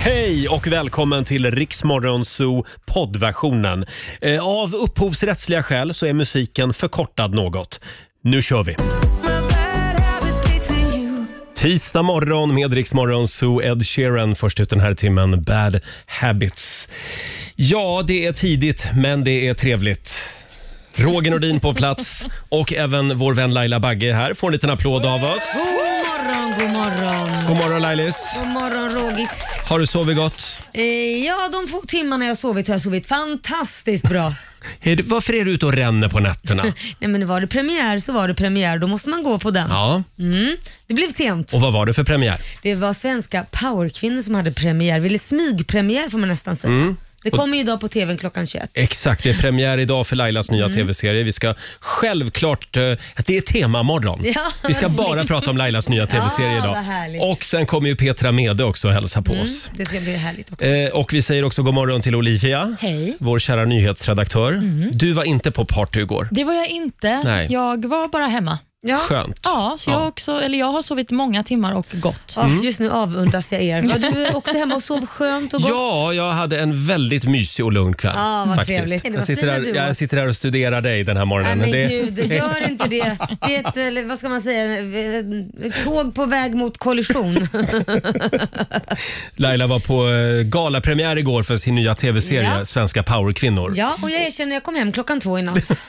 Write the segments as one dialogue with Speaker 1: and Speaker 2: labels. Speaker 1: Hej och välkommen till Riksmorgon Zoo poddversionen. Eh, Av upphovsrättsliga skäl så är musiken förkortad något. Nu kör vi! Tisdag morgon med Riksmorgon Zoo, Ed Sheeran först ut den här timmen, Bad Habits. Ja, det är tidigt men det är trevligt. Roger Nordin på plats och även vår vän Laila Bagge är här. Får en liten applåd av oss.
Speaker 2: God morgon, god morgon.
Speaker 1: God morgon Lailis.
Speaker 2: God morgon Rogis.
Speaker 1: Har du sovit gott?
Speaker 2: Eh, ja, de få timmarna jag sovit har jag sovit fantastiskt bra.
Speaker 1: Är det- Varför är du ute och ränner på nätterna?
Speaker 2: Nej men var det premiär så var det premiär, då måste man gå på den.
Speaker 1: Ja,
Speaker 2: Mm, det blev sent.
Speaker 1: och vad var det för premiär?
Speaker 2: Det var svenska powerkvinnor som hade premiär, eller smygpremiär får man nästan säga.
Speaker 1: Mm.
Speaker 2: Det kommer ju idag på TVn klockan 21.
Speaker 1: Exakt, det är premiär idag för Lailas
Speaker 2: Mm.
Speaker 1: nya tv-serie. Vi ska självklart, eh, att det är temamorgon.
Speaker 2: Ja.
Speaker 1: Vi ska bara prata om Lailas nya tv-serie
Speaker 2: Ja,
Speaker 1: idag.
Speaker 2: vad härligt. Mm.
Speaker 1: Och sen kommer ju Petra Mede också och hälsa på oss.
Speaker 2: Det ska bli härligt också.
Speaker 1: Eh, och vi säger också god morgon till Olivia,
Speaker 3: Hej.
Speaker 1: vår kära nyhetsredaktör.
Speaker 2: Mm.
Speaker 1: Du var inte på party igår.
Speaker 3: Det var jag inte.
Speaker 1: Nej.
Speaker 3: Jag var bara hemma.
Speaker 2: Ja.
Speaker 1: Skönt.
Speaker 3: Ja, så jag,
Speaker 1: Ja.
Speaker 3: Också, eller jag har sovit många timmar och gott.
Speaker 2: Ja,
Speaker 1: Mm.
Speaker 2: Just nu avundas jag er. Ja, du är också hemma och sov skönt och gott.
Speaker 1: Ja, jag hade en väldigt mysig och lugn kväll.
Speaker 2: Ja, vad
Speaker 1: faktiskt.
Speaker 2: trevligt. Det var
Speaker 1: Jag sitter,
Speaker 2: fina
Speaker 1: här,
Speaker 2: du
Speaker 1: jag
Speaker 2: var.
Speaker 1: sitter här och studerar dig den här morgonen.
Speaker 2: Nej men
Speaker 1: Det-
Speaker 2: gud, gör inte det. Det är ett, eller vad ska man säga, ett tåg på väg mot kollision.
Speaker 1: Laila var på eh, galapremiär igår för sin nya tv-serie
Speaker 2: Ja.
Speaker 1: Svenska powerkvinnor.
Speaker 2: Ja, och jag erkänner, jag kom hem klockan två i natt.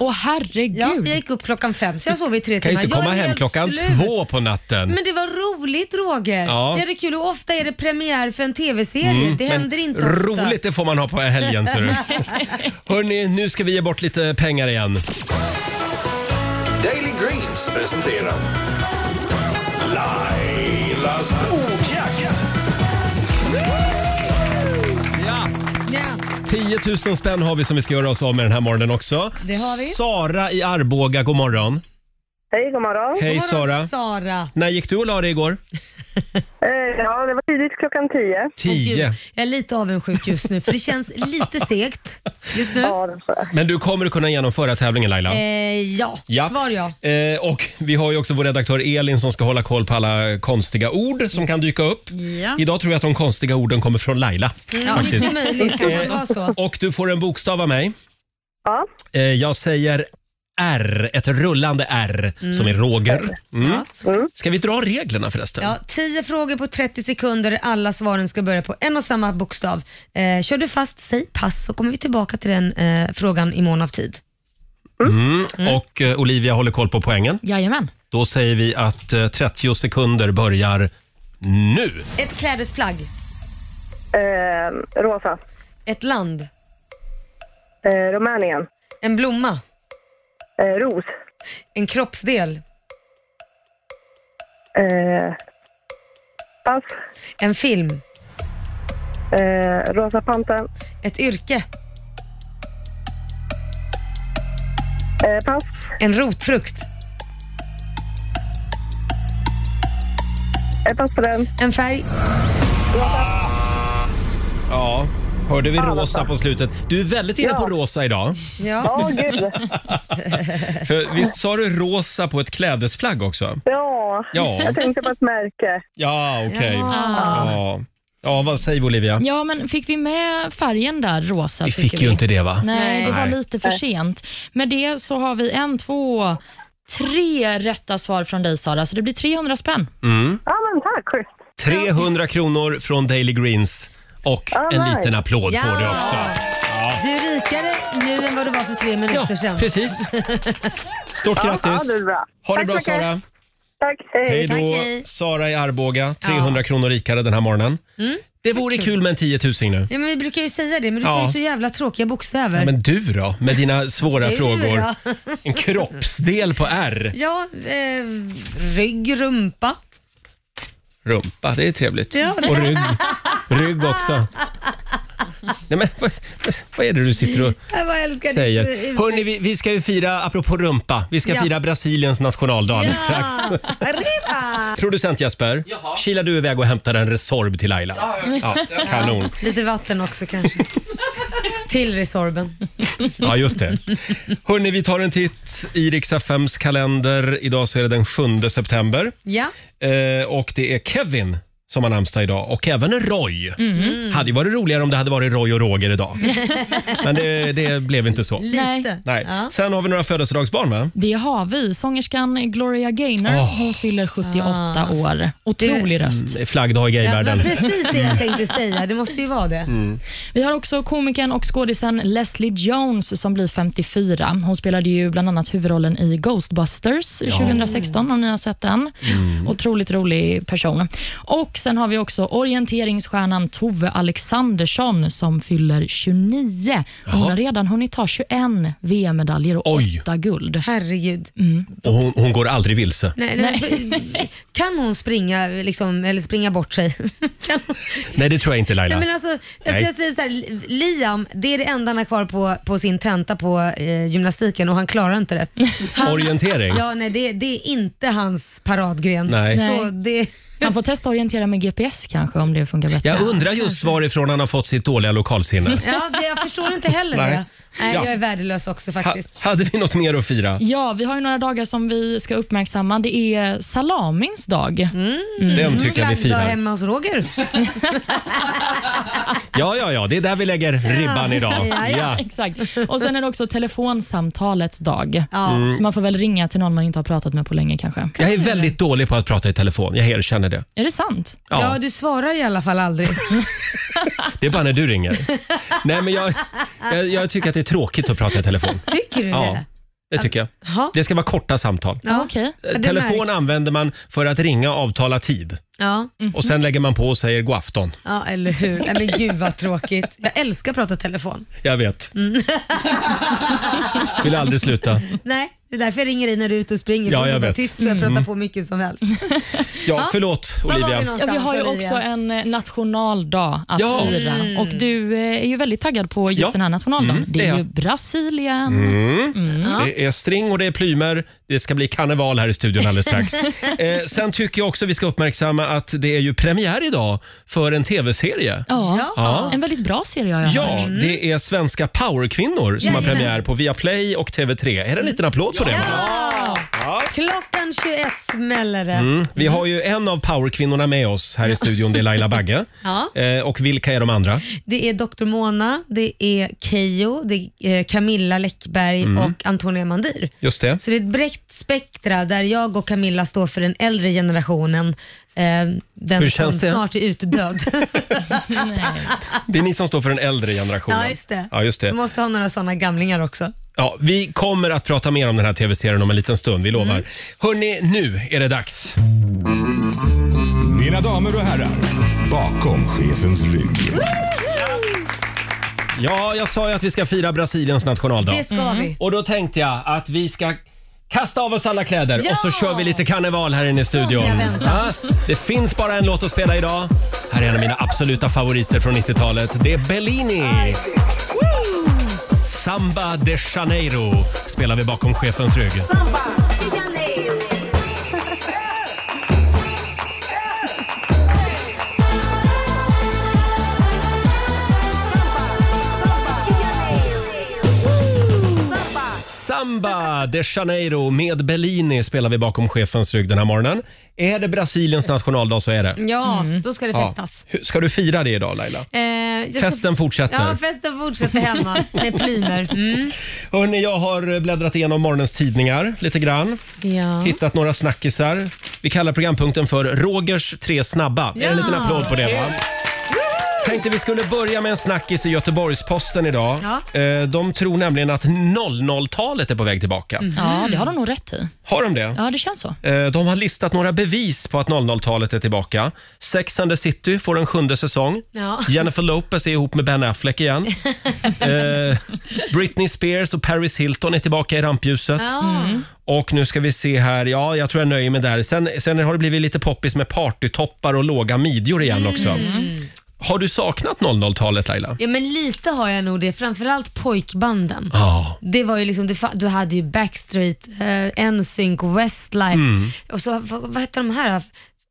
Speaker 3: Åh herregud.
Speaker 2: Ja, jag gick upp klockan fem, så jag sov i tre
Speaker 1: Kan
Speaker 2: timmar.
Speaker 1: ju inte
Speaker 2: jag
Speaker 1: komma
Speaker 2: är
Speaker 1: hem
Speaker 2: helt
Speaker 1: klockan
Speaker 2: slut.
Speaker 1: två på natten.
Speaker 2: Men det var roligt Roger.
Speaker 1: Ja. Mm,
Speaker 2: Det är kul och ofta är det premiär för en TV-serie. det
Speaker 1: Men
Speaker 2: händer inte ofta.
Speaker 1: Roligt det får man ha på helgen. ser du. Hörni, nu ska vi ge bort lite pengar igen.
Speaker 4: Daily Greens presenterar Lailas ordjakt.
Speaker 2: Ja.
Speaker 1: 10 000 spänn har vi som vi ska göra oss av med den här morgonen också.
Speaker 2: Det har vi.
Speaker 1: Sara i Arboga, god morgon.
Speaker 5: Hej, god morgon.
Speaker 1: Hej
Speaker 2: God
Speaker 1: Sara.
Speaker 2: morgon, Sara.
Speaker 1: När gick du och la dig igår?
Speaker 5: Eh, ja, det var tidigt klockan tio.
Speaker 2: Åh, gud.
Speaker 1: 10.
Speaker 2: Jag är lite avundsjuk just nu för det känns lite segt just nu.
Speaker 5: Ja, det var det.
Speaker 1: Men du kommer att kunna genomföra tävlingen Laila.
Speaker 2: Eh, ja.
Speaker 1: Ja.
Speaker 2: svar ja.
Speaker 1: Eh, och vi har ju också vår redaktör Elin som ska hålla koll på alla konstiga ord som kan dyka upp.
Speaker 2: Ja.
Speaker 1: Idag tror jag att de konstiga orden kommer från Laila.
Speaker 2: Ja,
Speaker 1: faktiskt. Eh, mm.
Speaker 2: mycket möjligt. Kan man vara så?
Speaker 1: Och du får en bokstav av mig.
Speaker 5: Ja,
Speaker 1: Eh, jag säger R, ett rullande R som är Roger. Mm. Ska vi dra reglerna förresten?
Speaker 2: Ja, 10 frågor på 30 sekunder. Alla svaren ska börja på en och samma bokstav. Eh, kör du fast, säg pass så kommer vi tillbaka till den eh, frågan i mån av tid.
Speaker 1: Och eh, Olivia håller koll på poängen.
Speaker 3: Jajamän.
Speaker 1: Då säger vi att eh, 30 sekunder börjar nu.
Speaker 2: Ett klädesplagg,
Speaker 5: eh, rosa.
Speaker 2: ett land,
Speaker 5: Eh, Rumänien.
Speaker 2: en blomma,
Speaker 5: Eh, ros.
Speaker 2: en kroppsdel,
Speaker 5: Eh, pass.
Speaker 2: en film,
Speaker 5: Eh, rosa panten.
Speaker 2: ett yrke,
Speaker 5: Eh, pass.
Speaker 2: en rotfrukt,
Speaker 5: Eh, pass på den.
Speaker 2: en färg.
Speaker 1: Ja, hörde vi rosa på slutet? Du är väldigt inne på
Speaker 5: Ja.
Speaker 1: rosa idag.
Speaker 2: Ja.
Speaker 5: Åh, gud.
Speaker 1: För visst sa du rosa på ett klädesplagg också?
Speaker 5: Ja.
Speaker 1: Ja.
Speaker 5: jag tänkte på ett märke.
Speaker 1: Ja, okej.
Speaker 2: Ja.
Speaker 1: Ja. ja, vad säger vi, Olivia?
Speaker 3: Ja, men fick vi med färgen där, rosa?
Speaker 1: Vi
Speaker 3: tycker
Speaker 1: fick ju inte det va?
Speaker 3: Nej, det var
Speaker 1: Nej.
Speaker 3: lite för sent. Med det så har vi en, två, tre rätta svar från dig Sara, så det blir 300 spänn.
Speaker 1: Mm.
Speaker 5: Ja, men tack. Schysst.
Speaker 1: 300 kronor från Daily Greens och
Speaker 5: All
Speaker 1: en
Speaker 5: right.
Speaker 1: liten applåd får du också.
Speaker 2: Du är rikare nu än vad du var för tre
Speaker 1: Ja,
Speaker 2: minuter sedan.
Speaker 1: precis. Stort
Speaker 5: Ja,
Speaker 1: grattis.
Speaker 5: det är bra.
Speaker 1: Ha det
Speaker 5: Tack
Speaker 1: bra
Speaker 5: så mycket.
Speaker 1: Sara.
Speaker 5: Tack.
Speaker 1: Hej
Speaker 2: Tack,
Speaker 1: då.
Speaker 2: hej.
Speaker 1: Sara i Arboga, 300 kronor rikare den här morgonen.
Speaker 2: Mm.
Speaker 1: Det vore kul med en 10 000 nu.
Speaker 2: Ja, men vi brukar ju säga det, men du
Speaker 1: Ja.
Speaker 2: tar ju så jävla tråkiga bokstäver.
Speaker 1: Ja, men du då, med dina svåra
Speaker 2: Du
Speaker 1: frågor.
Speaker 2: då?
Speaker 1: En kroppsdel på R.
Speaker 2: Ja, eh, rygg, rumpa.
Speaker 1: Rumpa, det är trevligt.
Speaker 2: Ja.
Speaker 1: Och rygg. Rygg också. Nej, men, vad, vad- vad är det du sitter och
Speaker 2: Jag bara Eh, älskar
Speaker 1: säger?
Speaker 2: ditt, eh,
Speaker 1: Hörni, vi, vi ska ju fira, apropå rumpa, vi ska
Speaker 2: Ja.
Speaker 1: fira Brasiliens nationaldag alldeles strax.
Speaker 2: Ja. Arriba!
Speaker 1: Producent Jesper, kilar du iväg och hämtar en Resorb till Laila? Ja, kanon.
Speaker 2: Lite vatten också kanske. Till Resorben.
Speaker 1: Ja, just det. Hörni, vi tar en titt i Rix FMs kalender. Idag så är det den 7 september
Speaker 2: Ja,
Speaker 1: eh, och det är Kevin som har namnsdag idag och även Roy.
Speaker 2: Mm.
Speaker 1: Hade ju varit roligare om det hade varit Roy och Roger idag. Men det, det blev inte så.
Speaker 2: Lite.
Speaker 1: Nej.
Speaker 2: Ja.
Speaker 1: Sen har vi några födelsedagsbarn va?
Speaker 3: Det har vi. Sångerskan Gloria Gaynor
Speaker 1: Åh.
Speaker 3: hon fyller 78
Speaker 2: Ah.
Speaker 3: år. Otrolig röst.
Speaker 1: Flaggdag i Mm.
Speaker 2: Ja, men
Speaker 1: gayvärlden.
Speaker 2: precis det jag tänkte säga. Det måste ju vara det.
Speaker 3: Vi har också komikern och skådisen Leslie Jones som blir 54. Hon spelade ju bland annat huvudrollen i Ghostbusters 2016 om ni har sett den.
Speaker 1: Mm.
Speaker 3: Otroligt rolig person. Och Sen har vi också orienteringsstjärnan Tove Alexandersson som fyller 29. Hon
Speaker 1: Jaha.
Speaker 3: har redan hunnit ta 21 VM-medaljer och
Speaker 1: Oj.
Speaker 3: 8 guld.
Speaker 2: Herregud.
Speaker 1: Och hon, hon går aldrig vilse.
Speaker 2: Nej, nej. Kan hon springa, liksom, eller springa bort sig? Kan hon?
Speaker 1: Nej, det tror jag inte Laila.
Speaker 2: Nej, men alltså, alltså,
Speaker 1: Nej.
Speaker 2: jag säger så här, Liam, det är det enda han har kvar på, på sin tenta på eh, gymnastiken och han klarar inte det. Han,
Speaker 1: Orientering?
Speaker 2: Ja, nej, det, det är inte hans paradgren.
Speaker 1: Nej.
Speaker 2: Så
Speaker 3: Nej.
Speaker 2: det,
Speaker 3: Han får testa orientera med GPS kanske om det funkar bättre.
Speaker 1: Jag undrar just varifrån han har fått sitt dåliga lokalsinne.
Speaker 2: ja, det, jag förstår inte heller
Speaker 1: Nej.
Speaker 2: det. Nej,
Speaker 1: Ja.
Speaker 2: Jag är värdelös också
Speaker 1: Ha,
Speaker 2: faktiskt.
Speaker 1: hade vi något mer att fira?
Speaker 3: Ja, vi har ju några dagar som vi ska uppmärksamma. Det är salamins dag.
Speaker 2: Mm.
Speaker 1: Den tycker jag vi
Speaker 2: Flaggdag
Speaker 1: firar.
Speaker 2: hemma hos Roger.
Speaker 1: Ja, ja, ja, det är där vi lägger ribban idag.
Speaker 2: Ja,
Speaker 1: Ja.
Speaker 3: Exakt. Och Sen är det också telefonsamtalets dag.
Speaker 2: Ja.
Speaker 3: Så man får väl ringa till någon man inte har pratat med på länge kanske.
Speaker 1: Jag är väldigt dålig på att prata i telefon, jag erkänner det.
Speaker 3: Är det sant?
Speaker 2: Ja.
Speaker 1: Ja,
Speaker 2: du svarar i alla fall aldrig.
Speaker 1: det är bara när du ringer. Nej, men jag, jag, jag tycker att det är tråkigt att prata i telefon.
Speaker 2: Tycker du
Speaker 1: Ja,
Speaker 2: det?
Speaker 1: det tycker jag.
Speaker 2: Ja.
Speaker 1: Det ska vara korta samtal.
Speaker 2: Ja.
Speaker 3: Okej.
Speaker 2: Ja, det
Speaker 1: Telefon
Speaker 2: märks.
Speaker 1: använder man för att ringa och avtala tid
Speaker 2: Ja.
Speaker 1: och
Speaker 2: Mhm.
Speaker 1: sen lägger man på och säger god afton.
Speaker 2: ja, eller hur. Nej, men gud vad tråkigt. Jag älskar att prata telefon.
Speaker 1: Jag vet.
Speaker 2: Mm.
Speaker 1: Vill aldrig sluta.
Speaker 2: Nej, det är därför jag ringer dig när du är ute och springer.
Speaker 1: Ja,
Speaker 2: För du
Speaker 1: jag
Speaker 2: är bara
Speaker 1: vet.
Speaker 2: tyst för jag pratar på mycket som helst.
Speaker 1: Ja, förlåt
Speaker 2: Var var vi
Speaker 1: Olivia.
Speaker 2: någonstans?
Speaker 3: Ja, vi har ju
Speaker 2: Olivia?
Speaker 3: också en eh, nationaldag att
Speaker 1: Ja. Mm.
Speaker 3: fira. Och Du eh, är ju väldigt taggad på just
Speaker 1: Ja.
Speaker 3: den här nationaldagen.
Speaker 1: Mm, det
Speaker 3: det
Speaker 1: är
Speaker 3: är ju
Speaker 1: jag. Mm.
Speaker 3: Brasilien.
Speaker 1: Det är string och det är plymer. Det ska bli karneval här i studion alldeles strax. eh, sen tycker jag också vi ska uppmärksamma att det är ju premiär idag för en tv-serie.
Speaker 3: Ja.
Speaker 1: Ja.
Speaker 3: En väldigt bra serie har jag
Speaker 1: Ja,
Speaker 3: hört.
Speaker 2: Mm.
Speaker 1: det är svenska powerkvinnor som har
Speaker 2: Jajamän.
Speaker 1: premiär på Viaplay och TV3. Är det en liten applåd på det? va?
Speaker 2: Ja. Klockan 21 smäller det.
Speaker 1: Mm. Vi har ju en av powerkvinnorna med oss här i studion, det är Laila Bagge.
Speaker 2: Ja.
Speaker 1: Eh, och vilka är de andra?
Speaker 2: Det är Dr. Mona, det är Kejo, det är eh, Camilla Läckberg och Antonia Mandir.
Speaker 1: Just det.
Speaker 2: Så det är ett brett spektra där jag och Camilla står för den äldre generationen. eh,
Speaker 1: Hur
Speaker 2: Den som
Speaker 1: känns det?
Speaker 2: snart är utdöd.
Speaker 1: Det är ni som står för den äldre generationen.
Speaker 2: ja, just det.
Speaker 1: Ja, just
Speaker 2: Vi
Speaker 1: det.
Speaker 2: måste ha några sådana gamlingar också.
Speaker 1: Ja, vi kommer att prata mer om den här tv-serien om en liten stund, vi
Speaker 2: Mm.
Speaker 1: lovar. Hörni, nu är det dags.
Speaker 4: Mina damer och herrar, bakom chefens rygg.
Speaker 1: Ja, jag sa ju att vi ska fira Brasiliens nationaldag.
Speaker 2: Det ska vi.
Speaker 1: Och då tänkte jag att vi ska kasta av oss alla kläder
Speaker 2: Ja!
Speaker 1: och så kör vi lite karneval här inne i studion.
Speaker 2: jag väntat.
Speaker 1: Ja, det finns bara en låt att spela idag. Här är en av mina absoluta favoriter från 90-talet. Det är Bellini. Woo! Samba de Janeiro spelar vi bakom chefens rygg. Samba de Janeiro med Bellini spelar vi bakom chefens rygg den här morgonen. Är det Brasiliens nationaldag så är det.
Speaker 2: Ja, då ska det festas.
Speaker 1: Hur- Ska du fira det idag Laila?
Speaker 2: Mm, Eh, jag ska-
Speaker 1: Festen fortsätter.
Speaker 2: Ja, festen fortsätter hemma med plymer. Mm.
Speaker 1: Hörni, jag har eh, bläddrat igenom morgonens tidningar lite grann.
Speaker 2: Ja.
Speaker 1: Hittat några snackisar. Vi kallar programpunkten för Rogers tre snabba. Är det en liten applåd på det va? Tänkte vi skulle börja med en snackis i Göteborgs-Posten idag.
Speaker 2: Ja.
Speaker 1: Eh, De tror nämligen att 00-talet är på väg tillbaka.
Speaker 2: Mm.
Speaker 3: Ja, det har de nog rätt i.
Speaker 1: Har de det?
Speaker 3: Ja, det känns så.
Speaker 1: Eh, De har listat några bevis på att 00-talet är tillbaka. Sex and the City får en sjunde säsong.
Speaker 2: Ja.
Speaker 1: Jennifer Lopez är ihop med Ben Affleck igen. Eh, Britney Spears och Paris Hilton är tillbaka i rampljuset. Mm.
Speaker 2: Ja.
Speaker 1: Och nu ska vi se här. Ja, jag tror jag nöjer mig där. Sen, sen har det blivit lite poppis med partytoppar och låga midjor igen
Speaker 2: Mm.
Speaker 1: också. Har du saknat 00-talet Laila?
Speaker 2: ja, men lite har jag nog det. Framförallt pojkbanden.
Speaker 1: Ja.
Speaker 2: Det var ju liksom, du, fa- du hade ju Backstreet, eh, NSYNC, Westlife
Speaker 1: Mm.
Speaker 2: och så, vad, vad hette de här?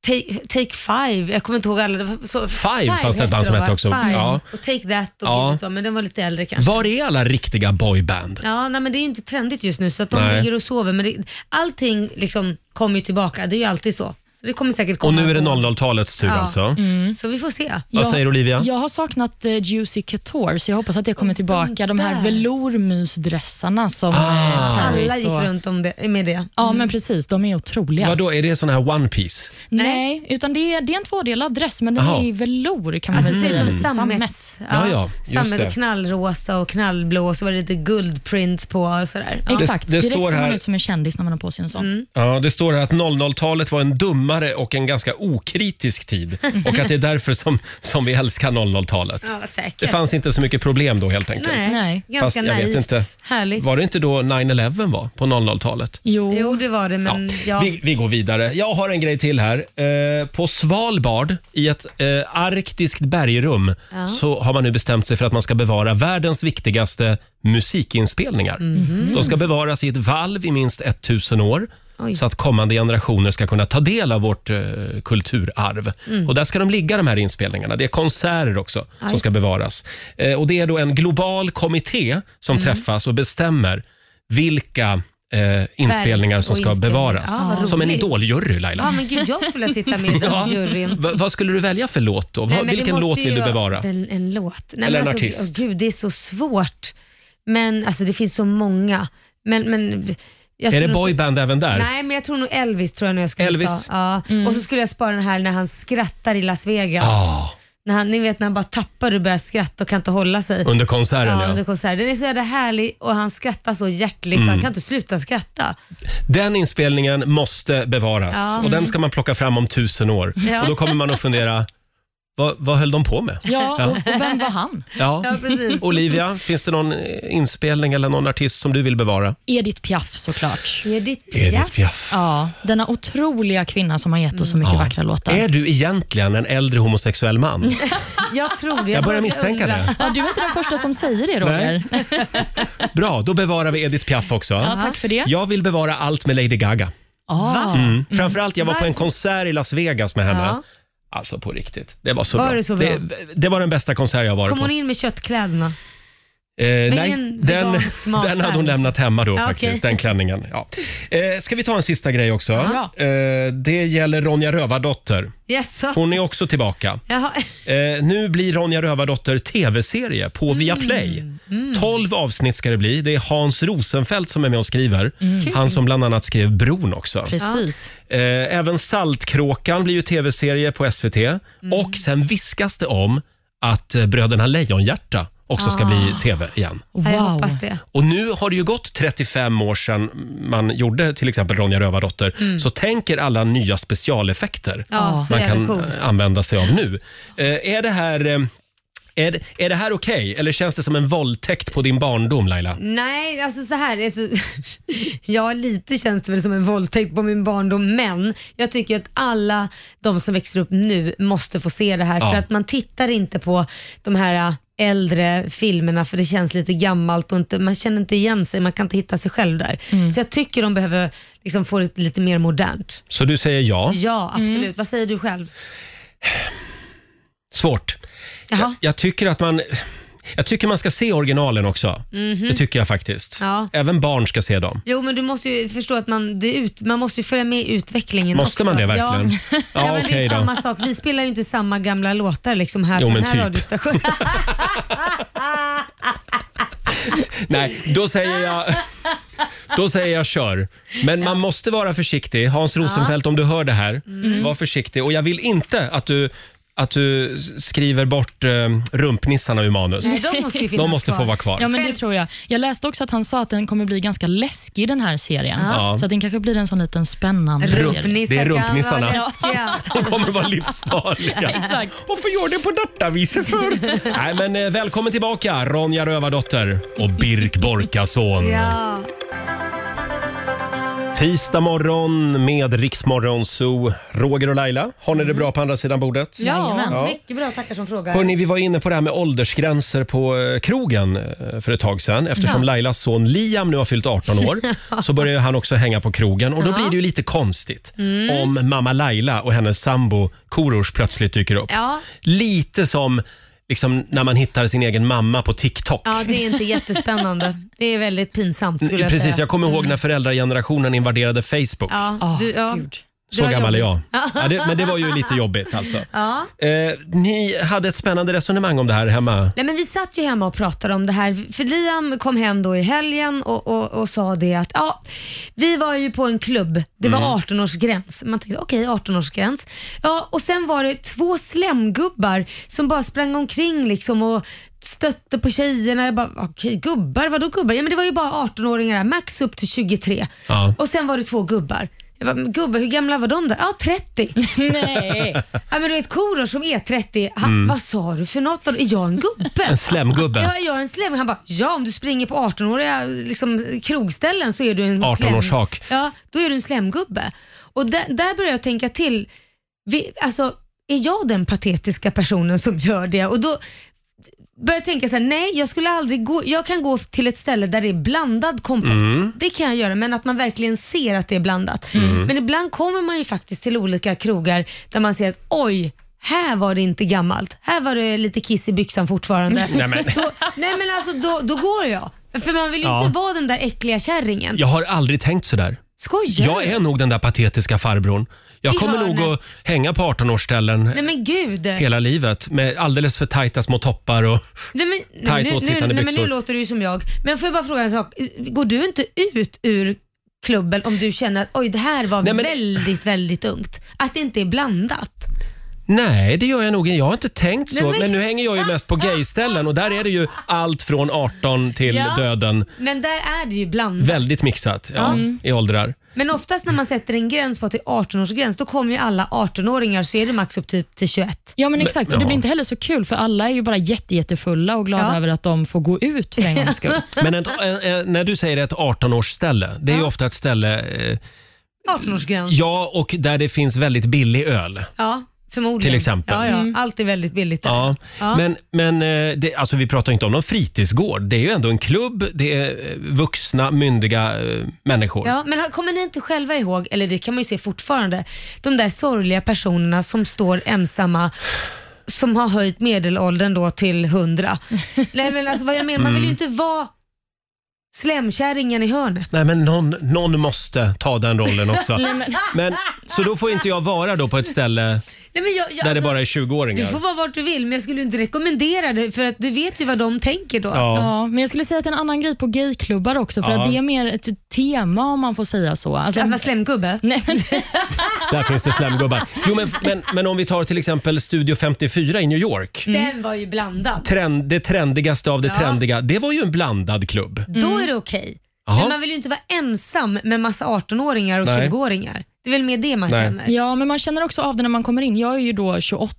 Speaker 2: Take, take Five, jag kommer inte ihåg alla. det var Så,
Speaker 1: Five fanns det ett band som
Speaker 2: de, va?
Speaker 1: hette också.
Speaker 2: Five.
Speaker 1: Ja.
Speaker 2: Och Take That och
Speaker 1: Ja.
Speaker 2: ja. men den var lite äldre kanske.
Speaker 1: Var är alla riktiga boyband?
Speaker 2: Ja, nej, men det är ju inte trendigt just nu så att de
Speaker 1: Nej.
Speaker 2: ligger och sover. Men det, allting liksom kommer ju tillbaka, det är ju alltid så. Så det kommer säkert komma.
Speaker 1: Och nu är det
Speaker 2: på.
Speaker 1: 00-talets tur
Speaker 2: Ja. Mm.
Speaker 1: alltså.
Speaker 2: Så vi får se.
Speaker 1: Vad
Speaker 3: Jag-
Speaker 1: säger Olivia?
Speaker 3: Jag har saknat eh, Juicy Couture, så jag hoppas att det kommer tillbaka. De
Speaker 2: där.
Speaker 3: här velourmysdressarna som eh,
Speaker 1: Ah.
Speaker 3: Paris
Speaker 2: Alla gick
Speaker 3: och-
Speaker 2: runt om det, med det.
Speaker 3: Ja, men precis. De är otroliga.
Speaker 1: Vadå, är det sån här one piece?
Speaker 3: Nej, utan det är, det är en tvådelad dress, men den
Speaker 1: Jaha.
Speaker 3: är i velour kan man
Speaker 2: Alltså, det
Speaker 3: väl
Speaker 2: ser
Speaker 3: säga.
Speaker 2: ut som
Speaker 3: Sammet.
Speaker 2: sammets.
Speaker 1: Mm. Ja, ja, just
Speaker 2: sammet
Speaker 1: det.
Speaker 2: och knallrosa och knallblå och så var det lite guldprint på och sådär. Ja.
Speaker 3: Exakt.
Speaker 1: Det- det
Speaker 3: Direkt
Speaker 1: står
Speaker 3: ser man
Speaker 1: här-
Speaker 3: ut som en kändis när man har på sig en sån.
Speaker 1: Ja, det står här att 00-talet var en dummare och en ganska okritisk tid och att det är därför som, som vi älskar 00-talet.
Speaker 2: Ja, säkert.
Speaker 1: Det fanns inte så mycket problem då helt enkelt.
Speaker 2: Nej,
Speaker 3: Nej.
Speaker 1: Fast
Speaker 2: ganska
Speaker 1: jag vet
Speaker 2: naivt.
Speaker 1: inte.
Speaker 2: Härligt.
Speaker 1: Var det inte då 9-11 var på 00-talet?
Speaker 3: Jo.
Speaker 2: Jo, det var det, men ja.
Speaker 1: Ja, vi, vi går vidare. Jag har en grej till här. Eh, på Svalbard, i ett eh, arktiskt bergrum, så har man nu bestämt sig för att man ska bevara världens viktigaste musikinspelningar.
Speaker 2: Mhm.
Speaker 1: De ska bevaras i ett valv i minst 1000 år.
Speaker 2: Oj.
Speaker 1: Så att kommande generationer ska kunna ta del av vårt eh, kulturarv. Och där ska de ligga de här inspelningarna. Det är konserter också som
Speaker 2: Mm. just
Speaker 1: ska bevaras. Eh, och det är då en global kommitté som
Speaker 2: Mm.
Speaker 1: träffas och bestämmer vilka eh, inspelningar
Speaker 2: Verk
Speaker 1: som
Speaker 2: och
Speaker 1: ska
Speaker 2: inspelningar.
Speaker 1: bevaras.
Speaker 2: Ja, vad
Speaker 1: som en
Speaker 2: roligt.
Speaker 1: idoljury Laila.
Speaker 2: Ja, men gud, jag skulle vilja sitta med i den
Speaker 1: Ja.
Speaker 2: juryn.
Speaker 1: Va- vad skulle du välja för låt då? Va-
Speaker 2: Nej, men det
Speaker 1: Vilken
Speaker 2: måste
Speaker 1: låt vill
Speaker 2: ju-
Speaker 1: du bevara?
Speaker 2: Den, en låt. Nej,
Speaker 1: Eller
Speaker 2: men
Speaker 1: en
Speaker 2: alltså,
Speaker 1: artist.
Speaker 2: åh, gud, det är så svårt. Men alltså, det finns så många. Men, men, jag
Speaker 1: Är
Speaker 2: skulle
Speaker 1: det
Speaker 2: nog-
Speaker 1: boyband även där?
Speaker 2: Nej, men jag tror nog Elvis tror jag nog jag skulle
Speaker 1: Elvis? Mm.
Speaker 2: ta. Ja. Och så skulle jag spara den här när han skrattar i Las Vegas.
Speaker 1: Ah,
Speaker 2: När han, ni vet när han bara tappar och börjar skratta och kan inte hålla sig.
Speaker 1: under konserten
Speaker 2: Ja,
Speaker 1: ja.
Speaker 2: under konsert. Den är så jävla härlig och han skrattar så hjärtligt.
Speaker 1: Mm.
Speaker 2: Han kan inte sluta skratta.
Speaker 1: Den inspelningen måste bevaras och den ska man plocka fram om tusen år.
Speaker 2: Ja.
Speaker 1: Och då kommer man att fundera, vad, vad höll de på med?
Speaker 3: Ja, och, och vem var han?
Speaker 1: Ja.
Speaker 2: Ja, precis.
Speaker 1: Olivia, finns det någon eh, inspelning eller någon artist som du vill bevara?
Speaker 3: Edith Piaf såklart.
Speaker 2: Edith Piaf.
Speaker 1: Piaf.
Speaker 3: Ja, denna otroliga kvinna som har gett oss så mycket vackra låtar.
Speaker 1: Är du egentligen en äldre homosexuell man?
Speaker 2: Jag tror det.
Speaker 1: Jag börjar misstänka
Speaker 2: undra.
Speaker 1: det.
Speaker 3: Ja, du är inte den första som säger det, Roger.
Speaker 1: Bra, då bevarar vi Edith Piaf också.
Speaker 3: Ja, tack för det.
Speaker 1: Jag vill bevara allt med Lady Gaga.
Speaker 3: Ah.
Speaker 1: Mm. Framförallt, jag var på en konsert i Las Vegas med henne.
Speaker 2: Ja.
Speaker 1: Alltså på riktigt. Det var så
Speaker 2: Var
Speaker 1: bra.
Speaker 2: det så bra?
Speaker 1: Det, det var den bästa konsert jag har varit
Speaker 2: Kom
Speaker 1: på.
Speaker 2: hon in med köttkläderna?
Speaker 1: Eh, nej,
Speaker 2: ingen
Speaker 1: den,
Speaker 2: vegansk mat
Speaker 1: den hade
Speaker 2: här.
Speaker 1: hon lämnat hemma då
Speaker 2: Ja,
Speaker 1: faktiskt,
Speaker 2: okej.
Speaker 1: den klänningen. Ja. Eh, ska vi ta en sista grej också?
Speaker 3: Ja.
Speaker 1: Eh, det gäller Ronja Rövardotter.
Speaker 2: Jaså?
Speaker 1: Hon är också tillbaka.
Speaker 2: Jaha.
Speaker 1: Eh, nu blir Ronja Rövardotter tv-serie
Speaker 2: Mm.
Speaker 1: på Viaplay. 12 avsnitt ska det bli. Det är Hans Rosenfeldt som är med och skriver.
Speaker 2: Mm.
Speaker 1: Han som bland annat skrev Bron också.
Speaker 3: Precis.
Speaker 1: Eh, även Saltkråkan blir ju tv-serie på SVT.
Speaker 2: Mm.
Speaker 1: Och sen viskas det om att eh, Bröderna Lejonhjärta också ska bli
Speaker 2: Ah.
Speaker 1: tv igen.
Speaker 2: Ja, jag
Speaker 3: Wow.
Speaker 2: hoppas det.
Speaker 1: Och nu har det ju gått 35 år sedan man gjorde till exempel Ronja Rövardotter. Så tänker alla nya specialeffekter
Speaker 2: Mm. Ja, så
Speaker 1: man
Speaker 2: jävla
Speaker 1: kan
Speaker 2: coolt.
Speaker 1: eh, använda sig av nu. Eh, är det här... eh, Är, det- är det här okej eller känns det som en våldtäkt på din barndom Laila?
Speaker 2: Nej, alltså så här. Alltså, ja, lite känns det väl som en våldtäkt på min barndom, men jag tycker att alla de som växer upp nu måste få se det här.
Speaker 1: Ja.
Speaker 2: För att man tittar inte på de här äh, äldre filmerna för det känns lite gammalt och inte, man känner inte igen sig, man kan inte hitta sig själv där. Så jag tycker de behöver liksom få det lite mer modernt.
Speaker 1: Så du säger ja?
Speaker 2: Ja, absolut. Vad säger du själv?
Speaker 1: Svårt.
Speaker 2: Jaha.
Speaker 1: Jag tycker att man... Jag tycker man ska se originalen också. Det tycker jag faktiskt.
Speaker 2: Mhm. Ja.
Speaker 1: Även barn ska se dem.
Speaker 2: Jo, men du måste ju förstå att man, det ut, man måste ju följa med i utvecklingen
Speaker 1: Måste
Speaker 2: också.
Speaker 1: man det verkligen?
Speaker 2: Ja.
Speaker 1: Ja,
Speaker 2: Ja, men det
Speaker 1: okej
Speaker 2: är
Speaker 1: då.
Speaker 2: samma sak. Vi spelar ju inte samma gamla låtar liksom här
Speaker 1: Jo,
Speaker 2: på
Speaker 1: men
Speaker 2: den här
Speaker 1: typ.
Speaker 2: radiostationen.
Speaker 1: Nej, då säger jag... Då säger jag kör. Men man måste vara försiktig. Hans Rosenfeldt, om du hör det här,
Speaker 2: Mm.
Speaker 1: var försiktig. Och jag vill inte att du, att du s- skriver bort eh, rumpnissarna ur manus.
Speaker 2: Nej, de måste ju finnas
Speaker 1: De måste
Speaker 2: kvar.
Speaker 1: få vara kvar.
Speaker 3: Ja, men det tror jag. Jag läste också att han sa att den kommer bli ganska läskig, den här serien.
Speaker 1: Ja.
Speaker 3: Så att den kanske blir en sån liten spännande serie.
Speaker 2: Rumpnissar
Speaker 1: Det är
Speaker 2: kan vara
Speaker 1: rumpnissarna.
Speaker 2: läskiga.
Speaker 1: De kommer att vara livsfarliga.
Speaker 3: Exakt.
Speaker 1: Varför gör det på detta viset för? Nej, men eh, välkommen tillbaka Ronja Rövardotter och Birk Borkason.
Speaker 2: Ja.
Speaker 1: Tisdag morgon med Riksmorgon Zoo. Roger och Laila, har ni det bra på andra sidan bordet?
Speaker 3: Jajamän.
Speaker 2: ja, mycket bra. Tackar som frågar.
Speaker 1: Hörrni, vi var inne på det här med åldersgränser på eh, krogen eh, för ett tag sedan. Eftersom Lailas son Liam nu har fyllt 18 år så börjar ju han också hänga på krogen och då blir det ju lite konstigt om mamma Laila och hennes sambo Korosh plötsligt dyker upp.
Speaker 2: Ja.
Speaker 1: Lite som liksom, när man hittar sin egen mamma på TikTok.
Speaker 2: ja, det är inte jättespännande. Det är väldigt pinsamt skulle jag
Speaker 1: Precis,
Speaker 2: säga. Mm.
Speaker 1: jag kommer ihåg när föräldragenerationen invaderade Facebook.
Speaker 2: Ja,
Speaker 3: Ah,
Speaker 2: du, ja.
Speaker 3: Gud.
Speaker 1: Så
Speaker 2: Det var
Speaker 1: gammal är jag.
Speaker 2: jobbigt.
Speaker 1: Ja, det, men det var ju lite jobbigt alltså.
Speaker 2: Ja.
Speaker 1: Eh, ni hade ett spännande resonemang om det här hemma.
Speaker 2: Nej, men vi satt ju hemma och pratade om det här. För Liam kom hem då i helgen och, och, och sa det att ja, vi var ju på en klubb. Det var 18-årsgräns. Man tänkte okej, 18-årsgräns. Ja, och sen var det två slemgubbar som bara sprang omkring liksom och stötte på tjejerna. Jag bara, okej, gubbar? Vadå gubbar? Ja, men det var ju bara 18-åringar här, max upp till 23.
Speaker 1: Ja.
Speaker 2: Och sen var det två gubbar. Jag bara, men gubbar, hur gamla var de då? Ja, 30.
Speaker 3: Nej.
Speaker 2: Ja, men du vet Korosh som är 30, han, vad sa du för något? Vadå, Är jag en gubbe?
Speaker 1: En slemgubbe.
Speaker 2: Ja, är jag en slem? Han bara, ja om du springer på 18-åriga liksom, krogställen så är du en
Speaker 1: 18-årshak.
Speaker 2: Ja, då är du en slemgubbe. Och där, där börjar jag tänka till, vi, alltså är jag den patetiska personen som gör det? Och då börjar jag tänka så här, nej jag skulle aldrig gå, jag kan gå till ett ställe där det är blandad kompott. Det kan jag göra, men att man verkligen ser att det är blandat. Men ibland kommer man ju faktiskt till olika krogar där man ser att oj, här var det inte gammalt. Här var det lite kiss i byxan fortfarande.
Speaker 1: Nej, men.
Speaker 2: Då, nej men alltså då, då går jag. För man vill ju
Speaker 1: Ja.
Speaker 2: inte vara den där äckliga kärringen.
Speaker 1: Jag har aldrig tänkt sådär.
Speaker 2: Skojar
Speaker 1: Jag
Speaker 2: du?
Speaker 1: är nog den där patetiska farbrorn. Jag
Speaker 2: I
Speaker 1: kommer nog
Speaker 2: hörnet.
Speaker 1: att hänga på 18-årsställen
Speaker 2: Nej men gud.
Speaker 1: hela livet med alldeles för tajta små toppar och...
Speaker 2: Nej, men, nej,
Speaker 1: Tajt
Speaker 2: nu, nu,
Speaker 1: åtsittande
Speaker 2: nej, men nu
Speaker 1: byxor.
Speaker 2: låter du ju som jag. Men får jag bara fråga en sak. Går du inte ut ur klubben om du känner att oj det här var
Speaker 1: Nej, men-
Speaker 2: väldigt, väldigt ungt? Att det inte är blandat?
Speaker 1: Nej, det gör jag nog inte. Jag har inte tänkt så. men...
Speaker 2: Nej, men-
Speaker 1: nu hänger jag ju mest på gayställen och där är det ju allt från 18 till
Speaker 2: Ja.
Speaker 1: döden.
Speaker 2: Men där är det ju blandat.
Speaker 1: Väldigt mixat ja, i åldrar.
Speaker 2: Men oftast när man sätter en gräns på att det är 18-årsgräns då kommer ju alla 18-åringar så är det max upp typ till 21.
Speaker 3: Ja men exakt, och det
Speaker 1: ja.
Speaker 3: blir inte heller så kul för alla är ju bara jätte, jättefulla och glada
Speaker 2: Ja.
Speaker 3: över att de får gå ut för en gångs skull.
Speaker 1: Men en, en, en, när du säger ett 18-årsställe, det är ju ofta ett ställe, eh,
Speaker 2: 18-årsgräns.
Speaker 1: ja, och där det finns väldigt billig öl.
Speaker 2: Ja, förmodligen.
Speaker 1: Till exempel.
Speaker 2: Ja, ja. Allt är väldigt billigt där.
Speaker 1: Ja.
Speaker 2: Ja.
Speaker 1: Men, men eh, det, alltså vi pratar inte om någon fritidsgård. Det är ju ändå en klubb, det är eh, vuxna, myndiga eh, människor.
Speaker 2: Ja, men har- kommer ni inte själva ihåg, eller det kan man ju se fortfarande, de där sorgliga personerna som står ensamma som har höjt medelåldern då till 100. Nej men alltså vad jag menar, man
Speaker 1: Mm.
Speaker 2: vill ju inte vara slemkärringen i hörnet.
Speaker 1: Nej, men någon, någon måste ta den rollen också. men, så då får inte jag vara då på ett ställe
Speaker 2: Nej, men jag, jag,
Speaker 1: där det
Speaker 2: alltså,
Speaker 1: bara är
Speaker 2: du
Speaker 1: 20-åringar.
Speaker 2: får vara vart du vill men jag skulle ju inte rekommendera det för att du vet ju vad de tänker då.
Speaker 1: Ja.
Speaker 3: Ja, men jag skulle säga att en annan grej på gayklubbar också, för
Speaker 1: Ja.
Speaker 3: att det är mer ett tema om man får säga så. Alltså,
Speaker 2: Att vara slemgubbe?
Speaker 3: nej, men,
Speaker 1: Där finns det slemgubbar. Jo, men, men, men om vi tar till exempel Studio 54 i New York.
Speaker 2: Den var ju blandad.
Speaker 1: Trend, det trendigaste av det
Speaker 2: Ja.
Speaker 1: trendiga. Det var ju en blandad klubb.
Speaker 2: Då är det okej.
Speaker 1: Jaha.
Speaker 2: Men man vill ju inte vara ensam med massa 18-åringar och
Speaker 1: Nej.
Speaker 2: 20-åringar. Det är väl mer det man
Speaker 1: Nej.
Speaker 2: känner.
Speaker 3: ja, men man känner också av det när man kommer in. Jag är ju då 28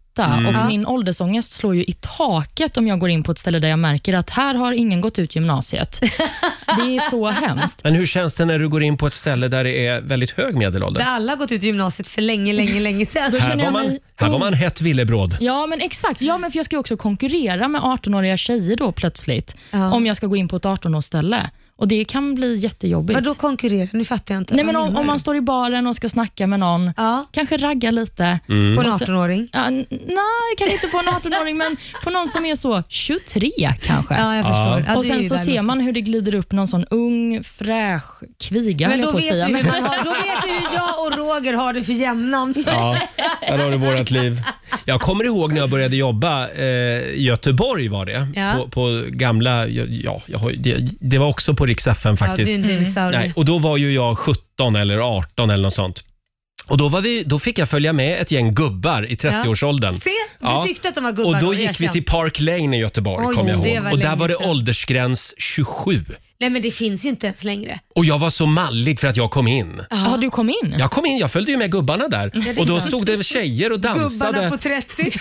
Speaker 3: och min åldersångest slår ju i taket om jag går in på ett ställe där jag märker att här har ingen gått ut gymnasiet. det är så hemskt.
Speaker 1: Men hur känns det när du går in på ett ställe där det är väldigt hög medelålder?
Speaker 2: Där alla har gått ut gymnasiet för länge, länge, länge sedan.
Speaker 1: Här
Speaker 3: känner
Speaker 1: var,
Speaker 3: jag
Speaker 1: man,
Speaker 3: mig-
Speaker 1: här var man
Speaker 2: Mm.
Speaker 1: hett villebråd.
Speaker 3: Ja, men exakt. Ja, men för jag ska ju också konkurrera med 18-åriga tjejer då plötsligt,
Speaker 2: Ja.
Speaker 3: om jag ska gå in på ett 18-årsställe. Och det kan bli jättejobbigt.
Speaker 2: Vadå konkurrera? Nu fattar jag inte.
Speaker 3: Nej,
Speaker 2: Vad
Speaker 3: men om,
Speaker 2: menar
Speaker 3: om man
Speaker 2: du?
Speaker 3: står i baren och ska snacka med någon,
Speaker 2: Ja,
Speaker 3: kanske ragga lite.
Speaker 1: Mm.
Speaker 2: på en
Speaker 3: Och så-
Speaker 2: 18-åring.
Speaker 3: Ja, n- nej, kanske inte på en 18-åring, men på någon som är så 23 kanske.
Speaker 2: Ja, jag förstår. Ja,
Speaker 3: och
Speaker 2: det är
Speaker 3: sen
Speaker 2: ju
Speaker 3: så ser
Speaker 2: värdelöst.
Speaker 3: man hur det glider upp någon sån ung, fräsch kviga, höll
Speaker 2: Men
Speaker 3: jag
Speaker 2: då
Speaker 3: på att
Speaker 2: vet,
Speaker 3: säga.
Speaker 2: du
Speaker 3: Men,
Speaker 2: hur man har, då vet du hur jag och Roger har det för jämnan.
Speaker 1: Ja, där har du vårt liv. Jag kommer ihåg när jag började jobba eh, i Göteborg var det.
Speaker 2: Ja.
Speaker 1: På, på gamla, ja, jag har, det, det var också på Rix FM
Speaker 2: Ja, du
Speaker 1: faktiskt.
Speaker 2: är en dinosaurie.
Speaker 1: Nej, och då var ju jag 17 eller 18 eller något sånt. Och då, var vi, då fick jag följa med ett gäng gubbar i 30-årsåldern.
Speaker 2: Se, du
Speaker 1: Ja.
Speaker 2: tyckte att de var gubbar
Speaker 1: Och då gick
Speaker 2: erkänn.
Speaker 1: vi till Park Lane i Göteborg,
Speaker 2: Oj,
Speaker 1: kommer jag
Speaker 2: det
Speaker 1: ihåg.
Speaker 2: var
Speaker 1: Och där
Speaker 2: länge
Speaker 1: var det
Speaker 2: sedan.
Speaker 1: åldersgräns 27.
Speaker 2: Nej men det finns ju inte ens längre.
Speaker 1: Och jag var så mallig för att jag kom in.
Speaker 3: ja, du kom in?
Speaker 1: Jag kom in, jag följde ju med gubbarna där.
Speaker 2: är
Speaker 1: Och då
Speaker 2: klart.
Speaker 1: stod det tjejer och
Speaker 2: Gubbarna
Speaker 1: dansade.
Speaker 2: på 30.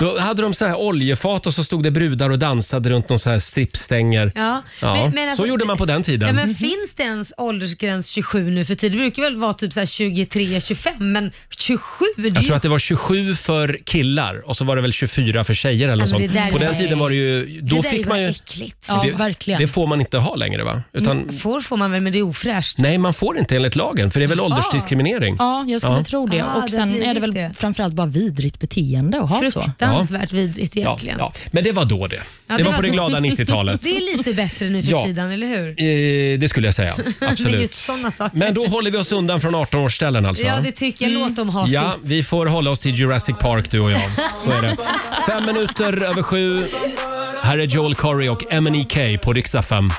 Speaker 1: Då hade de såna här oljefat och så stod det brudar och dansade runt någon så här strippstänger.
Speaker 2: Ja,
Speaker 1: Ja,
Speaker 2: men- men alltså-
Speaker 1: så gjorde man på den
Speaker 2: Ja,
Speaker 1: tiden.
Speaker 2: men finns det ens åldersgräns 27 nu för tiden? Det brukar väl vara typ så här 23, 25, men 27? Det är
Speaker 1: Jag
Speaker 2: ju
Speaker 1: tror att det var 27 för killar och så var det väl 24 för tjejer eller något
Speaker 2: men det
Speaker 1: sånt.
Speaker 2: där
Speaker 1: På
Speaker 2: är-
Speaker 1: den tiden var det ju... Då
Speaker 2: det där är
Speaker 1: fick
Speaker 2: ju
Speaker 1: man
Speaker 2: bara
Speaker 1: ju...
Speaker 2: äckligt.
Speaker 3: Ja,
Speaker 1: det,
Speaker 3: verkligen.
Speaker 1: det får man inte ha längre va? Utan,
Speaker 2: Får får man väl, men det är ofräscht.
Speaker 1: Nej, man får inte enligt lagen för det är väl åldersdiskriminering.
Speaker 3: Ja, jag skulle
Speaker 1: Ja.
Speaker 3: tro det.
Speaker 2: Ah, det
Speaker 3: och sen
Speaker 2: blir
Speaker 3: är det väl
Speaker 2: lite-
Speaker 3: framförallt bara vidrigt beteende att ha så.
Speaker 2: Fruktansvärt vidrigt
Speaker 1: Ja,
Speaker 2: egentligen.
Speaker 1: ja. Men det var då det.
Speaker 2: Ja,
Speaker 1: det
Speaker 2: det
Speaker 1: var på
Speaker 2: var-
Speaker 1: det glada 90-talet.
Speaker 2: Det är lite bättre nu för
Speaker 1: Ja.
Speaker 2: tiden, eller hur?
Speaker 1: Eh, det skulle jag säga.
Speaker 2: Med
Speaker 1: Absolut.
Speaker 2: just sådana saker.
Speaker 1: Men då håller vi oss undan från 18-årsställen alltså.
Speaker 2: Ja, det tycker jag. Låt dem ha
Speaker 1: Ja,
Speaker 2: sitt.
Speaker 1: vi får hålla oss till Jurassic Park du och jag. Så är det. Fem minuter över sju. Här är Joel Corey och MNEK på riksdag 5.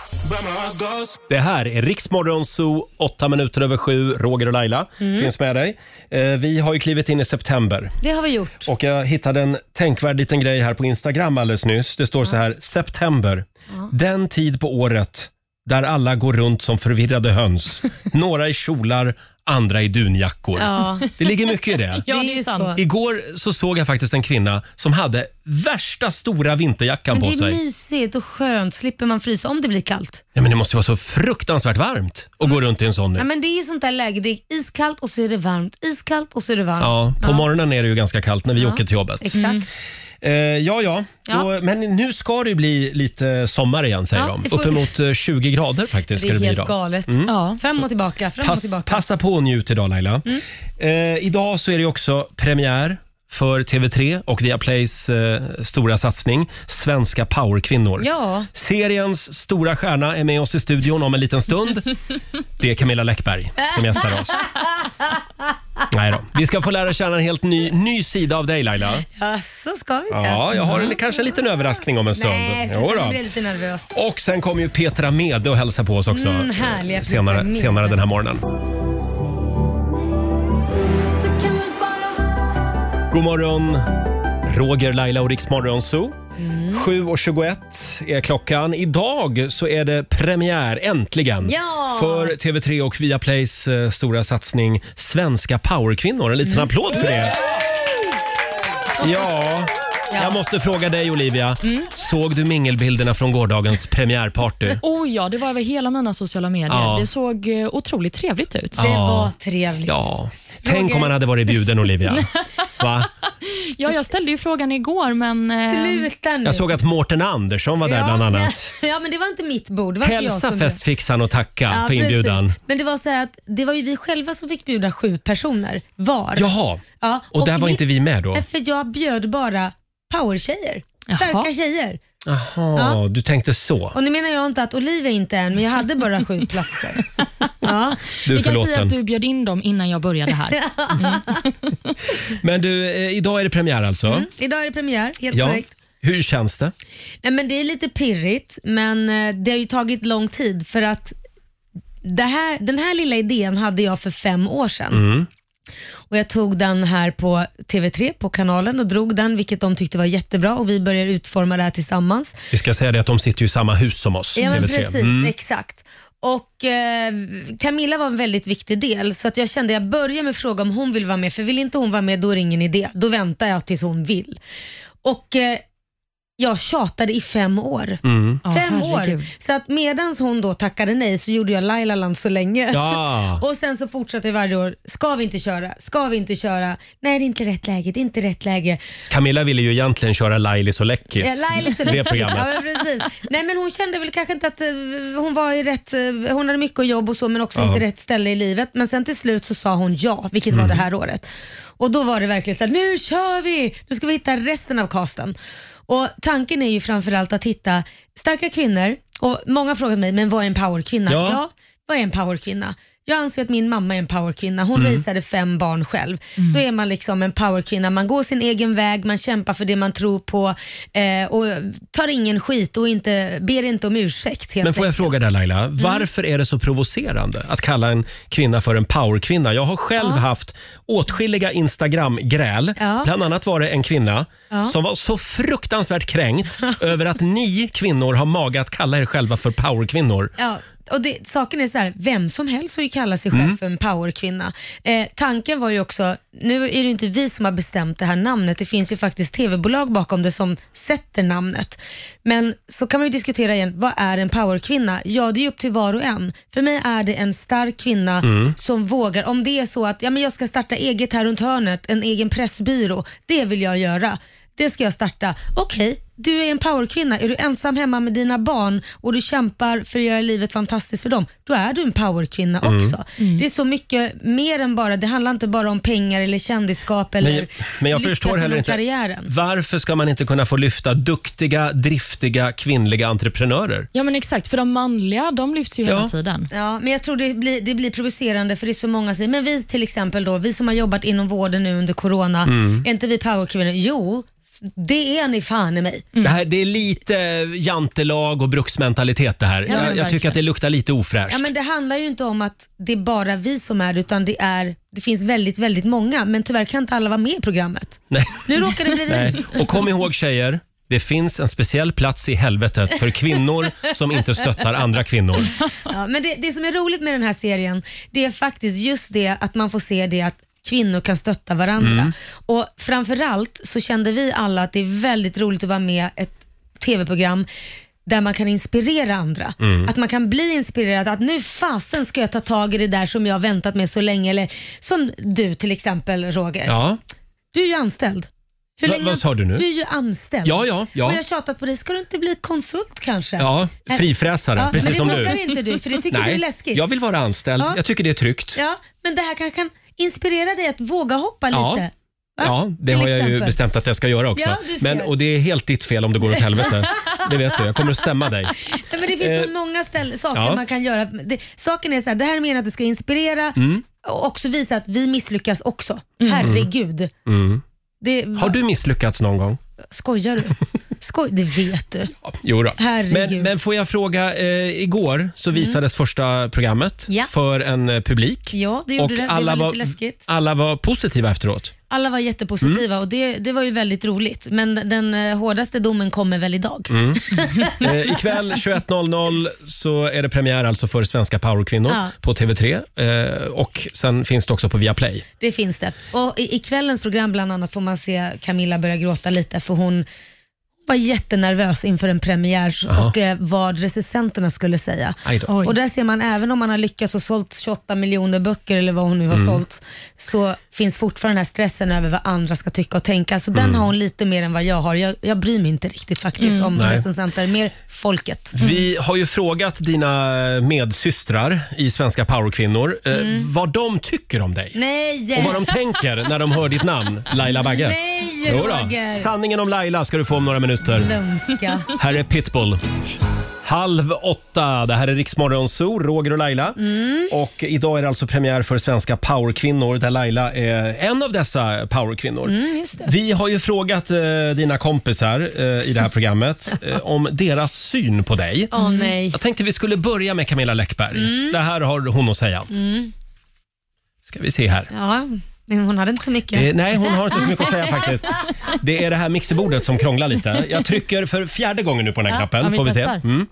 Speaker 1: Det här är Riksmorgon Zoo, åtta minuter över sju. Roger och Laila
Speaker 2: Mm.
Speaker 1: finns med dig. Eh, Vi har ju klivit in i september
Speaker 2: Det har vi gjort.
Speaker 1: och jag hittade en tänkvärd liten grej här på Instagram alldeles nyss. Det står så här, september. Den tid på året där alla går runt som förvirrade höns. Några i kjolar, andra i dunjackor.
Speaker 2: Ja,
Speaker 1: Det ligger mycket i det.
Speaker 3: Ja,
Speaker 2: det
Speaker 3: det är
Speaker 2: är ju
Speaker 3: sant.
Speaker 2: så.
Speaker 1: Igår så såg jag faktiskt en kvinna som hade värsta stora vinterjackan
Speaker 2: Men
Speaker 1: på
Speaker 2: det är
Speaker 1: sig.
Speaker 2: mysigt och skönt. Slipper man frysa om det blir kallt.
Speaker 1: Ja, men det måste ju vara så fruktansvärt varmt att gå runt i en sån
Speaker 2: Mm. Ja,
Speaker 1: nu.
Speaker 2: men det är ju sånt där läge. Det är iskallt och så är det varmt. Iskallt och så är det varmt.
Speaker 1: Ja, på morgonen är det ju ganska kallt när vi åker till jobbet.
Speaker 2: Exakt.
Speaker 1: Eh, ja, ja.
Speaker 2: Ja.
Speaker 1: Då, men nu ska det ju bli lite sommar igen säger
Speaker 2: Ja,
Speaker 1: de.
Speaker 2: vi får-
Speaker 1: Uppemot eh, 20 grader faktiskt
Speaker 2: Det
Speaker 1: ska
Speaker 2: är
Speaker 1: det bli
Speaker 2: helt
Speaker 1: idag.
Speaker 2: galet.
Speaker 3: Ja.
Speaker 2: Fram och tillbaka, fram och
Speaker 1: Pass,
Speaker 2: tillbaka. Mm.
Speaker 1: passa på och njut idag Laila. Eh, idag så är det ju också premiär för TV3 och Viaplays eh, stora satsning Svenska powerkvinnor.
Speaker 2: Ja,
Speaker 1: Seriens stora stjärna är med oss i studion om en liten stund. Det är Camilla Läckberg som gästar oss. Nej då. Vi ska få lära känna en helt ny, ny sida av dig Laila.
Speaker 2: ja så ska vi det.
Speaker 1: Ja, jag har en, kanske en liten överraskning om en stund.
Speaker 2: Nej,
Speaker 1: Jo
Speaker 2: sluta,
Speaker 1: då.
Speaker 2: jag blir lite nervös.
Speaker 1: Och sen kommer ju Petra Mede och hälsa på oss också
Speaker 2: Mm, härliga
Speaker 1: eh, senare,
Speaker 2: Petra Mede.
Speaker 1: senare den här morgonen. God morgon, Roger, Laila och Riksmorgon Zoo. 7.21 är klockan. Idag så är det premiär, äntligen,
Speaker 2: Ja!
Speaker 1: för TV3 och Viaplays eh, stora satsning Svenska powerkvinnor. En liten applåd för det. Ja, jag måste fråga dig Olivia. Såg du mingelbilderna från gårdagens premiärparty?
Speaker 3: Oh ja, det var över hela mina sociala medier.
Speaker 1: Ja.
Speaker 3: Det såg eh, otroligt trevligt ut.
Speaker 2: Det
Speaker 1: Ja.
Speaker 2: var trevligt.
Speaker 1: Ja. Tänk om man hade varit bjuden Olivia. Va?
Speaker 3: Ja, jag ställde ju frågan igår, men... eh,
Speaker 2: Sluta nu.
Speaker 1: Jag såg att Mårten Andersson var där bland annat.
Speaker 2: Men, ja, men det var inte mitt bord. Det var inte jag
Speaker 1: Hälsa
Speaker 2: som
Speaker 1: festfixaren och tacka
Speaker 2: Ja,
Speaker 1: för inbjudan.
Speaker 2: precis. Men det var så här att det var ju vi själva som fick bjuda sju personer var.
Speaker 1: Jaha,
Speaker 2: Ja,
Speaker 1: och, där var
Speaker 2: vi-
Speaker 1: inte vi med då?
Speaker 2: Nej, För jag bjöd bara powertjejer.
Speaker 3: Jaha.
Speaker 2: Starka tjejer.
Speaker 1: Jaha, du tänkte så.
Speaker 2: Och nu menar jag inte att Olivia inte är en, men jag hade bara sju platser. Ja.
Speaker 1: Du är
Speaker 3: vi kan säga
Speaker 1: förlåten.
Speaker 3: att du bjöd in dem innan jag började här.
Speaker 1: Men du, eh, idag är det premiär alltså?
Speaker 2: Idag är det premiär, helt
Speaker 1: Ja.
Speaker 2: Mm, korrekt.
Speaker 1: Hur känns det?
Speaker 2: Nej, men det är lite pirrigt, men eh, det har ju tagit lång tid för att det här, den här lilla idén hade jag för fem år sedan. Och jag tog den här på TV3, på kanalen och drog den, vilket de tyckte var jättebra och vi började utforma det här tillsammans.
Speaker 1: Vi ska säga det att de sitter ju i samma hus som oss,
Speaker 2: Ja, men
Speaker 1: TV3.
Speaker 2: precis, exakt. Och eh, Camilla var en väldigt viktig del, så att jag kände jag börjar med att fråga om hon vill vara med, för vill inte hon vara med då är det ingen idé. Då väntar jag tills hon vill. Och eh, jag tjatade i fem år.
Speaker 3: Ja,
Speaker 2: Fem
Speaker 3: herregud.
Speaker 2: år. Så att medan hon då tackade nej så gjorde jag Lailaland så länge.
Speaker 1: Ja.
Speaker 2: Och sen så fortsatte jag varje år. Ska vi inte köra? Ska vi inte köra? Nej, det är inte rätt läge. Det är inte rätt läge.
Speaker 1: Camilla ville ju egentligen köra Lailis och Läckis.
Speaker 2: Ja, Lailis är
Speaker 1: det
Speaker 2: läckis. Eh, Ja,
Speaker 1: programmet.
Speaker 2: men precis. Nej, men hon kände väl kanske inte att eh, hon var i rätt... eh, Hon hade mycket jobb och så, men också
Speaker 1: Ja. Mhm.
Speaker 2: inte rätt ställe i livet. Men sen till slut så sa hon ja, vilket var det här året. Och då var det verkligen så här, nu kör vi! Nu ska vi hitta resten av casten. Och tanken är ju framförallt att hitta starka kvinnor. Och Många har frågat mig, men vad är en powerkvinna?
Speaker 1: Ja.
Speaker 2: ja, vad är en powerkvinna? Jag anser att min mamma är en powerkvinna. Hon
Speaker 1: Mm.
Speaker 2: raceade fem barn själv. Då är man liksom en powerkvinna. Man går sin egen väg, man kämpar för det man tror på eh, och tar ingen skit och inte, ber inte om ursäkt. Helt
Speaker 1: Men får jag
Speaker 2: enkelt.
Speaker 1: fråga dig Laila,
Speaker 2: Mm.
Speaker 1: varför är det så provocerande att kalla en kvinna för en powerkvinna? Jag har själv haft åtskilliga Instagram-gräl.
Speaker 2: Ja.
Speaker 1: Bland annat var det en kvinna som var så fruktansvärt kränkt över att ni kvinnor har mage att kalla er själva för powerkvinnor.
Speaker 2: Ja, och det, saken är så här, vem som helst får ju kalla sig själv för en powerkvinna. Eh, tanken var ju också, nu är det ju inte vi som har bestämt det här namnet, det finns ju faktiskt tv-bolag bakom det som sätter namnet. Men så kan man ju diskutera igen, vad är en powerkvinna? Ja, det är ju upp till var och en. För mig är det en stark kvinna som vågar, om det är så att ja, men jag ska starta eget här runt hörnet, en egen pressbyrå, det vill jag göra. Det ska jag starta. Okej, du är en powerkvinna. Är du ensam hemma med dina barn och du kämpar för att göra livet fantastiskt för dem, då är du en powerkvinna
Speaker 1: Mm.
Speaker 2: också. Det är så mycket mer än bara, det handlar inte bara om pengar eller kändisskap eller
Speaker 1: Men, men jag
Speaker 2: lycka
Speaker 1: förstår
Speaker 2: inom
Speaker 1: heller inte.
Speaker 2: karriären.
Speaker 1: Varför ska man inte kunna få lyfta duktiga, driftiga kvinnliga entreprenörer?
Speaker 3: Ja men exakt, för de manliga de lyfts ju
Speaker 1: Ja.
Speaker 3: hela tiden.
Speaker 2: Ja, men jag tror det blir, det blir provocerande för det är så många som säger, men vi till exempel då, vi som har jobbat inom vården nu under corona,
Speaker 1: Mm.
Speaker 2: är inte vi powerkvinnor? Jo, det är ni fan i mig.
Speaker 1: Det, här, det är lite jantelag och bruksmentalitet det här.
Speaker 3: men
Speaker 1: jag, jag tycker
Speaker 3: verkligen.
Speaker 1: att det luktar lite ofräscht.
Speaker 2: Ja, men det handlar ju inte om att det är bara vi som är det, utan det, är, det finns väldigt, väldigt många. Men tyvärr kan inte alla vara med i programmet.
Speaker 1: Nej.
Speaker 2: Nu råkar det bli vi.
Speaker 1: Nej. Och kom ihåg tjejer, det finns en speciell plats i helvetet för kvinnor som inte stöttar andra kvinnor.
Speaker 2: Ja, men det, det som är roligt med den här serien, det är faktiskt just det att man får se det att kvinnor kan stötta varandra. Och framförallt så kände vi alla att det är väldigt roligt att vara med i ett tv-program där man kan inspirera andra. Att man kan bli inspirerad att nu fasen ska jag ta tag i det där som jag har väntat med så länge. Eller som du till exempel Roger.
Speaker 1: Ja,
Speaker 2: Du är ju anställd. Hur
Speaker 1: Va- vad sa du nu?
Speaker 2: Du är ju anställd.
Speaker 1: ja, ja.
Speaker 2: Och
Speaker 1: ja.
Speaker 2: jag har tjatat på dig, ska du inte bli konsult kanske?
Speaker 1: ja frifräsare,
Speaker 2: Ja, men
Speaker 1: precis
Speaker 2: det
Speaker 1: som
Speaker 2: vågar
Speaker 1: du.
Speaker 2: inte du, för det tycker du är läskigt.
Speaker 1: jag vill vara anställd.
Speaker 2: Ja.
Speaker 1: Jag tycker det är tryggt.
Speaker 2: Ja, men det här kanske kan inspirera dig att våga hoppa
Speaker 1: Ja.
Speaker 2: lite. Va?
Speaker 1: Ja, det
Speaker 2: Till
Speaker 1: har jag ju
Speaker 2: exempel.
Speaker 1: bestämt att jag ska göra också.
Speaker 2: Ja, du ser.
Speaker 1: Men, och det är helt ditt fel om det går åt helvete. Det vet du, jag kommer att stämma dig.
Speaker 2: Nej, men det finns
Speaker 1: Eh,
Speaker 2: så många ställ- saker
Speaker 1: ja.
Speaker 2: man kan göra. Det, saken är så här, det här är meningen att det ska inspirera
Speaker 1: Mm.
Speaker 2: och också visa att vi misslyckas också. Herregud.
Speaker 1: Mm.
Speaker 2: Det,
Speaker 1: Har du misslyckats någon gång?
Speaker 2: Skojar du? Skoj, det vet du.
Speaker 1: Jo då.
Speaker 2: Herregud.
Speaker 1: Men, men får jag fråga, eh, igår så visades första programmet
Speaker 3: Ja.
Speaker 1: för en eh, publik.
Speaker 2: Ja, det gjorde
Speaker 1: Och
Speaker 2: det. Det
Speaker 1: alla
Speaker 2: var lite
Speaker 1: var,
Speaker 2: läskigt.
Speaker 1: alla var positiva efteråt.
Speaker 2: Alla var jättepositiva
Speaker 1: Mm.
Speaker 2: och det, det var ju väldigt roligt. Men den eh, hårdaste domen kommer väl idag.
Speaker 1: Eh, ikväll 21.00 så är det premiär alltså för Svenska powerkvinnor
Speaker 2: Ja.
Speaker 1: på TV3. Eh, och sen finns det också på Viaplay.
Speaker 2: Det finns det. Och i, I kvällens program bland annat får man se Camilla börja gråta lite för hon var jättenervös inför en premiär och eh, vad recensenterna skulle säga.
Speaker 1: Aj då.
Speaker 3: Oj.
Speaker 2: Och där ser man även om man har lyckats och sålt 28 miljoner böcker eller vad hon nu har
Speaker 1: Mm.
Speaker 2: sålt så finns fortfarande den här stressen över vad andra ska tycka och tänka. Så
Speaker 1: Mm.
Speaker 2: den har hon lite mer än vad jag har. Jag, jag bryr mig inte riktigt faktiskt om
Speaker 1: Nej.
Speaker 2: recensenter, mer folket.
Speaker 1: Mm. Vi har ju frågat dina medsystrar i Svenska powerkvinnor eh, vad de tycker om dig.
Speaker 2: Mm. Nej!
Speaker 1: Och vad de tänker när de hör ditt namn, Laila Bagge.
Speaker 2: Nej
Speaker 1: Jo då.
Speaker 2: Roger!
Speaker 1: Sanningen om Laila ska du få om några minuter.
Speaker 2: Lömska.
Speaker 1: Här är Pitbull. Halv åtta, det här är Riksmorgon Zoo, Roger och Laila.
Speaker 3: Mm.
Speaker 1: Och idag är det alltså premiär för svenska powerkvinnor där Laila är en av dessa powerkvinnor.
Speaker 3: Mm,
Speaker 1: Vi har ju frågat eh, dina kompisar eh, i det här programmet eh, om deras syn på dig.
Speaker 2: Åh nej.
Speaker 1: Jag tänkte vi skulle börja med Camilla Läckberg.
Speaker 3: Mm.
Speaker 1: Det här har hon att säga. Ska vi se här.
Speaker 2: Ja, men hon hade inte så mycket.
Speaker 1: Eh, nej, hon har inte så mycket att säga faktiskt. Det är det här mixerbordet som krånglar lite. Jag trycker för fjärde gången nu på den här
Speaker 3: ja,
Speaker 1: knappen.
Speaker 3: vi
Speaker 1: Får vi se.
Speaker 3: testar.
Speaker 1: Mm.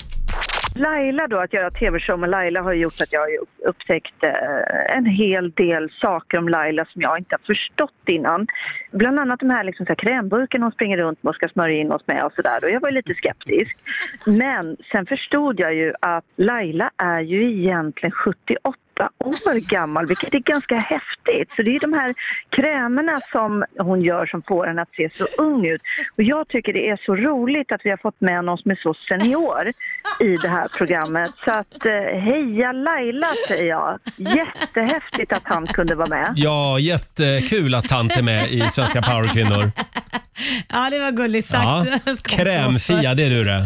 Speaker 5: Laila då, att göra tv-show med Laila har gjort att jag har ju upp- upptäckt eh, en hel del saker om Laila som jag inte har förstått innan. Bland annat de här, liksom, så här krämburken hon springer runt med och ska smörja in oss med och sådär. Och jag var ju lite skeptisk. Men sen förstod jag ju att Laila är ju egentligen 78 år gammal, vilket är ganska häftigt. Så det är ju de här krämerna som hon gör som får henne att se så ung ut. Och jag tycker det är så roligt att vi har fått med någon som är så senior i det här programmet. Så att eh, heja Laila säger jag. Jättehäftigt att han kunde vara med.
Speaker 1: Ja, jättekul att tant är med i Svenska powerkvinnor.
Speaker 2: Ja, det var gulligt
Speaker 1: Ja.
Speaker 2: sagt. Ska man få för.
Speaker 1: Krämfia, det är du det.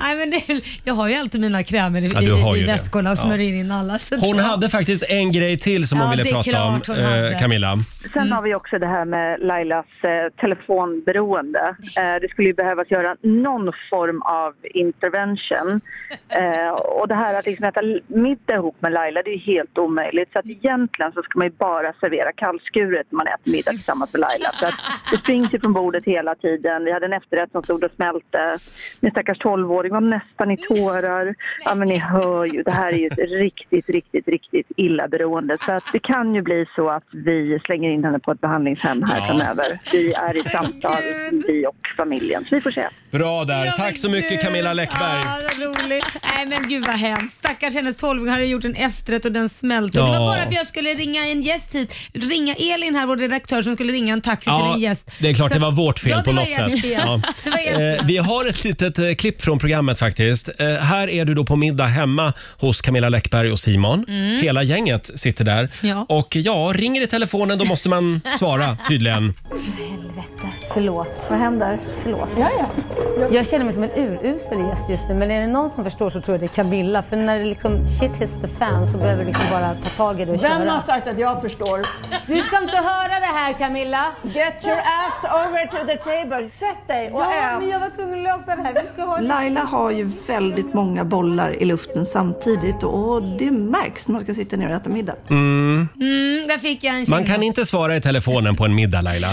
Speaker 2: Nej, men det är, väl- jag har ju alltid mina krämer i,
Speaker 1: Ja, du har
Speaker 2: i,
Speaker 1: ju
Speaker 2: i
Speaker 1: det.
Speaker 2: väskorna och
Speaker 1: Ja.
Speaker 2: smörjer in alla. Så
Speaker 1: Hon
Speaker 2: det-
Speaker 1: hade faktiskt en grej till som hon
Speaker 2: Ja,
Speaker 1: ville
Speaker 2: det är
Speaker 1: prata om,
Speaker 2: klart hon hade.
Speaker 1: eh, Camilla.
Speaker 5: Sen har vi också det här med Lailas eh, telefonberoende. Eh, det skulle ju behövas göra någon form av intervention. Eh, och det här att liksom äta l- middag ihop med Laila, det är ju helt omöjligt. Så att egentligen så ska man ju bara servera kallskuret när man äter middag tillsammans med Laila. Så att det springs ju från bordet hela tiden. Vi hade en efterrätt som stod och smälte. Min stackars 12-åring var nästan i tårar. Ja, men ni hör ju, det här är ju ett riktigt, riktigt, riktigt illa beroende. Så att det kan ju bli så att vi slänger in henne på ett behandlingshem här
Speaker 1: Ja.
Speaker 5: framöver. Vi är i samtal,
Speaker 2: Gud.
Speaker 5: vi och familjen. Så vi får se.
Speaker 1: Bra där.
Speaker 2: Ja,
Speaker 1: Tack
Speaker 2: men
Speaker 1: så mycket
Speaker 2: gud.
Speaker 1: Camilla Läckberg.
Speaker 2: Ja, vad roligt. Nej men gud vad hemskt. Stackars hennes 12 hade gjort en efterrätt och den smälte. Och Det
Speaker 1: Ja.
Speaker 2: var bara för jag skulle ringa en gäst hit. Ringa Elin här, vår redaktör som skulle ringa en taxi till en gäst.
Speaker 1: det är klart
Speaker 2: Så-
Speaker 1: det var vårt fel
Speaker 2: ja, det
Speaker 1: på
Speaker 2: var
Speaker 1: något
Speaker 2: ert
Speaker 1: sätt.
Speaker 2: fel. Det var ert
Speaker 1: Eh,
Speaker 2: fel.
Speaker 1: vi har ett litet eh, klipp från programmet faktiskt. Eh, här är du då på middag hemma hos Camilla Läckberg och Simon. Hela gänget sitter där.
Speaker 2: Mm. Ja.
Speaker 1: Och ja, ringer i telefonen då måste man svara tydligen.
Speaker 6: Förlåt. Vad händer? Förlåt. Ja, ja. Jag känner mig som en urusel gäst just nu, men är det någon som förstår så tror jag det är Camilla. För när det liksom shit hits the fan så behöver du liksom bara ta tag i det och
Speaker 7: Vem har
Speaker 6: köra.
Speaker 7: sagt att jag förstår?
Speaker 6: Du ska inte höra det här Camilla!
Speaker 7: Get your ass over to the table. Sätt dig och
Speaker 6: Ja, men
Speaker 7: ät.
Speaker 6: jag var tvungen att lösa det här. Vi ska ha en
Speaker 8: Laila har ju väldigt många bollar i luften samtidigt och det märks när man ska sitta ner och äta middag.
Speaker 2: Mm, där fick jag en
Speaker 1: Man
Speaker 2: känga.
Speaker 1: kan inte svara i telefonen på en middag Laila.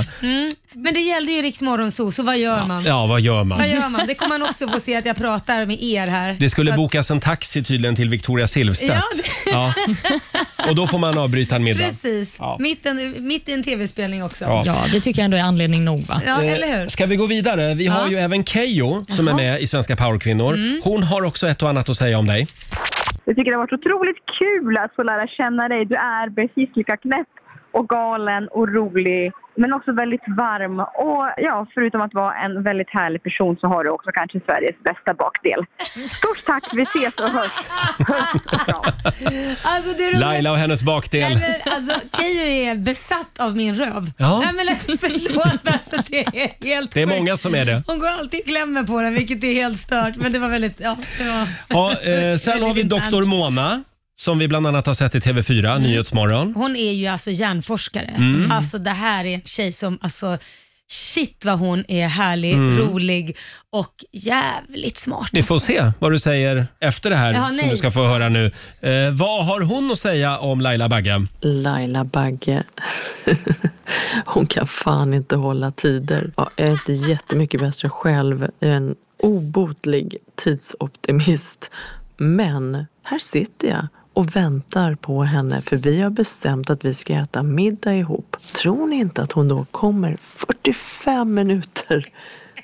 Speaker 2: Men det gällde ju Riks Morgonzoo, så vad gör man?
Speaker 1: Ja, vad gör man?
Speaker 2: Vad gör man? Det kommer man också få se att jag pratar med er här.
Speaker 1: Det skulle
Speaker 2: Så att-
Speaker 1: bokas en taxi tydligen till Victoria Silvstedt. Ja.
Speaker 2: Ja,
Speaker 1: Och då får man avbryta en middag.
Speaker 2: Precis,
Speaker 1: Ja.
Speaker 2: mitt, en, mitt i en tv-spelning också.
Speaker 1: Ja.
Speaker 2: Ja,
Speaker 3: Ja, det tycker jag ändå är anledning nog. Va?
Speaker 1: Eh,
Speaker 2: eller hur?
Speaker 1: Ska vi gå vidare? Vi har
Speaker 2: Ja. Mm.
Speaker 1: ju även Kejo som är med i Svenska powerkvinnor. Hon har också ett och annat att säga om dig.
Speaker 5: Jag tycker det har varit otroligt kul att få lära känna dig. Du är precis lika knäpp och galen och rolig, men också väldigt varm. Och ja, förutom att vara en väldigt härlig person så har du också kanske Sveriges bästa bakdel. Stort tack, vi ses och hörs. Puss och kram.
Speaker 2: Alltså, det är roligt.
Speaker 1: Laila och hennes bakdel.
Speaker 2: Nej, men, alltså, Keyyo är besatt av min röv.
Speaker 1: Ja.
Speaker 2: Nej, men alltså, förlåt, men alltså, det är helt
Speaker 1: Det är
Speaker 2: sjukt.
Speaker 1: många som är det.
Speaker 2: Hon går alltid och klämmer på den, vilket är helt stört. Men det var väldigt... Ja, det var...
Speaker 1: Ja, eh, sen
Speaker 2: Väldigt
Speaker 1: har vi
Speaker 2: internt.
Speaker 1: Dr. Mona som vi bland annat har sett i TV4,
Speaker 2: Mm.
Speaker 1: Nyhetsmorgon.
Speaker 2: Hon är ju alltså hjärnforskare.
Speaker 1: Mm.
Speaker 2: Alltså det här är en tjej som, alltså shit vad hon är härlig, rolig och jävligt smart.
Speaker 1: Vi Mm. får se vad du säger efter det här
Speaker 2: Jaha,
Speaker 1: som
Speaker 2: nej.
Speaker 1: du ska få höra nu. Eh, vad har hon att säga om Laila Bagge?
Speaker 9: Laila Bagge. Hon kan fan inte hålla tider. Ja, Jag är inte jättemycket bättre själv. Jag är en obotlig tidsoptimist. Men här sitter jag och väntar på henne för vi har bestämt att vi ska äta middag ihop. Tror ni inte att hon då kommer 45 minuter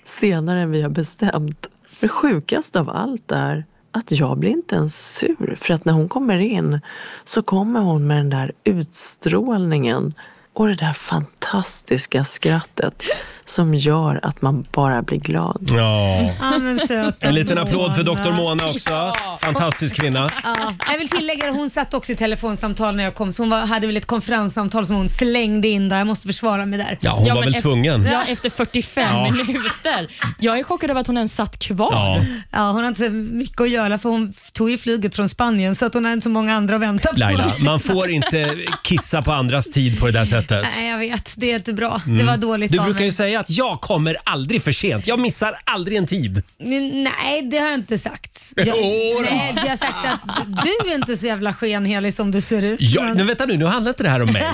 Speaker 9: senare än vi har bestämt? Det sjukaste av allt är att jag blir inte ens sur för att när hon kommer in så kommer hon med den där utstrålningen och det där fantastiska skrattet som gör att man bara blir glad.
Speaker 1: Ja.
Speaker 2: Ja, men söta
Speaker 1: En liten applåd för
Speaker 2: Mona.
Speaker 1: Dr. Mona också. Fantastisk kvinna.
Speaker 2: Ja, jag vill tillägga att hon satt också i telefonsamtal när jag kom, så hon var, hade väl ett konferenssamtal som hon slängde in där. Jag måste försvara mig där.
Speaker 1: Ja, hon
Speaker 3: Ja,
Speaker 1: var
Speaker 3: men
Speaker 1: väl
Speaker 3: efter-
Speaker 1: tvungen.
Speaker 3: Ja, efter 45
Speaker 1: Mm. Ja.
Speaker 3: minuter. Jag är chockad över att hon ens satt kvar.
Speaker 1: Ja.
Speaker 2: Ja, hon har inte så mycket att göra för hon f- tog ju flyget från Spanien så att hon har inte så många andra att vänta på.
Speaker 1: Laila, man får inte kissa på andras tid på det där sättet.
Speaker 2: Nej, jag vet. Det är inte bra. Det var
Speaker 1: Mm.
Speaker 2: dåligt
Speaker 1: Du
Speaker 2: av
Speaker 1: brukar
Speaker 2: mig.
Speaker 1: ju säga att jag kommer aldrig för sent. Jag missar aldrig en tid.
Speaker 2: N- Nej, det har jag inte sagt. Jag,
Speaker 1: Jo då.
Speaker 2: nej, jag har sagt att du är inte så jävla skenhelig som du ser ut.
Speaker 1: Ja,
Speaker 2: men,
Speaker 1: men vänta nu, nu handlar inte det här om mig.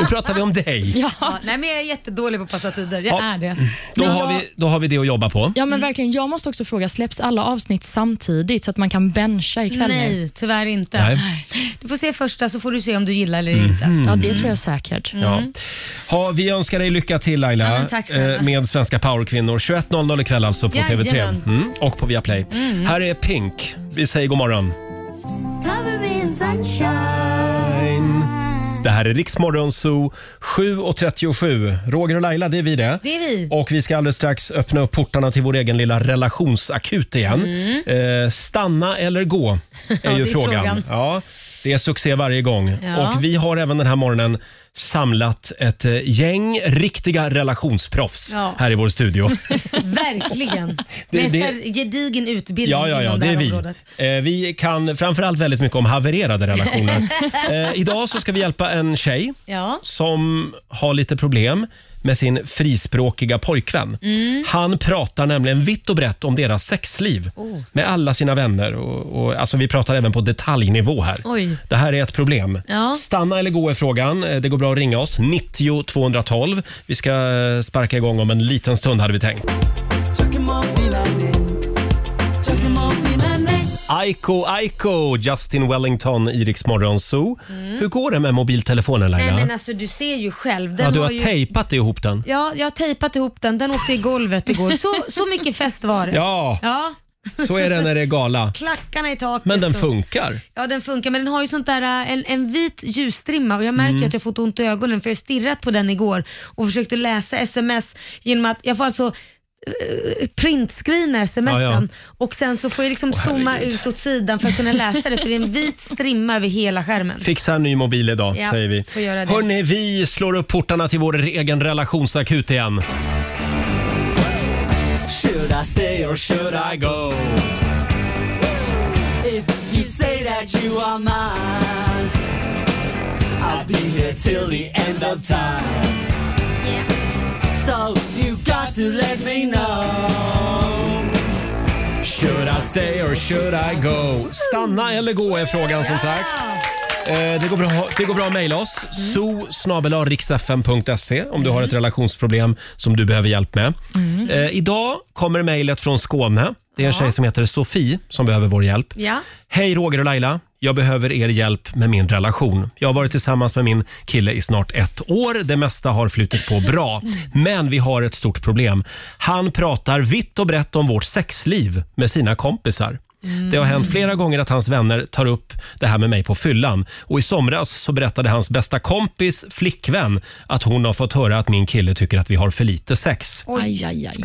Speaker 1: Nu pratar vi om dig.
Speaker 2: ja, nej, men jag är jättedålig på att passa tider. Jag
Speaker 1: Ja.
Speaker 2: är det.
Speaker 1: Då
Speaker 3: Men
Speaker 1: har
Speaker 3: jag-
Speaker 1: vi, då har vi det att jobba på.
Speaker 3: Ja, men verkligen. Jag måste också fråga, släpps alla avsnitt samtidigt så att man kan bencha ikväll? nu?
Speaker 2: Nej, tyvärr inte.
Speaker 1: Nej. Mhm.
Speaker 2: Du får se första så får du se om du gillar eller inte.
Speaker 3: Ja,
Speaker 1: Mm.
Speaker 3: det tror jag säkert.
Speaker 2: Mm.
Speaker 1: Ja. Ha, vi önskar dig lycka till Laila
Speaker 2: Ja, men tack snälla.
Speaker 1: eh, med Svenska powerkvinnor. 21.00 ikväll alltså på TV3
Speaker 2: Jajamän.
Speaker 1: mm, och på Viaplay. Här är Pink. Vi säger god morgon. Det här är Riksmorgon Zoo 7.37. Roger och Laila, det är vi det.
Speaker 2: Det är vi.
Speaker 1: Och vi ska alldeles strax öppna upp portarna till vår egen lilla relationsakut igen. Eh, stanna eller gå är
Speaker 2: Mm. det
Speaker 1: ju
Speaker 2: är
Speaker 1: frågan.
Speaker 2: frågan.
Speaker 1: Ja, det är succé varje gång.
Speaker 2: Ja.
Speaker 1: Och vi har även den här morgonen samlat ett eh, gäng riktiga relationsproffs
Speaker 2: Ja.
Speaker 1: här i vår studio.
Speaker 2: Verkligen.
Speaker 1: Det- det-
Speaker 2: Med så här gedigen utbildning
Speaker 1: Ja, ja, ja,
Speaker 2: inom det
Speaker 1: det är
Speaker 2: här
Speaker 1: vi.
Speaker 2: området.
Speaker 1: Eh, vi kan framförallt väldigt mycket om havererade relationer. eh, idag så ska vi hjälpa en tjej
Speaker 2: Ja.
Speaker 1: som har lite problem med sin frispråkiga pojkvän.
Speaker 2: Mm.
Speaker 1: Han pratar nämligen vitt och brett om deras sexliv
Speaker 2: Oh.
Speaker 1: med alla sina vänner. Och, och, alltså vi pratar även på detaljnivå här.
Speaker 2: Oj.
Speaker 1: Det här är ett problem.
Speaker 2: Ja.
Speaker 1: Stanna eller gå är frågan. Eh, Det går bra att ringa oss. 90 212. Vi ska eh, sparka igång om en liten stund hade vi tänkt. Aiko Aiko, Justin Wellington i Rix Morgon Zoo. Hur går det med mobiltelefonen Laila?
Speaker 2: Mm. Nej men alltså du ser ju själv. Den
Speaker 1: ja, du har
Speaker 2: ju...
Speaker 1: tejpat ihop den.
Speaker 2: Ja, jag har tejpat ihop den. Den åkte i golvet igår. Så, så mycket fest var det.
Speaker 1: Ja,
Speaker 2: Ja,
Speaker 1: så är det när det är gala.
Speaker 2: klackarna i taket.
Speaker 1: Men den
Speaker 2: och-
Speaker 1: funkar.
Speaker 2: Ja, den funkar, men den har ju sånt där, äh, en, en vit ljusstrimma och jag märker
Speaker 1: Mm.
Speaker 2: att jag fått ont i ögonen för jag har stirrat på den igår och försökte läsa sms genom att jag får alltså eh, printscreena
Speaker 1: Ja,
Speaker 2: smsen
Speaker 1: ja.
Speaker 2: och sen så får jag liksom zooma
Speaker 1: herregud.
Speaker 2: ut åt sidan för att kunna läsa det för det är en vit strimma över hela skärmen.
Speaker 1: Fixa en ny mobil idag,
Speaker 2: Ja,
Speaker 1: säger vi.
Speaker 2: får göra det.
Speaker 1: Hörni, vi slår upp portarna till vår egen relationsakut igen.
Speaker 10: Should I stay or should I go? If you say that you are mine, I'll be here till the end of time. So you got to let me know.
Speaker 1: Should I stay or should I go? Stanna eller gå är frågan som sagt. Eh, Det går bra, det går bra att mejla oss. zoo.riksfm.se om du har ett relationsproblem som du behöver hjälp med. Eh, Idag kommer mejlet från Skåne. Det är en tjej som heter Sofie som behöver vår hjälp.
Speaker 2: Ja.
Speaker 1: Hej Roger och Laila. Jag behöver er hjälp med min relation. Jag har varit tillsammans med min kille i snart ett år. Det mesta har flutit på bra. Men vi har ett stort problem. Han pratar vitt och brett om vårt sexliv med sina kompisar. Det har hänt flera gånger att hans vänner tar upp det här med mig på fyllan. Och I somras så berättade hans bästa kompis flickvän att hon har fått höra att min kille tycker att vi har för lite sex.
Speaker 3: Aj, aj, aj.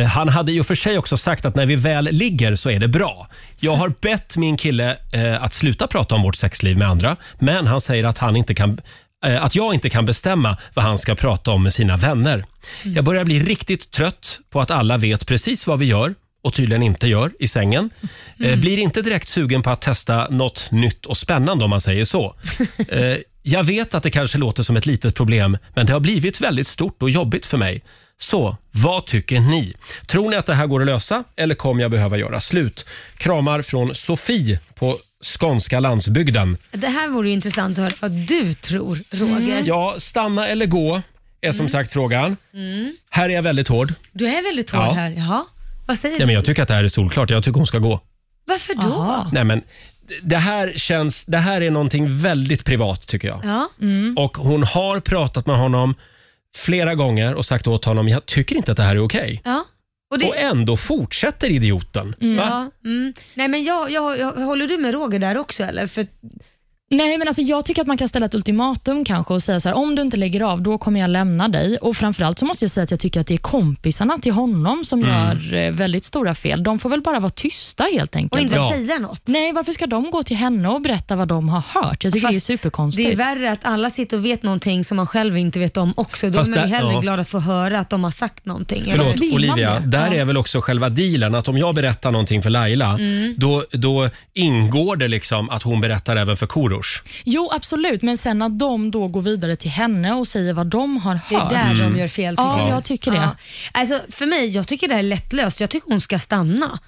Speaker 1: Eh, han hade ju för sig också sagt att när vi väl ligger så är det bra. Jag har bett min kille eh, att sluta prata om vårt sexliv med andra, men han säger att, han inte kan, eh, att jag inte kan bestämma vad han ska prata om med sina vänner. Jag börjar bli riktigt trött på att alla vet precis vad vi gör och tydligen inte gör i sängen. Eh, blir inte direkt sugen på att testa något nytt och spännande om man säger så. Eh, jag vet att det kanske låter som ett litet problem, men det har blivit väldigt stort och jobbigt för mig. Så, vad tycker ni? Tror ni att det här går att lösa eller kommer jag behöva göra slut? Kramar från Sofie på skånska landsbygden.
Speaker 2: Det här vore ju intressant att höra vad du tror Roger.
Speaker 1: Ja, stanna eller gå är
Speaker 2: Mm.
Speaker 1: som sagt frågan. Här är jag väldigt hård.
Speaker 2: Du är väldigt hård
Speaker 1: Ja.
Speaker 2: här. Jaha. Vad säger
Speaker 1: Nej,
Speaker 2: du?
Speaker 1: men jag tycker att det här är solklart. Jag tycker hon ska gå.
Speaker 2: Varför då?
Speaker 3: Aha.
Speaker 1: Nej, men d- det här känns... Det här är någonting väldigt privat tycker jag.
Speaker 2: Ja.
Speaker 1: Och hon har pratat med honom flera gånger och sagt åt honom, jag tycker inte att det här är okej.
Speaker 2: ja. Och det,
Speaker 1: Och ändå fortsätter idioten. Va?
Speaker 2: Ja, mm. Nej, men jag, jag, jag, håller du med Roger där också eller? För,
Speaker 3: Nej, men alltså jag tycker att man kan ställa ett ultimatum kanske och säga så här, om du inte lägger av, då kommer jag lämna dig. Och framförallt så måste jag säga att jag tycker att det är kompisarna till honom
Speaker 2: Mm.
Speaker 3: som gör eh, väldigt stora fel. De får väl bara vara tysta helt enkelt.
Speaker 2: och inte
Speaker 1: Ja.
Speaker 2: säga något.
Speaker 3: Nej, varför ska de gå till henne och berätta vad de har hört? Jag tycker det är
Speaker 2: Fast
Speaker 3: superkonstigt.
Speaker 2: Det är värre att alla sitter och vet någonting som man själv inte vet om också. Då
Speaker 1: Fast
Speaker 2: är man ju
Speaker 1: där-
Speaker 2: hellre
Speaker 1: ja.
Speaker 2: glad att få höra att de har sagt någonting.
Speaker 3: Fast
Speaker 1: Förlåt
Speaker 3: vill man
Speaker 1: Olivia,
Speaker 3: det?
Speaker 1: där
Speaker 3: Ja.
Speaker 1: är väl också själva dealen att om jag berättar någonting för Laila
Speaker 2: Mm.
Speaker 1: då, då ingår det liksom att hon berättar även för Korosh.
Speaker 3: Jo, absolut, men sen att de då går vidare till henne och säger vad de har
Speaker 2: Det är
Speaker 3: hört.
Speaker 2: där de gör fel tycker
Speaker 3: Ja,
Speaker 2: jag.
Speaker 3: jag tycker det.
Speaker 2: Ja. Alltså, för mig, jag tycker det här är lättlöst. Jag tycker hon ska stanna.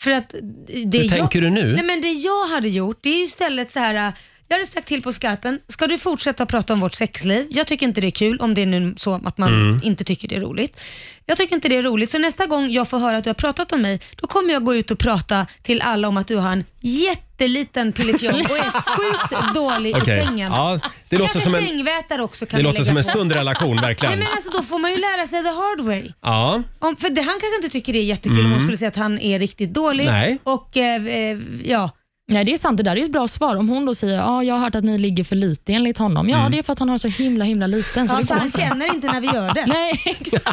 Speaker 2: För att eh, det
Speaker 1: Hur
Speaker 2: jag,
Speaker 1: tänker du nu?
Speaker 2: Nej, men det jag hade gjort, det är ju istället så här... äh, Jag hade sagt till på skarpen, ska du fortsätta prata om vårt sexliv? Jag tycker inte det är kul, om det är nu så att man
Speaker 1: Mm.
Speaker 2: inte tycker det är roligt. Jag tycker inte det är roligt, så nästa gång jag får höra att du har pratat om mig, då kommer jag gå ut och prata till alla om att du har en jätteliten pilletiong och är sjukt dålig
Speaker 1: Okej.
Speaker 2: i sängen.
Speaker 1: Ja, det låter
Speaker 2: Kanske
Speaker 1: som en-
Speaker 2: sängvätare också kan
Speaker 1: Det
Speaker 2: vi
Speaker 1: låter
Speaker 2: lägga
Speaker 1: som en
Speaker 2: på.
Speaker 1: sund relation
Speaker 2: Nej
Speaker 1: verkligen.
Speaker 2: men alltså då får man ju lära sig the hard way.
Speaker 1: Ja,
Speaker 2: Om, för det, han kanske inte tycker det är jättekul om hon skulle säga att han är riktigt dålig.
Speaker 1: Mm. Nej.
Speaker 2: Och eh, eh, ja,
Speaker 3: Nej, det är sant. Det där är ett bra svar. Om hon då säger ja, jag har hört att ni ligger för lite enligt honom. Ja, det är för att han har så himla himla liten. Så
Speaker 2: Mm. ja så
Speaker 3: det går
Speaker 2: han
Speaker 3: inte.
Speaker 2: känner inte när vi gör det.
Speaker 3: Nej, exakt.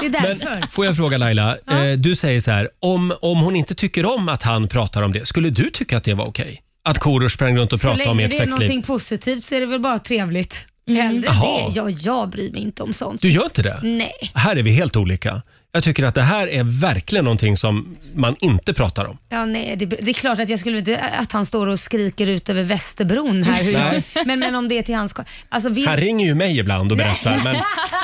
Speaker 2: Det är
Speaker 1: men
Speaker 2: därför.
Speaker 1: får jag fråga Laila, eh, du säger så här, om, om hon inte tycker om att han pratar om det, skulle du tycka att det var okej? Att Korosh sprang runt och
Speaker 2: så
Speaker 1: pratade
Speaker 2: länge
Speaker 1: om
Speaker 2: det är
Speaker 1: ert sexliv?
Speaker 2: någonting positivt så är det väl bara trevligt. Hellre
Speaker 1: Jaha.
Speaker 2: det. Ja, jag bryr mig inte om sånt.
Speaker 1: Du gör inte det?
Speaker 2: Nej.
Speaker 1: Här är vi helt olika. Jag tycker att det här är verkligen någonting som man inte pratar om.
Speaker 2: Ja, nej, det, det är klart att jag skulle inte att han står och skriker ut över Västerbron här. Hur
Speaker 1: Nej.
Speaker 2: jag, men, men om det är till hans... Alltså, vi,
Speaker 1: Han ringer ju mig ibland och berättar, men,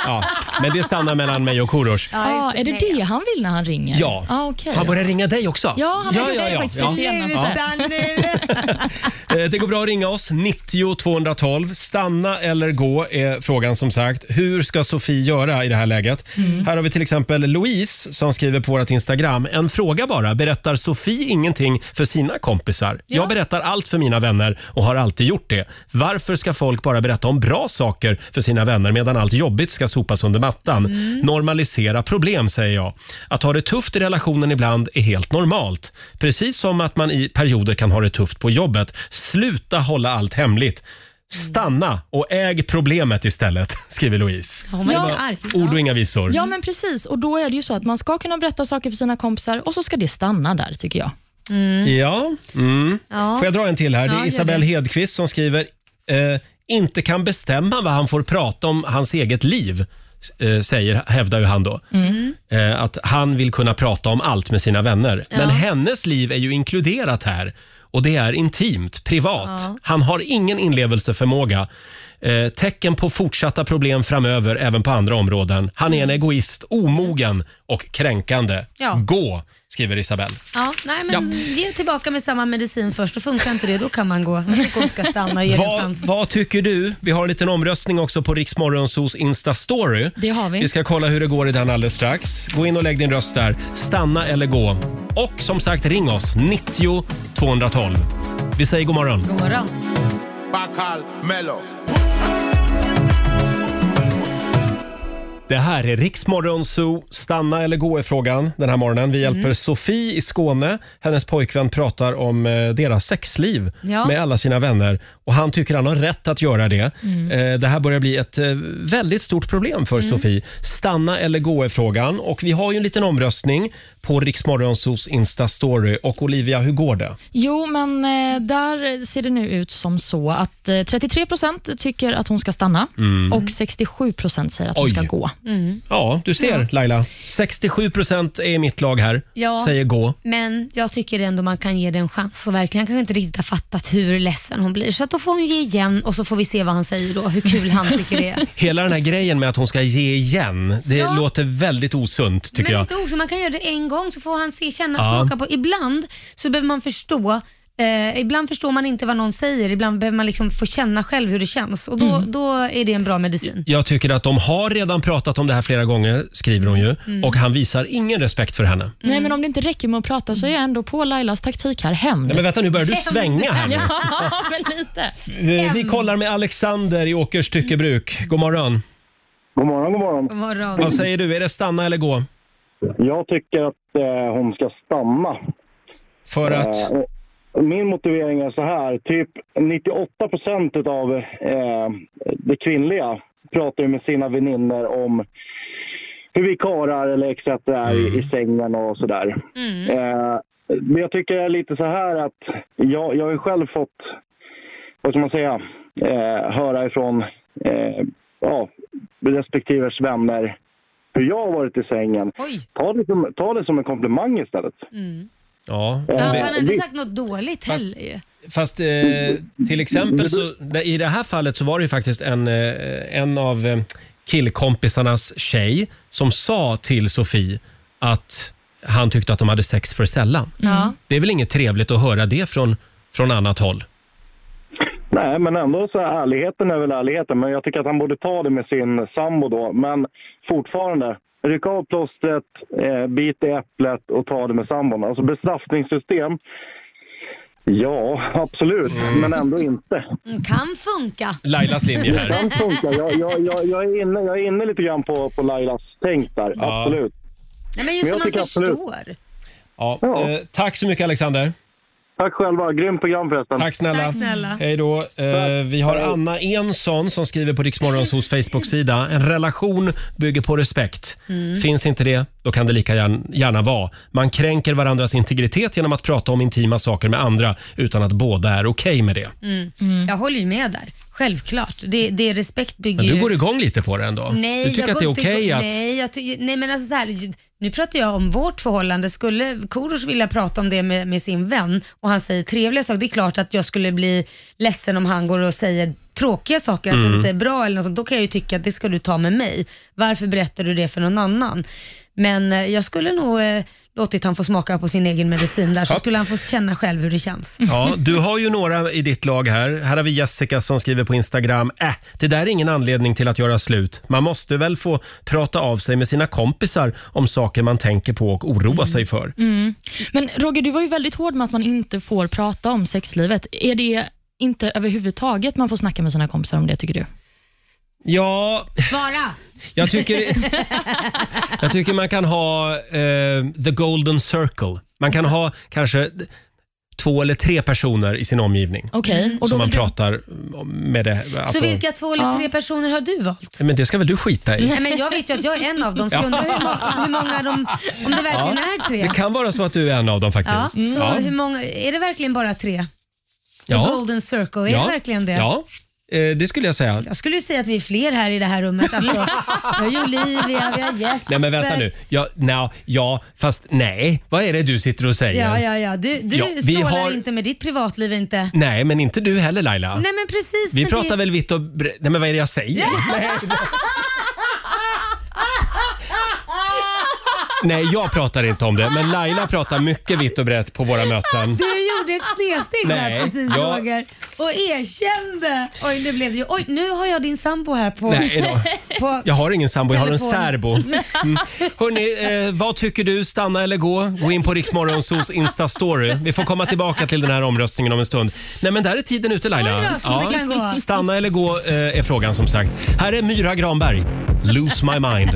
Speaker 1: ja, men det stannar mellan mig och Korosh.
Speaker 2: Ja, just
Speaker 3: Ja, Ah, är det
Speaker 2: Nej.
Speaker 3: det han vill när han ringer?
Speaker 1: Ja.
Speaker 3: Ah, okay.
Speaker 1: Han börjar ringa dig också.
Speaker 3: Ja, han ringde dig faktiskt precis.
Speaker 2: Sluta nu!
Speaker 1: Eh, Det går bra att ringa oss. 90 212. Stanna
Speaker 3: Mm.
Speaker 1: eller gå är frågan som sagt. Hur ska Sofie göra i det här läget? Här har vi till exempel Louise som skriver på vårt Instagram. En fråga bara. Berättar Sofie ingenting för sina kompisar? Jag berättar allt för mina vänner och har alltid gjort det. Varför ska folk bara berätta om bra saker för sina vänner medan allt jobbigt ska sopas under mattan? Normalisera problem, säger jag. Att ha det tufft i relationen ibland är helt normalt. Precis som att man i perioder kan ha det tufft på jobbet. Sluta hålla allt hemligt. Stanna och äg problemet istället, skriver Louise.
Speaker 3: Oh my
Speaker 1: Det
Speaker 3: God.
Speaker 1: var Ord och inga visor.
Speaker 3: Ja, men precis. Och Då är det ju så att man ska kunna berätta saker för sina kompisar och så ska det stanna där, tycker jag.
Speaker 1: Ja. Mm.
Speaker 3: Ja.
Speaker 1: Får jag dra en till här? Det
Speaker 3: Ja,
Speaker 1: är
Speaker 3: gör
Speaker 1: Isabelle
Speaker 3: det.
Speaker 1: Hedqvist som skriver eh, “Inte kan bestämma vad han får prata om hans eget liv”, s- eh, säger, hävdar ju han då.
Speaker 10: Mm.
Speaker 1: Eh, att han vill kunna prata om allt med sina vänner.
Speaker 10: Ja.
Speaker 1: Men hennes liv är ju inkluderat här. Och det är intimt, privat.
Speaker 10: Ja.
Speaker 1: Han har ingen inlevelseförmåga. Eh, tecken på fortsatta problem framöver, även på andra områden. Han är en egoist, omogen och kränkande.
Speaker 2: Ja.
Speaker 1: Gå, skriver Isabelle.
Speaker 2: Ja, nej, men Ge tillbaka med samma medicin först och funkar inte det då kan man gå. Hon ska stanna och ge det en
Speaker 1: Vad,
Speaker 2: chans.
Speaker 1: vad tycker du? Vi har en liten omröstning också på Riksmorgonsos Insta-story.
Speaker 3: Det har vi.
Speaker 1: Vi ska kolla hur det går i den alldeles strax. Gå in och lägg din röst där. Stanna eller gå. Och som sagt, ring oss. 90 212. Vi säger god morgon.
Speaker 2: God morgon.
Speaker 10: Bacal Mello.
Speaker 1: Det här är Riksmorgonso. Stanna eller gå är frågan den här morgonen. Vi hjälper Sofie i Skåne. Hennes pojkvän pratar om eh, deras sexliv
Speaker 10: Ja.
Speaker 1: med alla sina vänner. Och Han tycker han har rätt att göra det.
Speaker 10: Mm.
Speaker 1: Eh, det här börjar bli ett eh, väldigt stort problem för Sofie. Stanna eller gå är frågan. Och vi har ju en liten omröstning på Riksmorgonsos Insta-story. Och Olivia, hur går det?
Speaker 3: Jo, men eh, där ser det nu ut som så att eh, 33 procent tycker att hon ska stanna
Speaker 1: Mm.
Speaker 3: och 67 procent säger att hon
Speaker 1: Oj.
Speaker 3: ska gå.
Speaker 2: Mm.
Speaker 1: Ja, du ser Laila. 67 procent är i mitt lag här.
Speaker 2: Ja.
Speaker 1: Säger gå.
Speaker 2: Men jag tycker ändå man kan ge det en chans. Så verkligen han kanske inte riktigt har fattat hur ledsen hon blir. Så att då får hon ge igen och så får vi se vad han säger då. Hur kul han tycker det är.
Speaker 1: Hela den här grejen med att hon ska ge igen, det
Speaker 2: Ja.
Speaker 1: låter väldigt osunt tycker
Speaker 2: Men
Speaker 1: jag.
Speaker 2: inte också, man kan göra det en gång så får han se, känna,
Speaker 1: Ja.
Speaker 2: smaka på. Ibland så behöver man förstå Eh, ibland förstår man inte vad någon säger, ibland behöver man liksom få känna själv hur det känns och då,
Speaker 1: Mm.
Speaker 2: då är det en bra medicin.
Speaker 1: Jag tycker att de har redan pratat om det här flera gånger, skriver hon ju.
Speaker 3: Mm.
Speaker 1: Och han visar ingen respekt för henne.
Speaker 3: Nej, men om det inte räcker med att prata så är jag ändå på Lailas taktik här, hämnd.
Speaker 1: Nej, men vänta, nu börjar du svänga här nu.
Speaker 3: Ja, men lite.
Speaker 1: Eh, Vi kollar med Alexander i Åkers styckebruk. God morgon.
Speaker 8: God morgon, god morgon.
Speaker 1: Vad säger du, är det stanna eller gå?
Speaker 8: Jag tycker att eh, hon ska stanna.
Speaker 1: För att?
Speaker 8: Eh, och min motivering är så här. Typ 98 procent av eh, det kvinnliga pratar ju med sina väninnor om hur vi karar eller etc. är i, i sängen och sådär.
Speaker 2: Mm.
Speaker 8: Eh, men jag tycker det är lite så här att jag, jag har ju själv fått, vad ska man säga, eh, höra ifrån eh, ja, respektivers vänner hur jag har varit i sängen. Ta det, som, ta det som en komplimang istället.
Speaker 2: Mm.
Speaker 1: Ja.
Speaker 2: Ja, han
Speaker 1: det-
Speaker 2: har inte sagt något dåligt heller ju.
Speaker 1: Fast eh, till exempel så, i det här fallet så var det ju faktiskt en, eh, en av eh, killkompisarnas tjej som sa till Sofie att han tyckte att de hade sex för sällan.
Speaker 2: Ja.
Speaker 1: Det är väl inget trevligt att höra det från, från annat håll?
Speaker 8: Nej, men ändå så är ärligheten är väl ärligheten. Men jag tycker att han borde ta det med sin sambo då. Men fortfarande, rycka av plåstret, eh, bit i äpplet och ta det med sambon. Alltså bestraffningssystem, ja absolut, men ändå inte.
Speaker 2: Mm, Kan funka.
Speaker 1: Lailas linje här.
Speaker 8: Det kan funka. Jag, jag, jag, jag, är, inne, jag är inne lite grann på, på Lailas tänk där,
Speaker 1: Ja.
Speaker 8: absolut.
Speaker 2: Nej, men
Speaker 8: Men
Speaker 2: just
Speaker 8: jag
Speaker 2: som man
Speaker 8: tycker absolut-
Speaker 2: förstår.
Speaker 1: Ja. Eh, tack så mycket Alexander.
Speaker 8: Tack själva, grymt program förresten.
Speaker 1: Tack snälla.
Speaker 2: Tack snälla.
Speaker 1: Hej då. Eh, vi har Anna Ensson som skriver på Riksmorgons hos Facebook-sida. En relation bygger på respekt.
Speaker 10: Mm.
Speaker 1: Finns inte det, då kan det lika gärna, gärna vara. Man kränker varandras integritet genom att prata om intima saker med andra utan att båda är okej med det.
Speaker 2: Mm. Jag håller ju med där. Självklart. Det, det är respekt bygger
Speaker 1: Men du
Speaker 2: ju-
Speaker 1: går igång lite på det ändå.
Speaker 2: Mm. Nej,
Speaker 1: du tycker
Speaker 2: jag
Speaker 1: att det är
Speaker 2: går inte
Speaker 1: okej
Speaker 2: igång-
Speaker 1: att...
Speaker 2: Nej, jag ty... nej men alltså så här, ju- nu pratar jag om vårt förhållande. Skulle Korosh vilja prata om det med, med sin vän och han säger trevliga saker, det är klart att jag skulle bli ledsen om han går och säger tråkiga saker, att
Speaker 11: Mm.
Speaker 2: det inte är bra eller något sånt. Då kan jag ju tycka att det ska du ta med mig. Varför berättar du det för någon annan? Men eh, jag skulle nog eh, låtit han få smaka på sin egen medicin där så skulle han få känna själv hur det känns.
Speaker 1: Ja, du har ju några i ditt lag här. Här har vi Jessica som skriver på Instagram. Äh, det där är ingen anledning till att göra slut. Man måste väl få prata av sig med sina kompisar om saker man tänker på och oroar sig för.
Speaker 3: Mm. Men Roger, du var ju väldigt hård med att man inte får prata om sexlivet. Är det inte överhuvudtaget man får snacka med sina kompisar om det, tycker du?
Speaker 1: Ja,
Speaker 2: Svara!
Speaker 1: jag tycker, jag tycker man kan ha eh, the golden circle. Man kan ha kanske två eller tre personer i sin omgivning
Speaker 3: Okej, och då
Speaker 1: som man
Speaker 3: vill du-
Speaker 1: pratar med. Det, alltså-
Speaker 2: Så vilka två eller tre personer har du valt?
Speaker 1: Men det ska väl du skita i?
Speaker 2: Nej, men jag vet ju att jag är en av dem, så jag undrar hur, må- hur många de, om det verkligen
Speaker 1: Ja,
Speaker 2: är tre.
Speaker 1: Det kan vara så att du är en av dem
Speaker 2: ja, Mm.
Speaker 1: faktiskt.
Speaker 2: så hur många, är det verkligen bara tre? The
Speaker 1: Ja.
Speaker 2: golden circle, är
Speaker 1: Ja.
Speaker 2: det verkligen det?
Speaker 1: Ja, eh, det skulle jag säga.
Speaker 2: Jag skulle ju säga att vi är fler här i det här rummet. Alltså, vi har ju Olivia, vi har Jesper.
Speaker 1: Nej men vänta nu. Ja, nja, ja, fast nej. Vad är det du sitter och säger?
Speaker 2: Ja, ja, ja. Du, du
Speaker 1: Ja, vi
Speaker 2: snålar
Speaker 1: har-
Speaker 2: inte med ditt privatliv inte.
Speaker 1: Nej, men inte du heller Laila.
Speaker 2: Nej men precis.
Speaker 1: Vi
Speaker 2: men
Speaker 1: pratar
Speaker 2: det...
Speaker 1: väl vitt och bre- Nej men vad är det jag säger? Nej, nej, jag pratar inte om det. Men Laila pratar mycket vitt och brett på våra möten.
Speaker 2: Du gjorde ett snedsteg
Speaker 1: Nej,
Speaker 2: där precis
Speaker 1: jag-
Speaker 2: Roger och erkände. Oj nu blev det ju... Oj nu har jag din sambo här på...
Speaker 1: Nej, då.
Speaker 2: på...
Speaker 1: Jag har ingen sambo, jag har en
Speaker 2: Telefon.
Speaker 1: särbo. Mm. Hörrni, eh, vad tycker du? Stanna eller gå? Gå in på Riksmorgonsos Insta-story. Vi får komma tillbaka till den här omröstningen om en stund. Nej, men där är tiden ute Laila.
Speaker 10: Oj då, som det kan gå.
Speaker 1: Stanna eller gå eh, är frågan som sagt. Här är Myra Granberg, Lose My Mind.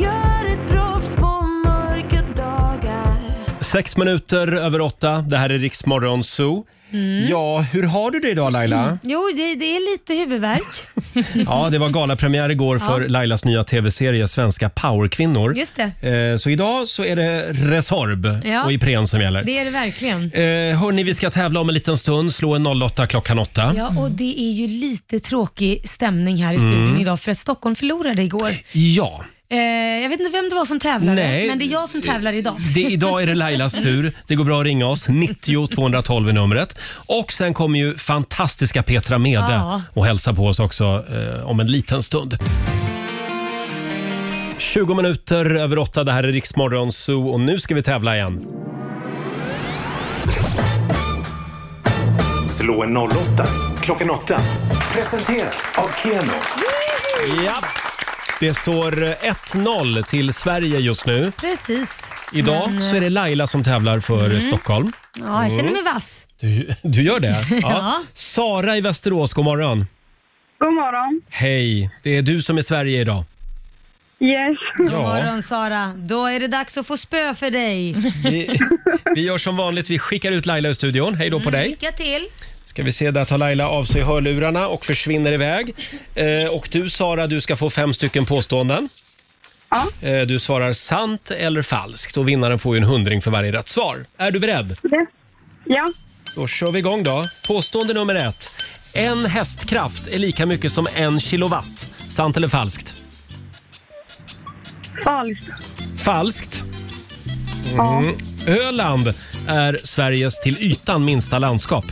Speaker 10: Gör ett proffs på mörka dagar
Speaker 1: Sex minuter över åtta. Det här är Riksmorgonso.
Speaker 2: Mm.
Speaker 1: Ja, hur har du det idag Laila?
Speaker 2: Jo det, det är lite huvudvärk.
Speaker 1: Ja, det var galapremiär igår för
Speaker 2: Ja.
Speaker 1: Lailas nya tv-serie Svenska powerkvinnor.
Speaker 2: Just det.
Speaker 1: Eh, Så idag så är det Resorb
Speaker 2: Ja.
Speaker 1: och Ipren som gäller.
Speaker 2: Det är det verkligen.
Speaker 1: Eh, hörni, vi ska tävla om en liten stund. Slå en 08 klockan 8.
Speaker 2: Ja, och det är ju lite tråkig stämning här i
Speaker 1: Mm.
Speaker 2: studion idag för att Stockholm förlorade igår.
Speaker 1: Ja,
Speaker 2: Eh, jag vet inte vem det var som tävlade,
Speaker 1: Nej.
Speaker 2: men det är jag som tävlar idag.
Speaker 1: det, idag är det Lailas tur. Det går bra att ringa oss. 90 212 är numret. Och sen kommer ju fantastiska Petra Mede
Speaker 10: Ja.
Speaker 1: och hälsa på oss också eh, om en liten stund. 20 minuter över åtta. Det här är Riksmorgon Zoo och nu ska vi tävla igen.
Speaker 4: Slå en 08 klockan 8. Presenteras av Keno.
Speaker 1: Ja. Det står eh, 1-0 till Sverige just nu.
Speaker 2: Precis.
Speaker 1: Idag
Speaker 2: Men, eh,
Speaker 1: så är det Laila som tävlar för eh,
Speaker 2: Mm.
Speaker 1: Stockholm.
Speaker 2: Ja, jag känner
Speaker 1: Mm.
Speaker 2: mig vass.
Speaker 1: Du, du gör det?
Speaker 2: Ja.
Speaker 1: Sara i Västerås, god morgon.
Speaker 11: God morgon.
Speaker 1: Hej, det är du som är Sverige idag.
Speaker 11: Yes.
Speaker 2: God
Speaker 1: Ja.
Speaker 2: morgon Sara. Då är det dags att få spö för dig.
Speaker 1: Vi, vi gör som vanligt, vi skickar ut Laila ur studion. Hej då på dig.
Speaker 2: Lycka till.
Speaker 1: Ska vi se, där tar Laila av sig hörlurarna och försvinner iväg. Eh, och du Sara, du ska få fem stycken påståenden. Eh, du svarar sant eller falskt och vinnaren får ju en hundring för varje rätt svar. Är du beredd?
Speaker 11: Ja.
Speaker 1: Då kör vi igång då. Påstående nummer ett. En hästkraft är lika mycket som en kilowatt. Sant eller falskt?
Speaker 11: Falskt.
Speaker 1: Falskt. Mm. Öland är Sveriges till ytan minsta landskap.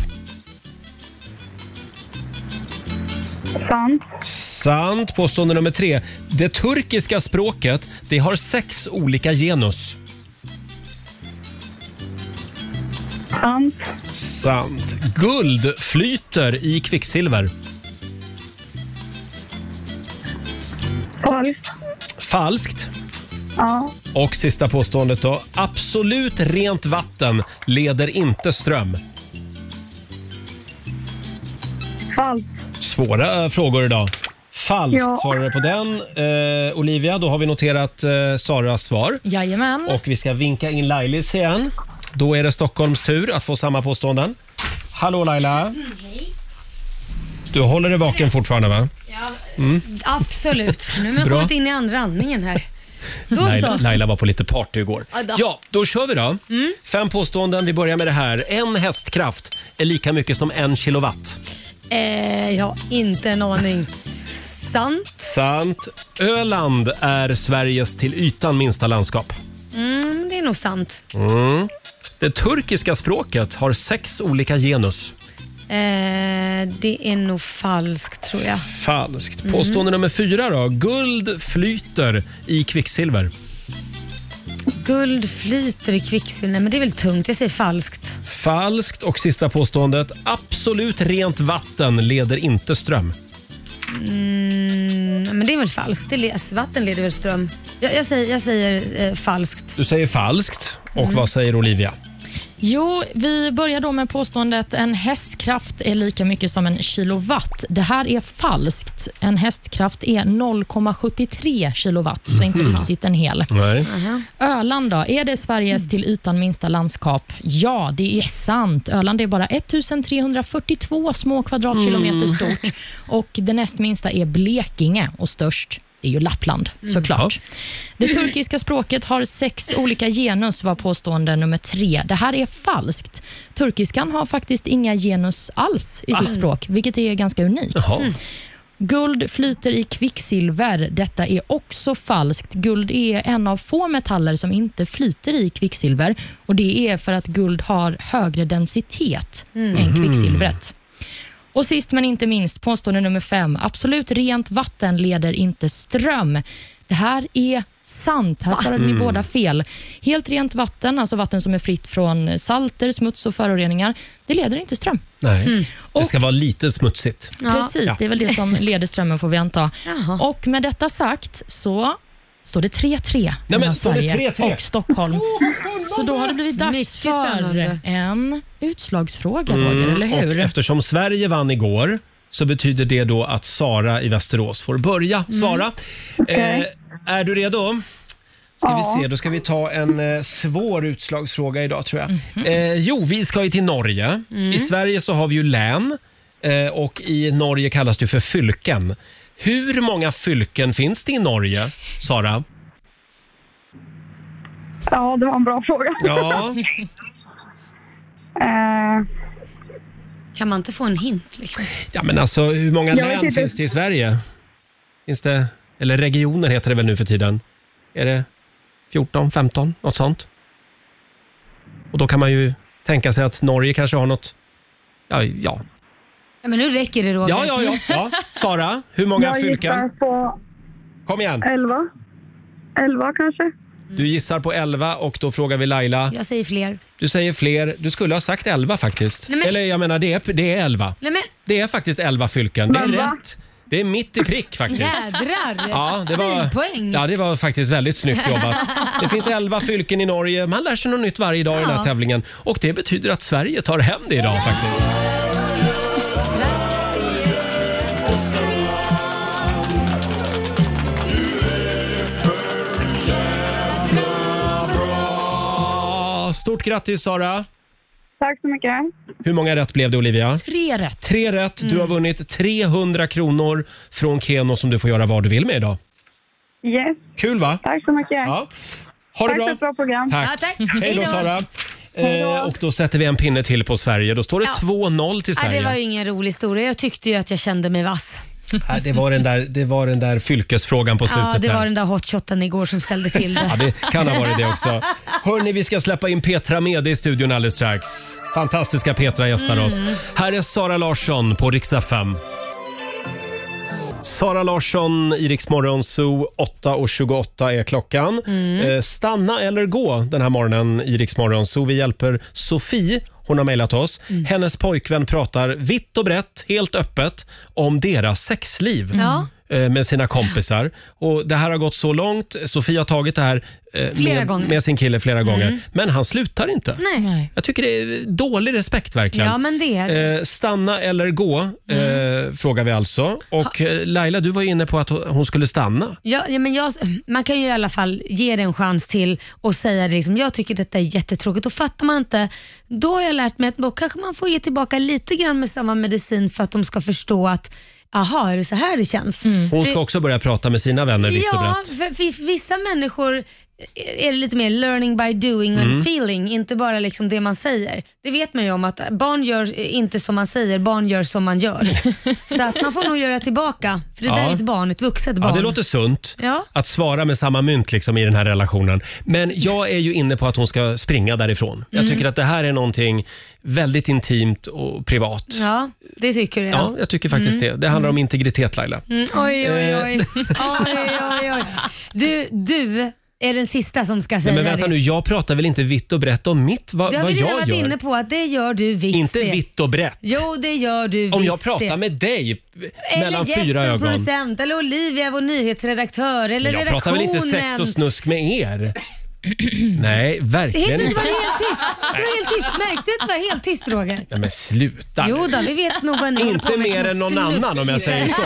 Speaker 11: Sant.
Speaker 1: Sant. Påstående nummer tre. Det turkiska språket det har sex olika genus.
Speaker 11: Sant.
Speaker 1: Sant. Guld flyter i kvicksilver.
Speaker 11: Falskt.
Speaker 1: Falskt.
Speaker 11: Ja.
Speaker 1: Och sista påståendet då. Absolut rent vatten leder inte ström.
Speaker 11: Falskt.
Speaker 1: Svåra eh, frågor idag. Falskt
Speaker 11: Ja.
Speaker 1: svarade på den. Eh, Olivia, då har vi noterat eh, Saras svar.
Speaker 3: Jajamän.
Speaker 1: Och vi ska vinka in Lailis igen. Då är det Stockholms tur att få samma påståenden. Hallå Laila! Du håller dig vaken fortfarande va?
Speaker 2: Ja,
Speaker 1: Mm.
Speaker 2: absolut. Nu har jag
Speaker 1: Bra.
Speaker 2: kommit in i andra andningen här. Då
Speaker 1: Laila,
Speaker 2: så.
Speaker 1: Laila var på lite party igår.
Speaker 2: Ja, då.
Speaker 1: Ja, då kör vi då.
Speaker 2: Mm.
Speaker 1: Fem påståenden. Vi börjar med det här. En hästkraft är lika mycket som en kilowatt.
Speaker 2: Eh, jag har inte en aning. Sant.
Speaker 1: Sant. Öland är Sveriges till ytan minsta landskap.
Speaker 2: Mm, det är nog sant.
Speaker 1: Mm. Det turkiska språket har sex olika genus.
Speaker 2: Eh, det är nog falskt tror jag.
Speaker 1: Falskt.
Speaker 2: Mm.
Speaker 1: Påstående nummer fyra då. Guld flyter i kvicksilver.
Speaker 2: Guld flyter i kvicksilver. Nej, men det är väl tungt. Jag säger falskt.
Speaker 1: Falskt. Och sista påståendet. Absolut rent vatten leder inte ström.
Speaker 2: Mm, men det är väl falskt. Det le- vatten leder väl ström. Jag, jag säger, jag säger eh, falskt.
Speaker 1: Du säger falskt. Och
Speaker 3: Mm.
Speaker 1: vad säger Olivia?
Speaker 3: Jo, vi börjar då med påståendet en hästkraft är lika mycket som en kilowatt. Det här är falskt. En hästkraft är 0,73 kilowatt, så inte
Speaker 1: Mm.
Speaker 10: Mhm.
Speaker 3: riktigt en hel.
Speaker 10: Nej.
Speaker 3: Öland då, är det Sveriges till ytan minsta landskap? Ja, det är sant. Öland är bara 1342 små kvadratkilometer
Speaker 10: Mm.
Speaker 3: stort och det näst minsta är Blekinge och störst är ju Lappland såklart. Det turkiska språket har sex olika genus var påstående nummer tre. Det här är falskt. Turkiskan har faktiskt inga genus alls i
Speaker 10: Va?
Speaker 3: sitt språk, vilket är ganska unikt.
Speaker 10: Jaha. Mm.
Speaker 3: Guld flyter i kvicksilver. Detta är också falskt. Guld är en av få metaller som inte flyter i kvicksilver. Och Det är för att guld har högre densitet
Speaker 10: Mm.
Speaker 3: än
Speaker 10: Mhm.
Speaker 3: kvicksilvret. Och Sist men inte minst, påstående nummer fem. Absolut rent vatten leder inte ström. Det här är sant. Här svarade ni
Speaker 10: Mm.
Speaker 3: båda fel. Helt rent vatten, alltså vatten som är fritt från salter, smuts och föroreningar, det leder inte ström.
Speaker 1: Nej.
Speaker 3: Mm.
Speaker 1: Det ska vara lite smutsigt.
Speaker 3: Precis,
Speaker 1: Ja.
Speaker 3: det är väl det som leder strömmen får vi anta. Och med detta sagt så står det 3-3
Speaker 10: men,
Speaker 3: mellan
Speaker 10: står det
Speaker 3: Sverige
Speaker 10: 3-3?
Speaker 3: och Stockholm. så då har det blivit dags för
Speaker 10: spännande.
Speaker 3: en utslagsfråga, Roger, eller hur?
Speaker 1: Mm, Och eftersom Sverige vann igår så betyder det då att Sara i Västerås får börja svara.
Speaker 10: Mm. Okej.
Speaker 1: Eh, är du redo? Ska
Speaker 10: Ja.
Speaker 1: vi se, då ska vi ta en eh, svår utslagsfråga idag tror jag. Eh, jo, vi ska ju till Norge.
Speaker 10: Mhm. Mm.
Speaker 1: I Sverige så har vi ju län eh, och i Norge kallas det för fylken. Hur många fylken finns det i Norge, Sara?
Speaker 11: Ja, det var en bra fråga.
Speaker 1: Ja.
Speaker 5: Eh,
Speaker 2: Kan man inte få en hint? Liksom?
Speaker 1: Ja, men alltså hur många
Speaker 2: Jag vet
Speaker 1: län
Speaker 2: inte.
Speaker 1: finns det i Sverige? Finns det, eller regioner heter det väl nu för tiden? Är det 14, 15, något sånt? Och då kan man ju tänka sig att Norge kanske har något, ja, ja.
Speaker 2: Ja, men nu räcker det Roger. Mm,
Speaker 1: Ja, ja, ja, ja. Sara, hur många
Speaker 11: jag
Speaker 1: fylken?
Speaker 11: gissar på
Speaker 1: Kom igen.
Speaker 11: 11. 11 kanske.
Speaker 1: Du gissar på 11 och då frågar vi Laila.
Speaker 2: Jag säger fler.
Speaker 1: Du säger fler. Du skulle ha sagt 11 faktiskt.
Speaker 2: Nej, men-
Speaker 1: Eller jag menar, det är, det är 11.
Speaker 2: Nej men
Speaker 1: Det är faktiskt 11 fylken. Det är
Speaker 2: Men va?
Speaker 1: rätt. Det är mitt i prick faktiskt.
Speaker 2: jädrar!
Speaker 1: Ja det, var,
Speaker 2: Stilpoäng.
Speaker 1: ja, det var faktiskt väldigt snyggt jobbat. Det finns 11 fylken i Norge. Man lär sig något nytt varje dag i den här
Speaker 2: Ja.
Speaker 1: tävlingen. Och det betyder att Sverige tar hem det idag faktiskt. Ja, Stort grattis Sara!
Speaker 11: Tack så mycket.
Speaker 1: Hur många rätt blev det Olivia?
Speaker 3: Tre rätt.
Speaker 1: Tre rätt. Du har vunnit 300 kronor från Keno som du får göra vad du vill med idag.
Speaker 11: Yes.
Speaker 1: Kul va?
Speaker 11: Tack så mycket.
Speaker 1: Ja. Ha det
Speaker 11: tack
Speaker 1: bra.
Speaker 11: för ett bra program.
Speaker 1: Tack. Hej då Sara. Eh, och då sätter vi en pinne till på Sverige. Då står det
Speaker 2: Ja.
Speaker 1: 2-0 till
Speaker 2: Nej,
Speaker 1: Sverige.
Speaker 2: det var ju ingen rolig historia. Jag tyckte ju att jag kände mig vass.
Speaker 1: Nej, det, var den där, det var den där fylkesfrågan på slutet.
Speaker 2: Ja, det
Speaker 1: där.
Speaker 2: var den där hotshoten igår som ställde till det.
Speaker 1: Ja, det kan ha varit det också. Hörni, vi ska släppa in Petra Mede i studion alldeles strax. Fantastiska Petra gästar
Speaker 10: Mm.
Speaker 1: oss. Här är Sara Larsson på riksdag 5. Sara Larsson i Rix Morgon Zoo, 8.28 är klockan.
Speaker 10: Mm.
Speaker 1: Eh, stanna eller gå den här morgonen i Rix Morgon Zoo. Vi hjälper Sofie, hon har mejlat oss.
Speaker 10: Mm.
Speaker 1: Hennes pojkvän pratar vitt och brett, helt öppet, om deras sexliv
Speaker 10: Ja.
Speaker 1: eh, med sina kompisar. Och Det här har gått så långt. Sofie har tagit det här eh,
Speaker 10: Flera
Speaker 1: med,
Speaker 10: gånger.
Speaker 1: med sin kille flera
Speaker 10: Mm.
Speaker 1: gånger, men han slutar inte.
Speaker 2: Nej.
Speaker 1: Jag tycker det är dålig respekt verkligen.
Speaker 2: Ja, men det är det. Mm.
Speaker 1: Eh, stanna eller gå, eh, frågar vi alltså. Och eh, Laila, du var ju inne på att hon skulle stanna.
Speaker 2: Ja, ja, men jag, man kan ju i alla fall ge det en chans till och säga det liksom, jag tycker detta är jättetråkigt och fattar man inte, då har jag lärt mig att då kanske man får ge tillbaka lite grann med samma medicin för att de ska förstå att, aha, är det så här det känns?
Speaker 1: Hon
Speaker 2: För-
Speaker 1: ska också börja prata med sina vänner Mm. vitt och
Speaker 2: Ja,
Speaker 1: brett.
Speaker 2: för, för för vissa människor eh, är det lite mer learning by doing and
Speaker 1: Mm.
Speaker 2: feeling, inte bara liksom det man säger. Det vet man ju om att barn gör eh, inte som man säger, barn gör som man gör. så att man får nog göra tillbaka, för det
Speaker 1: Ja.
Speaker 2: där är ett barn, ett vuxet barn.
Speaker 1: Ja, det låter sunt.
Speaker 2: Ja.
Speaker 1: Att svara med samma mynt liksom i den här relationen. Men jag är ju inne på att hon ska springa därifrån. Jag
Speaker 2: Mm.
Speaker 1: tycker att det här är någonting väldigt intimt och privat.
Speaker 2: Ja, det tycker du
Speaker 1: Ja, jag tycker faktiskt
Speaker 2: Mm.
Speaker 1: det. Det handlar om integritet Laila.
Speaker 2: Mm, oj, oj, oj. oj, oj, oj. Du, du är den sista som ska säga
Speaker 1: Nej, men vänta
Speaker 2: det.
Speaker 1: nu, jag pratar väl inte vitt och brett om mitt, vad,
Speaker 2: det har
Speaker 1: vad
Speaker 2: vi redan
Speaker 1: jag
Speaker 2: varit
Speaker 1: gör?
Speaker 2: inne på att det gör du visst
Speaker 1: inte
Speaker 2: det.
Speaker 1: vitt och brett.
Speaker 2: Jo, det gör du
Speaker 1: Om
Speaker 2: visst
Speaker 1: jag pratar
Speaker 2: det.
Speaker 1: med dig
Speaker 2: eller
Speaker 1: mellan
Speaker 2: Jesper,
Speaker 1: fyra ögon.
Speaker 2: producent, eller Olivia, vår nyhetsredaktör, eller
Speaker 1: Men jag pratar
Speaker 2: redaktionen.
Speaker 1: väl inte sex och snusk med er? Nej, verkligen
Speaker 2: Helt plötsligt
Speaker 1: inte.
Speaker 2: var det helt tyst. Det var helt tyst. Märkte du att det var helt tyst, Roger?
Speaker 1: Nej men sluta.
Speaker 2: Jo då, vi vet nog vad ni håller
Speaker 1: Inte
Speaker 2: på med
Speaker 1: mer
Speaker 2: som
Speaker 1: än någon annan om jag säger så.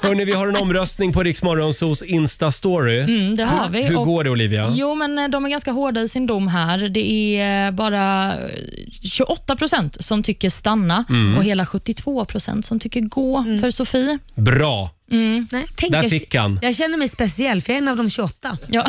Speaker 1: Hörni, vi har en omröstning på Riksmorgonsos Insta-story.
Speaker 3: Mm, det har vi.
Speaker 1: Hur, hur
Speaker 3: Och-
Speaker 1: går det Olivia?
Speaker 3: Jo, men eh, de är ganska hårda i sin dom här. Det är eh, bara eh, 28 procent som tycker stanna
Speaker 1: Mm.
Speaker 3: och hela 72 procent som tycker gå för Sofie.
Speaker 1: Bra.
Speaker 3: Mm.
Speaker 2: Nej, tänk,
Speaker 1: Där
Speaker 2: jag,
Speaker 1: fick han.
Speaker 2: jag känner mig speciell för jag är en av de 28.
Speaker 1: Ja.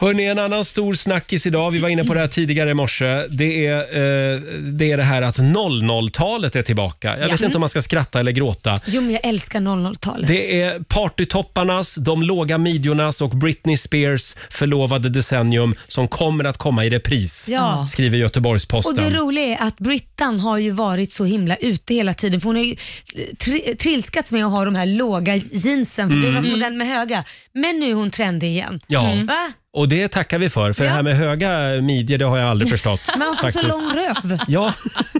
Speaker 1: Hörni, en annan stor snackis idag, vi var inne på det här tidigare i morse, det är, eh, det, är det här att 00-talet är tillbaka. Jag
Speaker 2: Ja.
Speaker 1: vet inte om man ska skratta eller gråta.
Speaker 2: Jo, men jag älskar 00-talet.
Speaker 1: Det är partytopparnas, de låga midjornas och Britney Spears förlovade decennium som kommer att komma i repris,
Speaker 2: Ja.
Speaker 1: skriver
Speaker 2: Och det
Speaker 1: Göteborgs-Posten.
Speaker 2: roliga är att Brittan har ju varit så himla ute hela tiden för hon har ju eh, tri- trilskats med att ha de här låga jeansen för det
Speaker 1: Mm.
Speaker 2: var modell med höga. Men nu är hon trendig igen.
Speaker 1: Ja.
Speaker 2: Va?
Speaker 1: Och det tackar vi för, för det här med höga midjor det har jag aldrig förstått.
Speaker 2: Man får alltså så
Speaker 1: faktiskt.
Speaker 2: lång röv.
Speaker 1: Ja,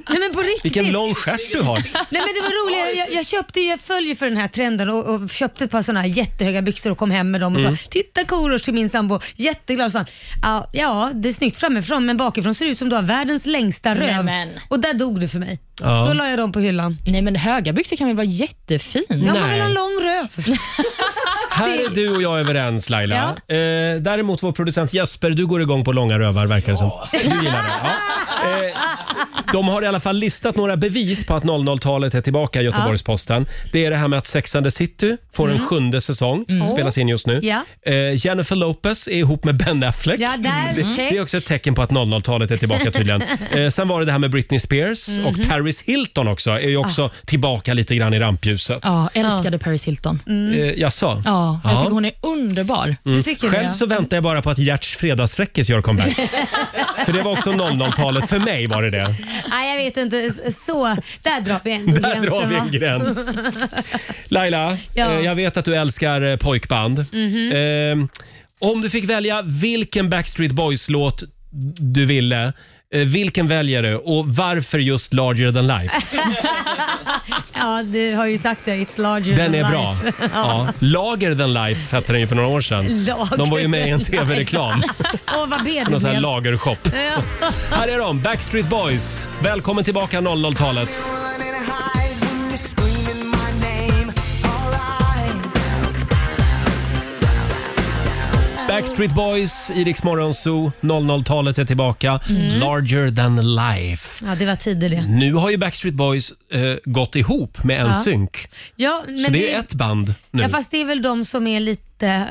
Speaker 2: Nej men på riktigt.
Speaker 1: vilken lång stjärt du har.
Speaker 2: Nej men det var roligt, jag, jag köpte ju- jag följer för den här trenden och, och köpte ett par sådana här jättehöga byxor och kom hem med dem och
Speaker 1: Mm.
Speaker 2: sa “Titta Korosh” till min sambo, jätteglad och sa "Ja, “Ja, det är snyggt framifrån men bakifrån ser det ut som du har världens längsta
Speaker 3: Nej,
Speaker 2: röv”.
Speaker 3: men.
Speaker 2: Och där dog det för mig.
Speaker 1: Ja.
Speaker 2: Då la jag dem på hyllan.
Speaker 3: Nej, men höga byxor kan väl vara jättefint?
Speaker 2: Jag har
Speaker 1: Nej.
Speaker 2: väl en lång röv.
Speaker 1: Här är du och jag överens Laila. Eh, däremot vår producent Jesper, du går igång på långa rövar verkar det som. Du gillar det. Ja. Eh, de har i alla fall listat några bevis på att 00-talet är tillbaka i Göteborgs-Posten. Det är det här med att Sex and the City får en
Speaker 2: Mm.
Speaker 1: sjunde säsong,
Speaker 2: Mm.
Speaker 1: spelas in just nu.
Speaker 2: Ja.
Speaker 1: Eh, Jennifer Lopez är ihop med Ben Affleck.
Speaker 2: Ja, Mm. där,
Speaker 1: Mm. det,
Speaker 2: check.
Speaker 1: det är också ett tecken på att 00-talet är tillbaka tydligen. eh, sen var det det här med Britney Spears och
Speaker 3: Mhm.
Speaker 1: Paris Hilton också, är ju också tillbaka lite grann i rampljuset.
Speaker 3: Ja, älskade Paris Hilton.
Speaker 1: Eh, jaså?
Speaker 3: Ah. Ja, jag
Speaker 1: Ja.
Speaker 3: tycker hon är underbar.
Speaker 1: Mm. Själv så väntar jag bara på att Gerts fredagsfräckis gör comeback. För det var också 00-talet. För mig var det det.
Speaker 2: Nej, jag vet inte. S- Så, där drar vi en
Speaker 1: Där drar vi en
Speaker 2: va?
Speaker 1: gräns. Laila,
Speaker 2: Ja.
Speaker 1: eh, jag vet att du älskar eh, pojkband.
Speaker 2: Mhm.
Speaker 1: Eh, om du fick välja vilken Backstreet Boys-låt du ville, eh, vilken väljer du och varför just Larger than life?
Speaker 2: ja, du har ju sagt det. It's larger
Speaker 1: Den
Speaker 2: than
Speaker 1: är bra.
Speaker 2: life.
Speaker 1: Ja. Lager than life hette den ju för några år sedan.
Speaker 2: Lager
Speaker 1: De var ju med i en
Speaker 2: than life.
Speaker 1: tv-reklam.
Speaker 2: Åh, vad ber du
Speaker 1: Någon sån här
Speaker 2: blev.
Speaker 1: lagershop.
Speaker 2: Ja.
Speaker 1: Här är de, Backstreet Boys. Välkommen tillbaka 00-talet. Backstreet Boys, Iriks Morgonzoo, 00-talet är tillbaka.
Speaker 2: Mm.
Speaker 1: Larger than life.
Speaker 2: ja, det var tider det.
Speaker 1: Nu har ju Backstreet Boys eh, gått ihop med en
Speaker 2: Ja.
Speaker 1: synk.
Speaker 2: Ja, men
Speaker 1: Så det är ett band nu.
Speaker 2: Ja, fast det är väl de som är lite,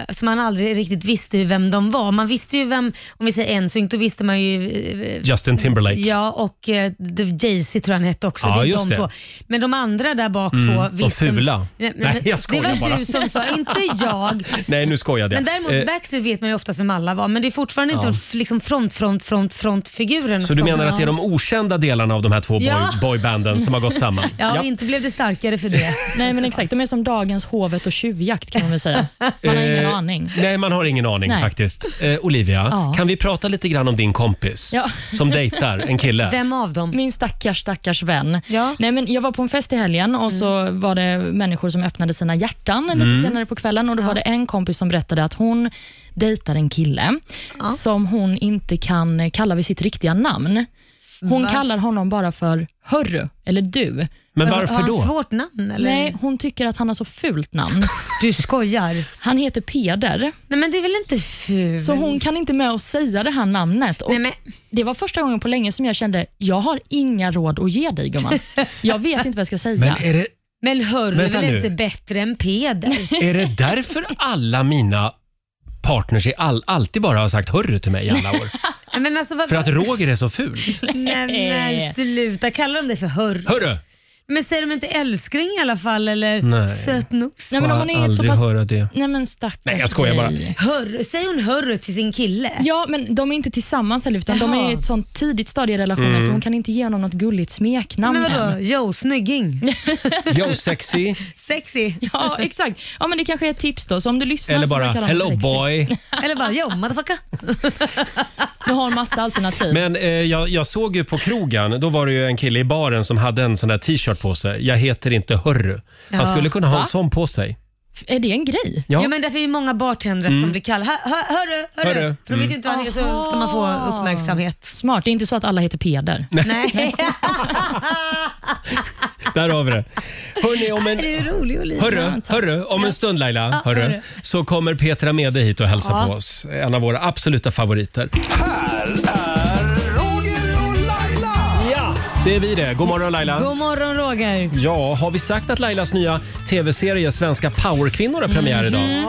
Speaker 2: som man aldrig riktigt visste ju vem de var. Man visste ju vem, om vi säger NSYNC, då visste man ju... eh,
Speaker 1: Justin Timberlake.
Speaker 2: Ja, och eh, det- Jay-Z tror jag han hette också.
Speaker 1: Ja,
Speaker 2: det är
Speaker 1: just
Speaker 2: de
Speaker 1: det.
Speaker 2: två. Men de andra där bak
Speaker 1: Mm,
Speaker 2: två
Speaker 1: de
Speaker 2: visste...
Speaker 1: fula.
Speaker 2: Nej, men,
Speaker 1: Nej, jag
Speaker 2: det
Speaker 1: skojar
Speaker 2: var
Speaker 1: bara.
Speaker 2: du som sa, inte jag.
Speaker 1: Nej, nu skojade jag.
Speaker 2: Men däremot
Speaker 1: Eh,
Speaker 2: Backstreet vet man ju oftast vem alla var, men det är fortfarande
Speaker 1: Ja.
Speaker 2: inte de liksom front, front, front, front-figurerna.
Speaker 1: så du
Speaker 2: som-
Speaker 1: menar att det är de okända delarna av de här två boy,
Speaker 2: Ja.
Speaker 1: boybanden som har gått samman?
Speaker 2: Ja, inte blev det starkare för det.
Speaker 3: Nej, men exakt. De är som dagens hovet och tjuvjakt kan man väl säga. Man har ingen
Speaker 1: Eh,
Speaker 3: aning.
Speaker 1: Nej, man har ingen aning
Speaker 3: Nej.
Speaker 1: faktiskt. Eh, Olivia,
Speaker 3: Ja.
Speaker 1: kan vi prata lite grann om din kompis
Speaker 3: Ja.
Speaker 1: som dejtar en kille?
Speaker 2: Vem av dem?
Speaker 3: Min stackars, stackars vän. Nej, men jag var på en fest i helgen och så var det människor som öppnade sina hjärtan
Speaker 9: Mm.
Speaker 3: lite senare på kvällen och då var det en kompis som berättade att hon dejtar en kille som hon inte kan kalla vid sitt riktiga namn. Hon
Speaker 2: Va?
Speaker 3: kallar honom bara för hörru eller du.
Speaker 1: Men varför
Speaker 2: Har han
Speaker 1: då?
Speaker 2: svårt namn eller?
Speaker 3: Nej, hon tycker att han har så fult namn.
Speaker 2: Du skojar.
Speaker 3: Han heter Peder.
Speaker 2: Nej, men det är väl inte fult?
Speaker 3: Så hon kan inte med att säga det här namnet. Och Det var första gången på länge som jag kände, jag har inga råd att ge dig gumman. Jag vet inte vad jag ska säga.
Speaker 1: Men är det,
Speaker 2: Men hörru,
Speaker 1: Vänta
Speaker 2: väl
Speaker 1: nu.
Speaker 2: inte bättre än Peder?
Speaker 1: är det därför alla mina partners i all, alltid bara har sagt hörru till mig i alla år?
Speaker 2: Nej, men alltså, vad...
Speaker 1: För att Roger är så ful.
Speaker 2: Nej men sluta, kallar de det för hörru?
Speaker 1: Hörru!
Speaker 2: Men säger de inte älskling i alla fall eller
Speaker 1: Nej.
Speaker 2: sötnos?
Speaker 1: Nej, men om man är Fan, ett så aldrig pass- höra det.
Speaker 3: Nej men stackars
Speaker 1: Nej, jag skojar bara.
Speaker 3: dig.
Speaker 2: Hörru, säger hon hörru till sin kille?
Speaker 3: Ja, men de är inte tillsammans heller, utan de
Speaker 2: Jaha.
Speaker 3: är i ett sånt tidigt stadie i relationen
Speaker 1: Mm.
Speaker 3: så hon kan inte ge honom något gulligt smeknamn
Speaker 2: Men vadå?
Speaker 3: än.
Speaker 2: Joe, snygging?
Speaker 1: Yo sexy.
Speaker 2: Sexy?
Speaker 3: Ja, exakt. Ja, men det kanske är ett tips då. Så om du lyssnar
Speaker 1: Eller
Speaker 3: så kan
Speaker 1: bara
Speaker 3: du kalla honom
Speaker 1: hello
Speaker 3: sexy.
Speaker 1: boy.
Speaker 2: Eller bara yo motherfucker.
Speaker 3: Du har en massa alternativ.
Speaker 1: Men eh, jag, jag såg ju på krogen, då var det ju en kille i baren som hade en sån där t-shirt på sig. Jag heter inte Hörru. Han
Speaker 2: Ja.
Speaker 1: skulle kunna ha
Speaker 2: Va?
Speaker 1: en sån på sig.
Speaker 3: Är det en grej?
Speaker 1: Ja.
Speaker 2: Ja, men därför är ju många bartendrar
Speaker 1: Mm.
Speaker 2: som blir kallade. Hör, hör, hörru, hörru.
Speaker 1: Hörru.
Speaker 2: För de vet ju
Speaker 1: Mm.
Speaker 2: inte vad det är så ska man få uppmärksamhet.
Speaker 3: Smart. Det är inte så att alla heter Peder.
Speaker 2: Nej.
Speaker 1: Där har vi det. Hörrni, om en...
Speaker 2: Det är ju rolig och lite.
Speaker 1: Hörru, hörru, om en stund Laila, hörru,
Speaker 2: hörru.
Speaker 1: så kommer Petra Mede hit och hälsa
Speaker 2: Ja.
Speaker 1: på oss. En av våra absoluta favoriter. Ja, det är vi det. God morgon Laila.
Speaker 2: God morgon Roger.
Speaker 1: Ja, har vi sagt att Lailas nya tv-serie Svenska powerkvinnor har premiär idag?
Speaker 2: Mhm.
Speaker 1: Mm.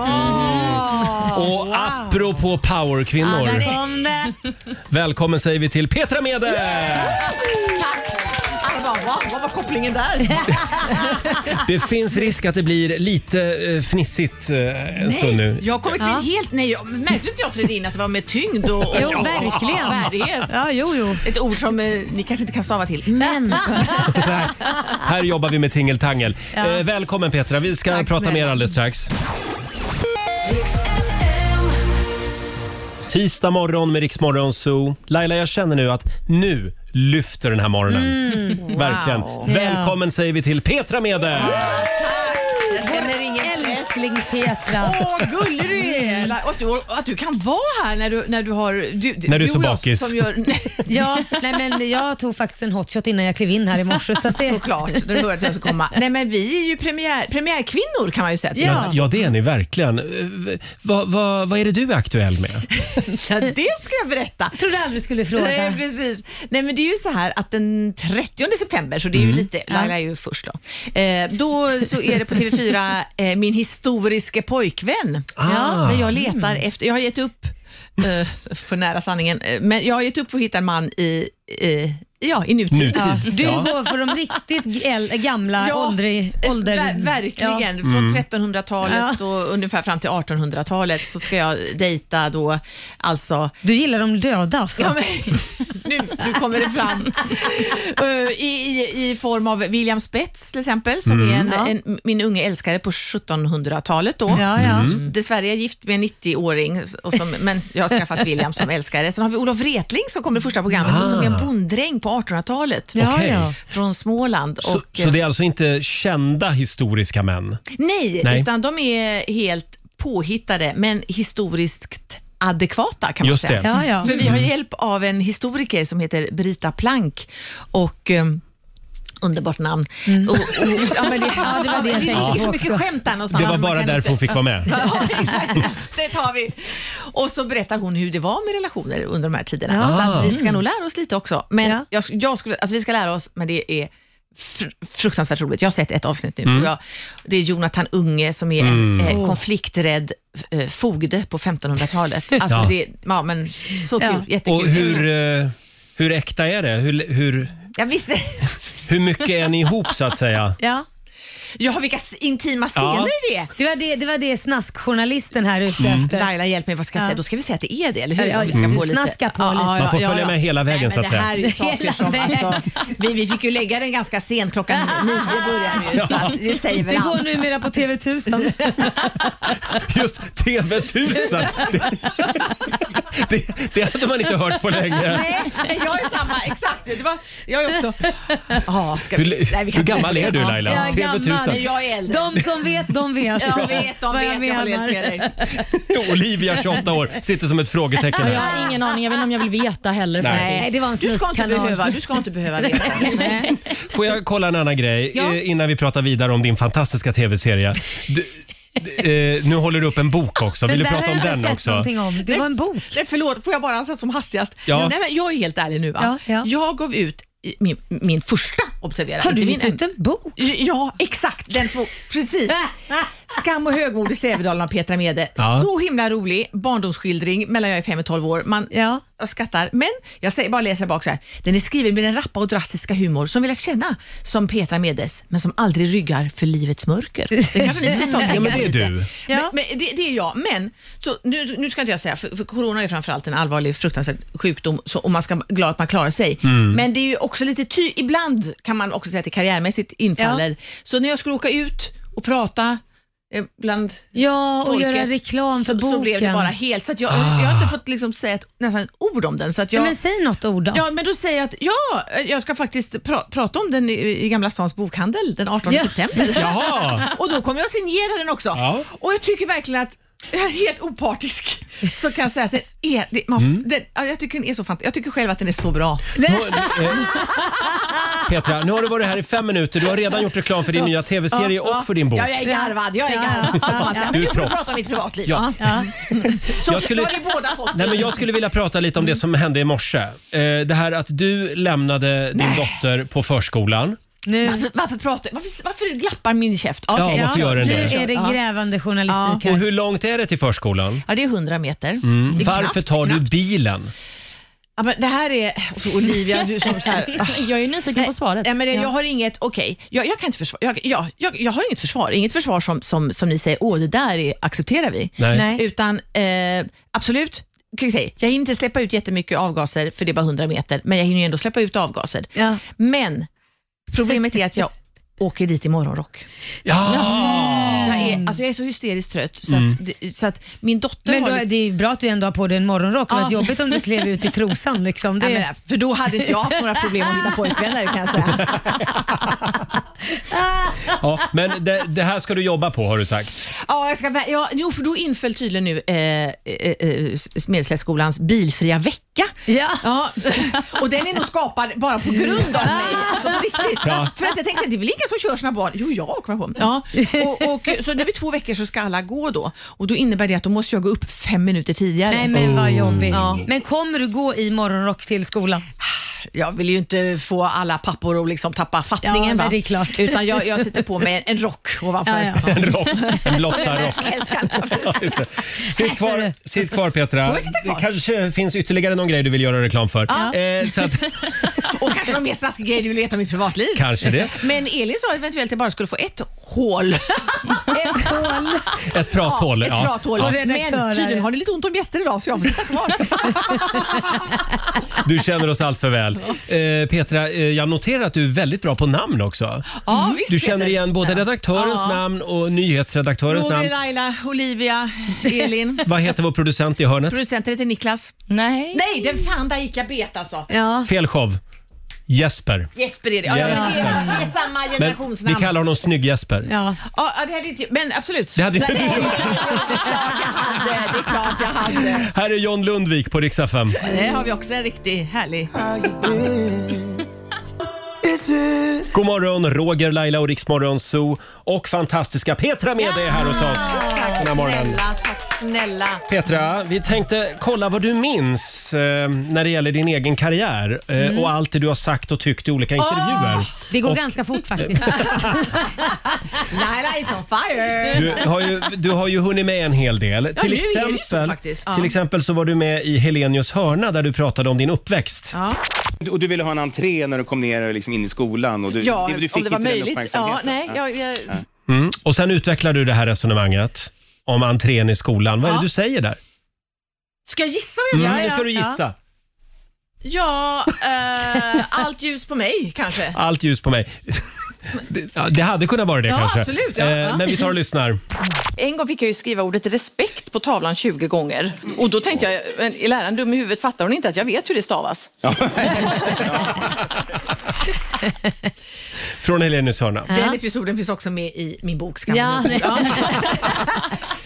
Speaker 1: Och apropå
Speaker 2: Ja,
Speaker 1: powerkvinnor,
Speaker 2: där kom det.
Speaker 1: välkommen säger vi till Petra Mede!
Speaker 9: Alla bara, va? Ah, Vad var kopplingen där?
Speaker 1: Det finns risk att det blir lite eh, fnissigt eh, en stund nu.
Speaker 9: Jag har kommit
Speaker 2: Ja.
Speaker 9: in helt... Nej, jag, märkte inte jag trädde in att det var med tyngd och, och
Speaker 2: Jo, verkligen.
Speaker 9: värdighet?
Speaker 2: Ja, jo, jo.
Speaker 9: Ett ord som eh, ni kanske inte kan stava till, men...
Speaker 1: Här, här jobbar vi med tingeltangel.
Speaker 9: Ja.
Speaker 1: Eh, välkommen Petra, vi ska
Speaker 9: Tack
Speaker 1: prata mer
Speaker 9: snälla.
Speaker 1: alldeles strax. Tisdag morgon med Riksmorgon Zoo. Laila, jag känner nu att nu lyfter den här morgonen.
Speaker 9: Mm.
Speaker 1: Verkligen.
Speaker 9: Wow.
Speaker 1: Välkommen säger vi till Petra Mede!
Speaker 9: Jag känner ingen press.
Speaker 2: Älsklings-Petra.
Speaker 9: Åh, vad gullig du är! Eller Att du, att du kan vara här när du, när du har... Du,
Speaker 1: När du är så
Speaker 9: och jag
Speaker 1: bakis.
Speaker 9: Som gör,
Speaker 2: Ja, nej, men jag tog faktiskt en hotshot innan jag klev in här i morse. Så att det...
Speaker 9: Såklart, när du hörde att jag skulle komma. Nej, men vi är ju premiär, premiärkvinnor kan man ju säga. att vi
Speaker 1: Ja.
Speaker 9: är.
Speaker 1: ja, det är ni verkligen. Eh, v- Vad vad- vad är det du är aktuell med?
Speaker 9: Ja, det ska jag berätta. Jag
Speaker 2: trodde aldrig du skulle fråga.
Speaker 9: Nej, precis. Nej, men det är ju så här att den 30 september, så det är ju
Speaker 2: Mm.
Speaker 9: lite, Laila är ju först då, eh, då så är det på TV4 eh, Min historiske pojkvän,
Speaker 1: Ah.
Speaker 9: där jag letar efter, jag har gett upp, eh, för nära sanningen, eh, men jag har gett upp för att hitta en man i, i Ja, i nutid.
Speaker 1: Nutid, Ja,
Speaker 2: Du går för de riktigt äl- gamla,
Speaker 9: Ja, eh,
Speaker 2: åldrig, ålder...
Speaker 9: Ver- verkligen.
Speaker 2: Ja.
Speaker 9: Från
Speaker 1: Mm.
Speaker 9: 1300-talet och ungefär fram till 1800-talet så ska jag dejta då alltså...
Speaker 2: Du gillar de döda alltså?
Speaker 9: Ja, men, nu, nu kommer det fram. Eh, I, i, I form av William Spets till exempel, som
Speaker 12: Mm.
Speaker 9: är en,
Speaker 12: Ja.
Speaker 9: en, min unge älskare på 1700-talet då.
Speaker 2: Ja, ja.
Speaker 12: Mm.
Speaker 9: Dessvärre är jag gift med en 90-åring, och som, men jag har skaffat William som älskare. Sen har vi Olof Wretling som kommer i första programmet och som är
Speaker 1: Ah.
Speaker 9: en bonddräng på 1800-talet.
Speaker 1: Ja, Okej. ja.
Speaker 9: Från Småland.
Speaker 1: Så,
Speaker 9: och,
Speaker 1: så det är alltså inte kända historiska män?
Speaker 9: Nej,
Speaker 1: Nej.
Speaker 9: utan de är helt påhittade men historiskt adekvata kan man
Speaker 1: Just
Speaker 9: säga.
Speaker 1: det. Ja, ja.
Speaker 9: För vi har
Speaker 1: Mm.
Speaker 9: hjälp av en historiker som heter Brita Plank och ehm, Underbart namn. Och, och, ja, men det,
Speaker 2: Mm. Ja, det var det jag
Speaker 9: det
Speaker 2: tänkte
Speaker 9: ligger så
Speaker 2: på
Speaker 9: mycket
Speaker 2: också.
Speaker 9: skämt där någonstans.
Speaker 1: Det var
Speaker 9: Man
Speaker 1: bara
Speaker 9: kan
Speaker 1: därför
Speaker 9: inte-
Speaker 1: hon fick vara med.
Speaker 9: Ja, exakt. Det tar vi. Och så berättar hon hur det var med relationer under de här tiderna.
Speaker 1: Ja.
Speaker 9: Så att vi ska
Speaker 1: Mm.
Speaker 9: nog lära oss lite också. Men jag, sk- jag skulle, alltså vi ska lära oss, men det är fr- fruktansvärt roligt. Jag har sett ett avsnitt nu.
Speaker 1: Mm.
Speaker 9: Och jag, det är Jonathan Unge som är en
Speaker 1: Mm.
Speaker 9: eh,
Speaker 1: Oh.
Speaker 9: konflikträdd eh, fogde på 1500-talet. Alltså
Speaker 1: Ja.
Speaker 9: det, ja, men så kul, jättekul.
Speaker 1: Och hur, eh, hur äkta är det? Hur, hur,
Speaker 9: Jag visste.
Speaker 1: hur mycket är ni ihop så att säga?
Speaker 2: Ja.
Speaker 9: Ja, vilka s- intima
Speaker 1: Ja.
Speaker 9: scener det är.
Speaker 2: Det var det, det var det snaskjournalisten här ute
Speaker 1: Mm.
Speaker 2: efter.
Speaker 9: Laila, hjälp mig. Vad ska jag säga? Då ska vi säga att det är det, eller hur?
Speaker 2: Ja,
Speaker 9: Om vi ska
Speaker 2: mm.
Speaker 9: få lite...
Speaker 2: Snaska på lite.
Speaker 1: Man får följa med hela vägen,
Speaker 9: Nej,
Speaker 1: så
Speaker 9: men
Speaker 1: att
Speaker 9: Det
Speaker 1: säga.
Speaker 9: här är ju saker
Speaker 2: Hela
Speaker 9: som,
Speaker 2: vägen.
Speaker 9: alltså, vi, vi fick ju lägga den ganska sent, klockan nio började ju, så att det säger väl
Speaker 2: Det
Speaker 9: allt.
Speaker 2: går numera på TV1000.
Speaker 1: Just TV1000! Det, det, det hade man inte hört på länge.
Speaker 9: Nej, men jag är samma, exakt. Det var, jag är också... Ja, ska vi,
Speaker 1: Hur-
Speaker 9: nej, vi kan
Speaker 1: hur
Speaker 9: inte-
Speaker 1: gammal är du,
Speaker 9: Ja.
Speaker 1: Laila?
Speaker 9: Jag är
Speaker 1: TV1000.
Speaker 9: gammal, men Jag är äldre.
Speaker 2: De som vet, de vet.
Speaker 9: Jag vet, de
Speaker 2: vad
Speaker 9: vet. Jag håller helt med dig.
Speaker 1: Olivia, 28 år, sitter som ett frågetecken
Speaker 3: Jag
Speaker 1: här.
Speaker 3: har ingen aning. Jag vet inte om jag vill veta heller.
Speaker 1: Nej.
Speaker 3: faktiskt.
Speaker 2: Nej, det var en
Speaker 9: Du ska inte
Speaker 2: Kanal.
Speaker 9: behöva, du ska inte behöva det. Nej.
Speaker 1: Får jag kolla en annan grej
Speaker 9: Ja.
Speaker 1: eh, innan vi pratar vidare om din fantastiska TV-serie? Du, d- eh, nu håller du upp en bok också. Vill du
Speaker 2: där
Speaker 1: prata
Speaker 2: har
Speaker 1: om
Speaker 2: jag inte
Speaker 1: den
Speaker 2: sett
Speaker 1: också?
Speaker 2: någonting om. Det var en bok.
Speaker 9: Nej, förlåt, får jag bara säga som hastigast?
Speaker 1: Ja.
Speaker 9: Nej, men jag är helt ärlig nu. Va?
Speaker 2: Ja, ja.
Speaker 9: Jag gav ut i- min, min första, observera.
Speaker 2: Har du
Speaker 9: inte
Speaker 2: gett
Speaker 9: min
Speaker 2: ut en bok?
Speaker 9: Ja, exakt. Den två, precis. Skam och högmod i Sävedalen av Petra Mede.
Speaker 10: Ja.
Speaker 9: Så himla rolig barndomsskildring mellan jag är 5 och 12 år. Man, Jag skrattar, men jag säger, bara läser bak så här. Den är skriven med den rappa och drastiska humor som vi lär känna som Petra Medes, men som aldrig ryggar för livets mörker. Det kanske ni skulle ta och
Speaker 10: Ja, men
Speaker 9: tänka
Speaker 10: det är
Speaker 9: lite.
Speaker 10: du.
Speaker 9: Men, men, det, det är jag, men så, nu, nu ska inte jag säga, för, för corona är framförallt en allvarlig fruktansvärd sjukdom så, och man ska vara glad att man klarar sig.
Speaker 10: Mm.
Speaker 9: Men det är ju också lite ty, ibland kan man också säga att det karriärmässigt infaller. Så när jag skulle åka ut och prata eh, bland
Speaker 2: Ja, och
Speaker 9: folket,
Speaker 2: göra reklam för
Speaker 9: så, så blev det
Speaker 2: boken.
Speaker 9: bara helt, så att jag, jag har
Speaker 2: Ah.
Speaker 9: inte fått liksom säga ett, nästan ett ord om den. Så att jag,
Speaker 2: Nej, men säg något ord då.
Speaker 9: Ja, men då säger jag att ja, jag ska faktiskt pra- prata om den i, i Gamla Stans bokhandel den 18
Speaker 10: Ja.
Speaker 9: september.
Speaker 10: Jaha.
Speaker 9: Och då kommer jag signera den också.
Speaker 10: Ja.
Speaker 9: Och jag tycker verkligen att jag är helt opartisk så kan jag säga att den är, det, man,
Speaker 1: Mm.
Speaker 9: den, ja, jag tycker den är så fantastisk. Jag tycker själv att den är så bra.
Speaker 1: eh, Petra, nu har du varit här i fem minuter. Du har redan gjort reklam för din nya tv-serie
Speaker 9: Ja, ja.
Speaker 1: och för din bok.
Speaker 9: Ja, jag är garvad. Jag är garvad.
Speaker 1: Ja, ja, ja.
Speaker 9: Men
Speaker 1: Du
Speaker 9: nu
Speaker 1: är
Speaker 9: får vi
Speaker 1: proffs.
Speaker 9: prata om mitt privatliv.
Speaker 1: Ja.
Speaker 9: Ja. Så,
Speaker 1: Jag skulle-
Speaker 9: så har vi båda fått.
Speaker 1: Nej, men jag skulle vilja prata lite om det som hände i morse. Eh, det här att du lämnade din dotter på förskolan.
Speaker 9: Mm. Varför, varför, pratar, varför, varför glappar min käft?
Speaker 1: Ja,
Speaker 9: Okej.
Speaker 1: varför gör den det?
Speaker 2: Nu är det grävande journalistik
Speaker 1: Och
Speaker 2: här.
Speaker 1: hur långt är det till förskolan?
Speaker 9: Ja, det är 100 meter.
Speaker 1: Mm.
Speaker 9: Det är
Speaker 1: Varför
Speaker 9: knappt,
Speaker 1: tar
Speaker 9: knappt.
Speaker 1: du bilen?
Speaker 9: Ja, men det här är... Olivia, du som så här...
Speaker 3: Jag är nyfiken på svaret.
Speaker 9: Nej, men det,
Speaker 3: Ja.
Speaker 9: Jag har inget... Okej, jag, jag kan inte försvara... Jag, jag, jag, jag har inget försvar. Inget försvar som, som, som ni säger, åh, det där är, accepterar vi.
Speaker 10: Nej. Nej.
Speaker 9: Utan eh, absolut, kan jag, säga, jag hinner inte släppa ut jättemycket avgaser, för det är bara 100 meter, men jag hinner ju ändå släppa ut avgaser. Men problemet är att jag åker dit i morgonrock.
Speaker 10: Ja.
Speaker 9: Jag är, alltså jag är så hysteriskt trött, så,
Speaker 10: Mm.
Speaker 9: att, det- så att min dotter
Speaker 2: Mm. Men då,
Speaker 9: har...
Speaker 2: är det är ju bra att du ändå har på dig en morgonrock. Det
Speaker 9: Ja.
Speaker 2: var jobbigt om du klev ut i trosan. Liksom. Det...
Speaker 9: Ja, men, för då hade inte jag haft några problem att hitta pojkvänner kan jag säga.
Speaker 1: Ja, men det, det här ska du jobba på har du sagt.
Speaker 9: Ja, jag ska, vä- ja, jo, för då inföll tydligen nu eh, eh, eh, Smedslättsskolans bilfria vecka. Ja. Och den är nog skapad bara på grund av mig. Alltså på riktigt.
Speaker 10: Ja.
Speaker 9: För att jag tänkte, det är väl ingen som kör sina barn? Jo, jag kommer jag på. Ja. Och, och, så nu är vi två veckor så ska alla gå då. Och då innebär det att då måste jag gå upp fem minuter tidigare.
Speaker 2: Nej men vad jobbigt.
Speaker 9: Oh. Ja.
Speaker 2: Men kommer du gå i morgonrock till skolan?
Speaker 9: Jag vill ju inte få alla pappor att liksom tappa fattningen.
Speaker 2: Ja, men
Speaker 9: va?
Speaker 2: det är klart.
Speaker 9: Utan jag, jag sätter på mig en rock ovanför.
Speaker 2: Ja, ja.
Speaker 1: En rock, en blottarrock.
Speaker 9: Jag älskar
Speaker 1: Sitt kvar, sitt kvar Petra.
Speaker 9: Får jag sitta kvar?
Speaker 1: Det kanske finns ytterligare någon grej du vill göra reklam för.
Speaker 9: Ja.
Speaker 1: Eh, så att,
Speaker 9: Och kanske de mer snaskiga grejer du vill veta om mitt privatliv.
Speaker 1: Kanske det.
Speaker 9: Men Elin sa eventuellt att jag bara skulle få ett hål. ett hål.
Speaker 1: ett prathål.
Speaker 9: ett
Speaker 1: ja.
Speaker 9: prathål.
Speaker 1: Ja.
Speaker 9: Men tydligen har ni lite ont om gäster idag så jag får sitta kvar.
Speaker 1: Du känner oss allt för väl. Eh, Petra, eh, jag noterar att du är väldigt bra på namn också.
Speaker 9: Ja, visst,
Speaker 1: du känner
Speaker 9: Peter.
Speaker 1: igen både redaktörens
Speaker 9: Ja.
Speaker 1: namn och nyhetsredaktörens
Speaker 9: Roger,
Speaker 1: namn.
Speaker 9: Laila, Olivia, Elin.
Speaker 1: Vad heter vår producent i hörnet?
Speaker 9: Producenten heter Niklas. Nej. Nej, den fan där gick jag bet alltså. Ja.
Speaker 1: Fel show. Jesper.
Speaker 9: Jesper är det. Ja,
Speaker 1: Jesper.
Speaker 9: Det, är, det är samma
Speaker 1: Men vi
Speaker 9: generationsnamn.
Speaker 1: kallar honom Snygg-Jesper.
Speaker 9: Ja. ja, det hade inte Men absolut.
Speaker 1: Det hade inte
Speaker 9: Nej,
Speaker 1: du.
Speaker 9: det är klart jag hade. Det är klart jag hade.
Speaker 1: Här är John Lundvik på Riksa 5.
Speaker 9: Det har vi också en riktigt härlig
Speaker 1: God morgon, Roger, Laila och Riksmorgon Zoo och fantastiska Petra med är här hos oss den här morgonen.
Speaker 9: Snälla, tack snälla.
Speaker 1: Petra, vi tänkte kolla vad du minns eh, när det gäller din egen karriär eh,
Speaker 2: Mm.
Speaker 1: och allt det du har sagt och tyckt i
Speaker 9: Ah,
Speaker 1: olika intervjuer.
Speaker 2: Det går
Speaker 1: Och
Speaker 2: ganska fort faktiskt.
Speaker 9: Laila is on fire.
Speaker 1: Du har, ju, du har ju hunnit med en hel del.
Speaker 9: Ja, nu är det ju så faktiskt. Ja.
Speaker 1: till exempel så var du med i Helenius hörna där du pratade om din uppväxt.
Speaker 12: Och du ville ha en entré när du kom ner liksom in i skolan och du,
Speaker 9: Ja,
Speaker 12: du fick
Speaker 9: om det var
Speaker 12: inte den
Speaker 9: möjligt. Ja,
Speaker 12: uppmärksamheten.
Speaker 9: nej, jag, jag,
Speaker 1: Mm. Och sen utvecklar du det här resonemanget om entrén i skolan. Vad är det
Speaker 9: Ja.
Speaker 1: du säger där?
Speaker 9: Ska jag gissa vad jag
Speaker 1: Mm,
Speaker 9: säger?
Speaker 1: nu ska du gissa.
Speaker 9: Ja, eh, allt ljus på mig kanske.
Speaker 1: Allt ljus på mig. Det, ja, det hade kunnat vara det
Speaker 9: Ja,
Speaker 1: kanske.
Speaker 9: absolut, ja.
Speaker 1: Eh,
Speaker 9: Ja.
Speaker 1: Men vi tar och lyssnar.
Speaker 9: En gång fick jag ju skriva ordet respekt på tavlan 20 gånger. Och då tänkte jag, men är läraren dum i huvudet? Fattar hon inte att jag vet hur det stavas?
Speaker 1: Från Helenius hörna.
Speaker 9: Den episoden finns också med i min bok Skam.
Speaker 10: Ja.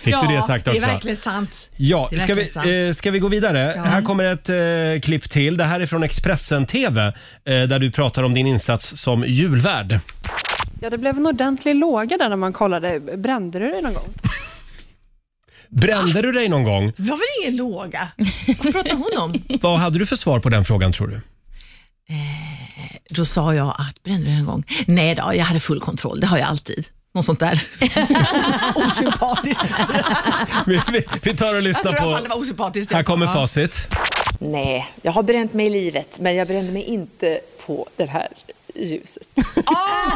Speaker 1: Fick du det sagt också?
Speaker 9: det är verkligen sant.
Speaker 1: Ja,
Speaker 9: Det är
Speaker 1: ska
Speaker 9: verkligen sant.
Speaker 1: vi, eh, ska vi gå vidare? Här kommer ett eh, klipp till. Det här är från Expressen TV eh, där du pratar om din insats som julvärd.
Speaker 13: Ja, det blev en ordentlig låga där när man kollade. Brände du dig någon gång?
Speaker 1: Brände du dig någon gång?
Speaker 9: Det var väl ingen låga? Vad pratar hon om?
Speaker 1: Vad hade du för svar på den frågan tror du?
Speaker 9: Då sa jag att brände du en gång? Nej då, jag hade full kontroll. Det har jag alltid. Något sånt där. Osympatiskt.
Speaker 1: Vi, vi, vi tar och lyssnar
Speaker 9: Jag tror i alla fall
Speaker 1: på...
Speaker 9: det var osympatiskt.
Speaker 1: Här kommer
Speaker 9: Ja.
Speaker 1: facit.
Speaker 14: Nej, jag har bränt mig i livet, men jag brände mig inte på det här ljuset.
Speaker 9: Ah,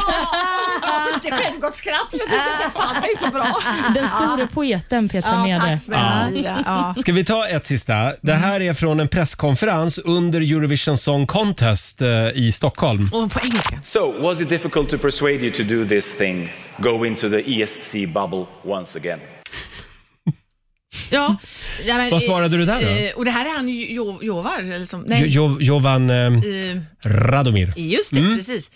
Speaker 9: Jag fick ett självgott skratt för jag tyckte att fan det är så bra.
Speaker 3: Den store poeten Petra
Speaker 9: Ja,
Speaker 3: Mede.
Speaker 9: tack snälla Ida. Ja.
Speaker 1: Ska vi ta ett sista? Det
Speaker 9: Mm.
Speaker 1: här är från en presskonferens under Eurovision Song Contest eh, i Stockholm.
Speaker 9: Och på engelska.
Speaker 15: So, was it difficult to persuade you to do this thing? Go into the ESC bubble once again?
Speaker 9: Ja. Ja, men,
Speaker 1: Vad svarade du där då?
Speaker 9: eh, Och det här är han ju- jo, Jovar, eller som,
Speaker 1: Jo,
Speaker 9: nej,
Speaker 1: jo, Jovan eh,
Speaker 9: Eh,
Speaker 1: Radomir.
Speaker 9: Just det,
Speaker 1: Mm.
Speaker 9: precis.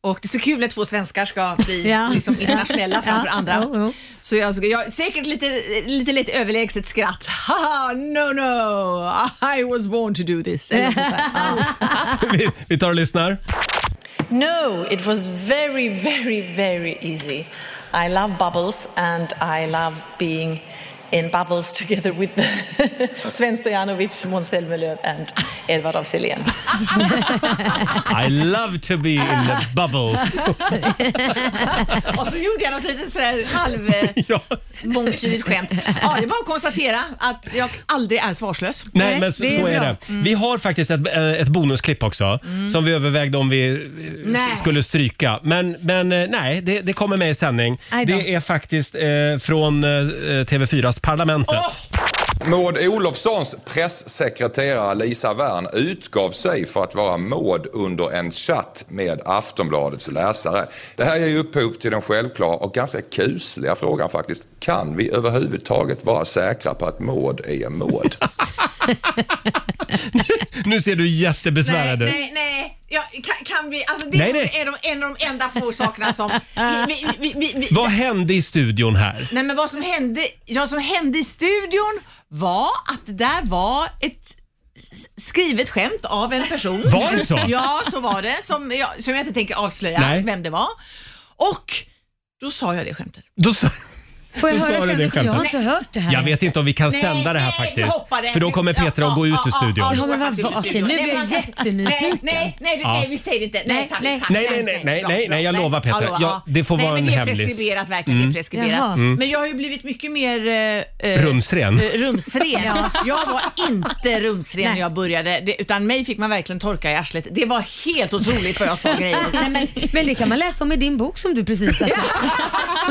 Speaker 9: Och det är så kul när två svenskar ska bli
Speaker 2: Ja.
Speaker 9: liksom internationella framför
Speaker 2: Ja.
Speaker 9: andra.
Speaker 2: Jo, jo.
Speaker 9: Så jag, så jag säkert lite, lite, lite överlägset skratt. Haha, no no, I was born to do this. Eller något sånt där.
Speaker 1: Vi, vi tar och lyssnar.
Speaker 16: No, it was very, very, very easy. I love bubbles and I love being in bubbles together with Sven Stojanovic, Måns Zelmerlöw and Edvard af Sillén.
Speaker 1: I love to be in the bubbles.
Speaker 9: Och så gjorde jag något litet sådär halv
Speaker 1: ja.
Speaker 9: mångtydigt skämt. Ja, det är bara att konstatera att jag aldrig är svarslös.
Speaker 1: Nej, men så, så är det.
Speaker 9: Mm.
Speaker 1: Vi har faktiskt ett, eh, ett bonusklipp också som vi övervägde om vi eh,
Speaker 9: Nej.
Speaker 1: skulle stryka. Men, men eh, nej, det, det kommer med i sändning.
Speaker 17: Aj då.
Speaker 1: Det är faktiskt eh, från eh, TV4s Parlamentet.
Speaker 17: Maud Olofssons pressekreterare Lisa Wern utgav sig för att vara Maud under en chatt med Aftonbladets läsare. Det här ger ju upphov till den självklara och ganska kusliga frågan faktiskt. Kan vi överhuvudtaget vara säkra på att Maud är Maud?
Speaker 1: Nu ser du jättebesvärad ut.
Speaker 9: Nej, nej. Ja, kan, kan vi, alltså det
Speaker 1: Nej, nej.
Speaker 9: är de, en av de enda få sakerna som... Vi, vi, vi, vi,
Speaker 1: Vad hände i studion här?
Speaker 9: Nej men vad som hände, ja, som hände i studion var att det där var ett s- skrivet skämt av en person.
Speaker 1: Var det så?
Speaker 9: Ja, så var det. Som jag, som jag inte tänker avslöja
Speaker 1: Nej.
Speaker 9: vem det var. Och då sa jag det skämtet.
Speaker 1: Då sa,
Speaker 9: Får jag
Speaker 1: då
Speaker 9: höra
Speaker 1: sa du
Speaker 9: skämtet?
Speaker 1: det
Speaker 9: Jag har
Speaker 1: skämtet.
Speaker 9: inte hört det här.
Speaker 1: Jag vet inte om vi kan
Speaker 9: Nej,
Speaker 1: sända det här
Speaker 9: nej, vi
Speaker 1: faktiskt.
Speaker 9: hoppar det.
Speaker 1: För då kommer
Speaker 9: Ja,
Speaker 1: Petra att
Speaker 9: ja,
Speaker 1: gå ut
Speaker 9: ja,
Speaker 1: ur
Speaker 9: ja,
Speaker 1: studion.
Speaker 9: ja,
Speaker 2: Ja, men vad
Speaker 9: faktiskt ut i
Speaker 2: vaken.
Speaker 9: studion.
Speaker 2: Nu
Speaker 9: Nej,
Speaker 2: blir jag
Speaker 9: man kan-
Speaker 2: jättenyfiken.
Speaker 9: Nej, nej, nej,
Speaker 1: Ja.
Speaker 9: nej, vi säger inte. Nej, tack,
Speaker 2: nej.
Speaker 9: tack,
Speaker 1: Nej, nej, nej, nej, nej, nej, jag lovar Petra.
Speaker 9: Ja,
Speaker 1: Ja, det får
Speaker 9: nej,
Speaker 1: vara
Speaker 9: men
Speaker 1: en
Speaker 9: det är
Speaker 1: hemlis.
Speaker 9: preskriberat verkligen.
Speaker 1: Mm.
Speaker 9: Det är preskriberat.
Speaker 1: Jaha. Mm.
Speaker 9: Men jag har ju blivit mycket mer... eh, eh,
Speaker 1: Rumsren.
Speaker 9: eh, rumsren.
Speaker 1: Ja.
Speaker 9: Jag var inte rumsren när jag började, det, utan mig fick man verkligen torka i arslet. Det var helt otroligt vad jag sa grejer. Nej, men,
Speaker 2: Men det kan man läsa om i din bok som du precis har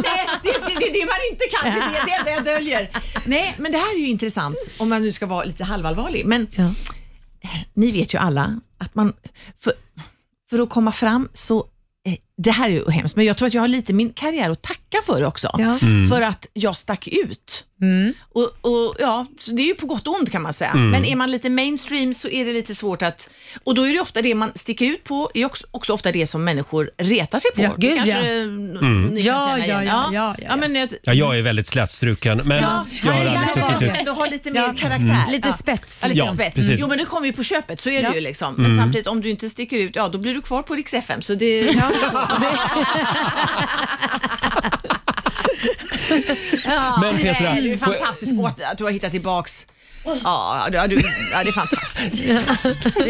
Speaker 9: det, det, det, det är det man inte kan, det är det- det enda jag döljer. Nej, men det här är ju intressant om man nu ska vara lite halvallvarlig. Men ni vet ju alla att man, för, för att komma fram så eh, det här är ju hemskt, men jag tror att jag har lite min karriär att tacka för också.
Speaker 10: Mm.
Speaker 9: För att jag stack ut.
Speaker 2: Mm.
Speaker 9: Och, och, ja, så det är ju på gott och ont kan man säga.
Speaker 10: Mm.
Speaker 9: Men är man lite mainstream så är det lite svårt att... Och då är det ofta det man sticker ut på, är också, också ofta det som människor retar sig på.
Speaker 2: Ja, gud,
Speaker 9: det kanske
Speaker 2: ja.
Speaker 9: eh,
Speaker 1: Mm.
Speaker 9: ni
Speaker 2: Ja,
Speaker 9: kan känna
Speaker 2: ja,
Speaker 9: igen.
Speaker 2: ja, ja,
Speaker 9: ja. men, jag-
Speaker 1: Ja, jag är väldigt slätstruken, men
Speaker 9: Ja,
Speaker 1: jag har
Speaker 9: här
Speaker 1: aldrig
Speaker 9: gäller
Speaker 1: stuckit
Speaker 9: det
Speaker 1: ut.
Speaker 9: att ändå ha lite mer karaktär.
Speaker 1: Mm.
Speaker 2: Lite
Speaker 9: ja.
Speaker 2: spets.
Speaker 9: Ja, lite
Speaker 1: Ja,
Speaker 9: spets.
Speaker 1: precis.
Speaker 9: Jo, men det kommer ju på köpet, så är
Speaker 2: Ja.
Speaker 9: det ju liksom. Men
Speaker 1: Mm.
Speaker 9: samtidigt, om du inte sticker ut, ja då blir du kvar på Rix FM. Så det... ja,
Speaker 10: Men Petra,
Speaker 9: nej, du är
Speaker 10: får jag-
Speaker 9: fantastisk på att, att du har hittat tillbaks. Ja, du, ja, du, ja, det är fantastiskt. Det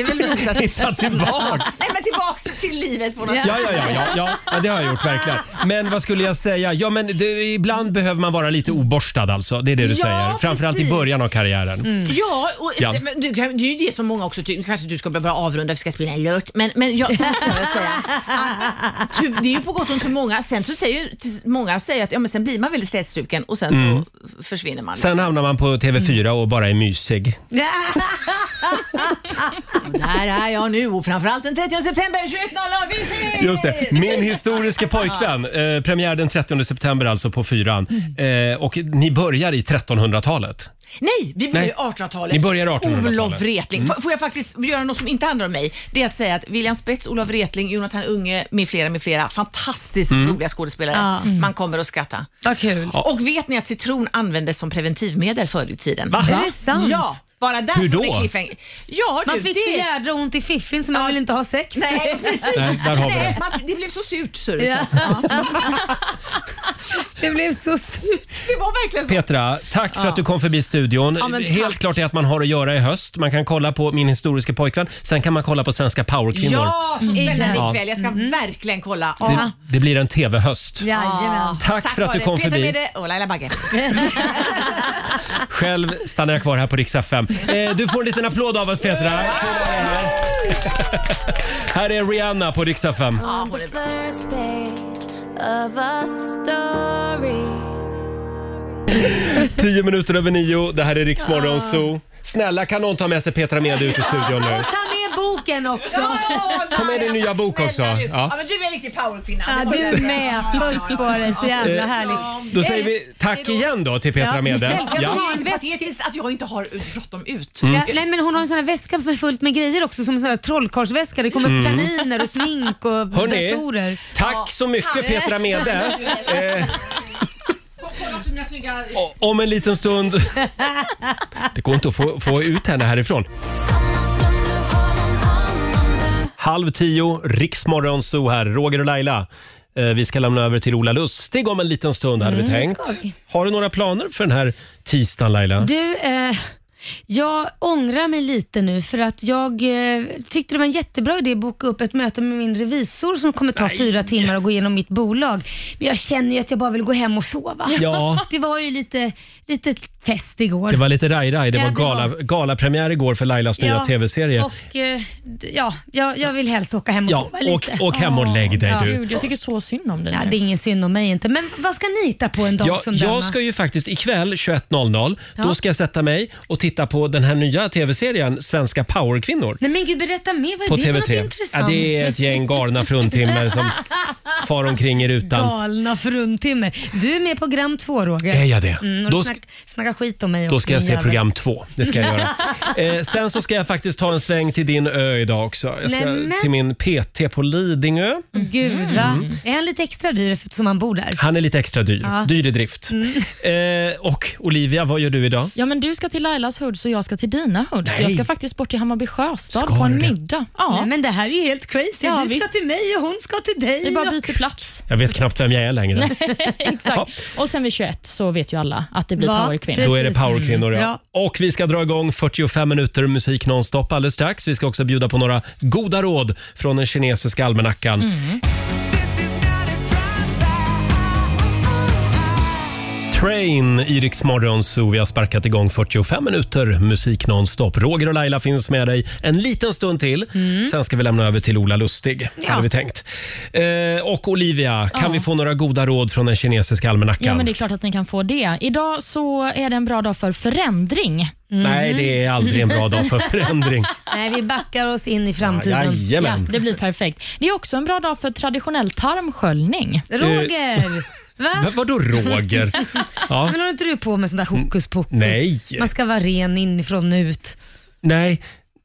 Speaker 9: är väl roligt att...
Speaker 1: Hitta tillbaks.
Speaker 9: Nej, men tillbaks till livet på något
Speaker 1: Ja, ja, ja, ja, ja, ja, det har jag gjort verkligen. Men vad skulle jag säga? Ja, men det, ibland behöver man vara lite oborstad alltså. Det är det du
Speaker 9: Ja,
Speaker 1: säger. Framförallt i
Speaker 9: precis. Mm.
Speaker 1: början av karriären.
Speaker 9: Ja, och
Speaker 1: Ja.
Speaker 9: Men du, kan- det är ju det som många också tycker. Nu kanske du ska börja avrunda, vi ska spela en låt. Men, men jag så måste jag väl säga att ty- det är ju på gott och ont för många. Sen så säger ju t- många säger att ja, men sen blir man väldigt slätstruken och sen så
Speaker 1: Mm.
Speaker 9: försvinner man.
Speaker 1: Sen hamnar man på TV4 och bara är mysig.
Speaker 9: Eh. Liksom. Där är jag nu och framförallt den 30 september 21.00. Vi ses!
Speaker 1: Just det. Min historiske pojkvän. Eh, premiär den 30 september alltså på fyran.
Speaker 9: Mm.
Speaker 1: Eh, och ni börjar i 1300-talet.
Speaker 9: Nej, vi börjar
Speaker 1: Nej.
Speaker 9: ju 1800-talet.
Speaker 1: Ni börjar 1800-talet.
Speaker 9: Olof Wretling.
Speaker 1: Mm.
Speaker 9: F- Får jag faktiskt göra något som inte handlar om mig? Det är att säga att William Spets, Olof Wretling, Jonathan Unge med flera, med flera fantastiskt
Speaker 1: Mm.
Speaker 9: roliga skådespelare.
Speaker 2: Ja. Mm.
Speaker 9: Man kommer att skratta.
Speaker 2: Vad kul.
Speaker 9: Och vet ni att citron användes som preventivmedel förr i tiden?
Speaker 2: Va? Är det sant?
Speaker 9: Ja. Bara där
Speaker 1: Hur
Speaker 9: får
Speaker 1: då?
Speaker 9: vi cliffhanger. Ja,
Speaker 2: Man
Speaker 9: du,
Speaker 2: fick
Speaker 9: det...
Speaker 2: så jädra ont i fiffin så man vill inte ha sex.
Speaker 9: Nej, precis.
Speaker 1: Nej, där har vi
Speaker 9: Nej,
Speaker 1: det.
Speaker 9: man, det blev så surt, så du
Speaker 2: Ja.
Speaker 9: sa. ja.
Speaker 2: Det blev så surt.
Speaker 9: Det var verkligen så.
Speaker 1: Petra, tack för
Speaker 9: Ja.
Speaker 1: att du kom förbi studion.
Speaker 9: Ja, men
Speaker 1: Helt
Speaker 9: tack.
Speaker 1: klart är att man har att göra i höst. Man kan kolla på Min historiska pojkvän. Sen kan man kolla på Svenska powerkvinnor.
Speaker 9: Ja,
Speaker 2: Mm.
Speaker 9: så spännande
Speaker 1: Ja.
Speaker 9: ikväll. Jag ska verkligen kolla.
Speaker 1: Det,
Speaker 9: Ja.
Speaker 1: det blir en TV-höst.
Speaker 9: Ja.
Speaker 1: Tack för att du
Speaker 9: vare
Speaker 1: kom
Speaker 9: Peter
Speaker 1: förbi.
Speaker 9: Mede och Laila Bagge.
Speaker 1: Själv stannar jag kvar här på Rix FM. Eh, du får en liten applåd av oss Petra. Kul att ha dig här. Här är Rihanna på Rix FM.
Speaker 10: On the first page of a story.
Speaker 1: Tio minuter över nio. Det här är Rix Morgon Zoo. Snälla kan någon ta med sig Petra Mede ut ur studion nu?
Speaker 2: Ta med boken också.
Speaker 1: Ta med din nya bok också.
Speaker 9: Snälla du. Ja.
Speaker 1: Ja.
Speaker 9: men du är en riktig powerkvinna.
Speaker 2: Ja,
Speaker 9: Det
Speaker 2: du
Speaker 9: håller jag
Speaker 2: med. Puss på dig, så jävla härligt.
Speaker 1: Eh, Då säger vi tack igen då till Petra
Speaker 2: Ja,
Speaker 1: Mede.
Speaker 2: älskar
Speaker 1: Ja.
Speaker 2: att
Speaker 9: Det är inte patetiskt att jag inte har bråttom ut.
Speaker 1: Mm.
Speaker 2: Ja, nej men hon har en sån här väska med fullt med grejer också, som en sån här trollkarlsväska. Det kommer upp
Speaker 1: Mm.
Speaker 2: kaniner och smink och
Speaker 1: Hörrni,
Speaker 2: datorer.
Speaker 1: tack så mycket Petra Mede. Eh,
Speaker 9: Kolla också mina snygga...
Speaker 1: om en liten stund... Det går inte att få, få ut henne härifrån. Halv tio, Riksmorgon Zoo här, Roger och Laila. Eh, Vi ska lämna över till Ola Lustig om en liten stund hade vi
Speaker 2: Mm, det
Speaker 1: tänkt.
Speaker 2: ska vi.
Speaker 1: Har du några planer för den här tisdagen Laila?
Speaker 2: Du, eh, jag ångrar mig lite nu för att jag eh, tyckte det var en jättebra idé att boka upp ett möte med min revisor som kommer ta fyra timmar och gå igenom mitt bolag. Men jag känner ju att jag bara vill gå hem och sova.
Speaker 1: Ja.
Speaker 2: Det var ju lite, lite fest igår.
Speaker 1: Det var lite raj-raj. Det
Speaker 2: Ja,
Speaker 1: var
Speaker 2: det var-
Speaker 1: gala, galapremiär igår för Lailas nya tv-serie.
Speaker 2: Och, eh, d- ja, jag, jag vill helst åka hem och
Speaker 1: Ja,
Speaker 2: sova
Speaker 1: åk,
Speaker 2: lite.
Speaker 1: åk hem och lägg dig
Speaker 2: Ja.
Speaker 1: du.
Speaker 2: Gud, jag tycker
Speaker 3: så synd om dig
Speaker 2: Ja, det är ingen synd om mig inte. Men vad ska ni hitta på en dag
Speaker 1: Jag,
Speaker 2: som denna?
Speaker 1: jag ska ju faktiskt ikväll 21.00,
Speaker 2: Ja.
Speaker 1: då ska jag sätta mig och titta på den här nya tv-serien Svenska powerkvinnor.
Speaker 2: Nej men gud, berätta mer. Vad är
Speaker 1: På
Speaker 2: det för något
Speaker 1: TV3. Ja,
Speaker 2: intressant?
Speaker 1: det är ett gäng galna fruntimmer som far omkring i rutan.
Speaker 2: Galna fruntimmer. Du är med på program två Roger.
Speaker 1: Är jag det?
Speaker 2: Mm, och
Speaker 1: Då
Speaker 2: då
Speaker 1: sk-
Speaker 2: snack, snacka skit om mig. och
Speaker 1: Då ska jag
Speaker 2: min
Speaker 1: se
Speaker 2: jävel.
Speaker 1: program två. Det ska jag göra. Eh, sen så ska jag faktiskt ta en sväng till din ö idag också. Jag ska
Speaker 2: Nämen. Mm.
Speaker 1: till min PT på Lidingö.
Speaker 2: Gud va?
Speaker 1: Mm.
Speaker 2: Är han lite extra dyr eftersom han bor där?
Speaker 1: Han är lite extra dyr.
Speaker 2: Ja. Mm.
Speaker 1: Dyr i drift. Eh, och Olivia, vad gör du idag?
Speaker 3: Ja, men du ska till Lailas hoods och jag ska till dina hoods.
Speaker 1: Nej.
Speaker 3: Jag ska faktiskt bort till Hammarby sjöstad
Speaker 1: Ska
Speaker 3: på en
Speaker 1: du det?
Speaker 3: middag. Ja.
Speaker 2: Nej, men det här är ju helt crazy.
Speaker 3: Ja,
Speaker 2: du ska
Speaker 3: visst.
Speaker 2: till mig och hon ska till dig.
Speaker 3: Vi bara
Speaker 2: och-
Speaker 3: byter plats.
Speaker 1: Jag vet knappt vem jag är längre.
Speaker 3: Nej, Exakt. Och sen vid 21 så vet ju alla att det blir
Speaker 2: Va?
Speaker 3: powerkvinnor.
Speaker 1: Då är det powerkvinnor,
Speaker 3: Mm.
Speaker 1: ja. Och vi ska dra igång 45 minuter musik nonstop alldeles strax. Vi ska också bjuda på några goda råd från den kinesiska almanackan.
Speaker 3: Mm.
Speaker 1: Train i Rix Morgon Zoo. Vi har sparkat igång 45 minuter musik nonstop. Roger och Laila finns med dig en liten stund till. Sen ska vi lämna över till Ola Lustig,
Speaker 3: Mm. Ja.
Speaker 1: hade vi tänkt. Eh, och Olivia, kan
Speaker 3: Ja.
Speaker 1: vi få några goda råd från den kinesiska almanackan?
Speaker 3: Ja, men det är klart att ni kan få det. Idag så är det en bra dag för förändring.
Speaker 1: Nej, det är aldrig en bra dag för förändring.
Speaker 2: Nej, vi backar oss in i framtiden.
Speaker 1: Ja, jajamän.
Speaker 3: Ja, det blir perfekt. Det är också en bra dag för traditionell tarmsköljning.
Speaker 2: Roger! Va?
Speaker 1: Va, vadå Roger? Ja.
Speaker 2: Men håller inte du på med sånt där hokus pokus?
Speaker 1: Mm, Nej.
Speaker 2: Man ska vara ren inifrån och ut.
Speaker 1: Nej,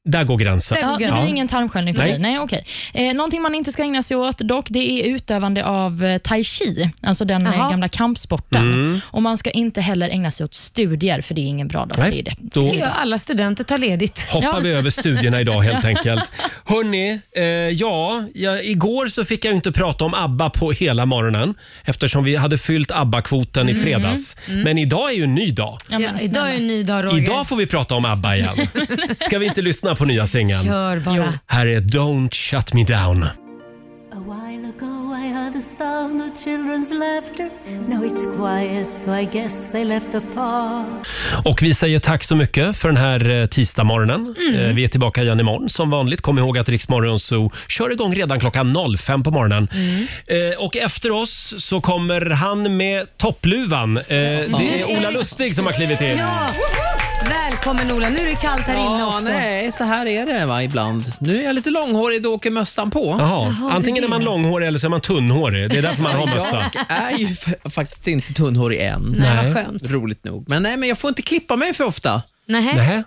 Speaker 1: där går gränsen.
Speaker 3: Ja, det blir ingen tarmsköljning för
Speaker 1: Nej.
Speaker 3: dig. Nej, okej. Eh, någonting man inte ska ägna sig åt dock, det är utövande av eh, tai chi, alltså den eh,
Speaker 1: Jaha.
Speaker 3: gamla kampsporten.
Speaker 1: Mm.
Speaker 3: Och Man ska inte heller ägna sig åt studier, för det är ingen bra dag.
Speaker 1: Nej,
Speaker 3: för det är det.
Speaker 1: då- Tycker jag
Speaker 2: alla studenter tar ledigt.
Speaker 1: hoppar vi över studierna idag helt enkelt. Hörni, eh, ja, ja, igår så fick jag ju inte prata om ABBA på hela morgonen eftersom vi hade fyllt ABBA-kvoten i
Speaker 2: Mhm.
Speaker 1: fredags.
Speaker 2: Mm.
Speaker 1: Men idag är ju en ny dag.
Speaker 2: Ja, idag är en ny dag Roger.
Speaker 1: Idag får vi prata om ABBA igen. Ska vi inte lyssna på nya singeln?
Speaker 2: Kör bara.
Speaker 1: Här är Don't Shut Me Down.
Speaker 18: A while ago I heard the sound of children's laughter. Now it's quiet, so I guess they left the park.
Speaker 1: Och vi säger tack så mycket för den här eh, tisdagsmorgonen.
Speaker 18: Mm.
Speaker 1: Eh, Vi är tillbaka igen imorgon som vanligt. Kom ihåg att Riksmorgon så kör igång redan klockan 05 på morgonen. Eh, Och efter oss så kommer han med toppluvan. Eh, Det är Ola Lustig som har klivit in.
Speaker 2: Ja. Välkommen Ola, nu är det kallt här inne
Speaker 19: Ja,
Speaker 2: också.
Speaker 19: nej, så här är det va, ibland. Nu är jag lite långhårig, då åker mössan på.
Speaker 1: Jaha, antingen är man långhårig eller så är man tunnhårig. Det är därför man har mössa.
Speaker 19: Jag är ju fa- faktiskt inte tunnhårig än.
Speaker 1: Nej, vad skönt.
Speaker 19: Roligt nog. Men, nej, men jag får inte klippa mig för ofta.
Speaker 2: Nähä. Nähä.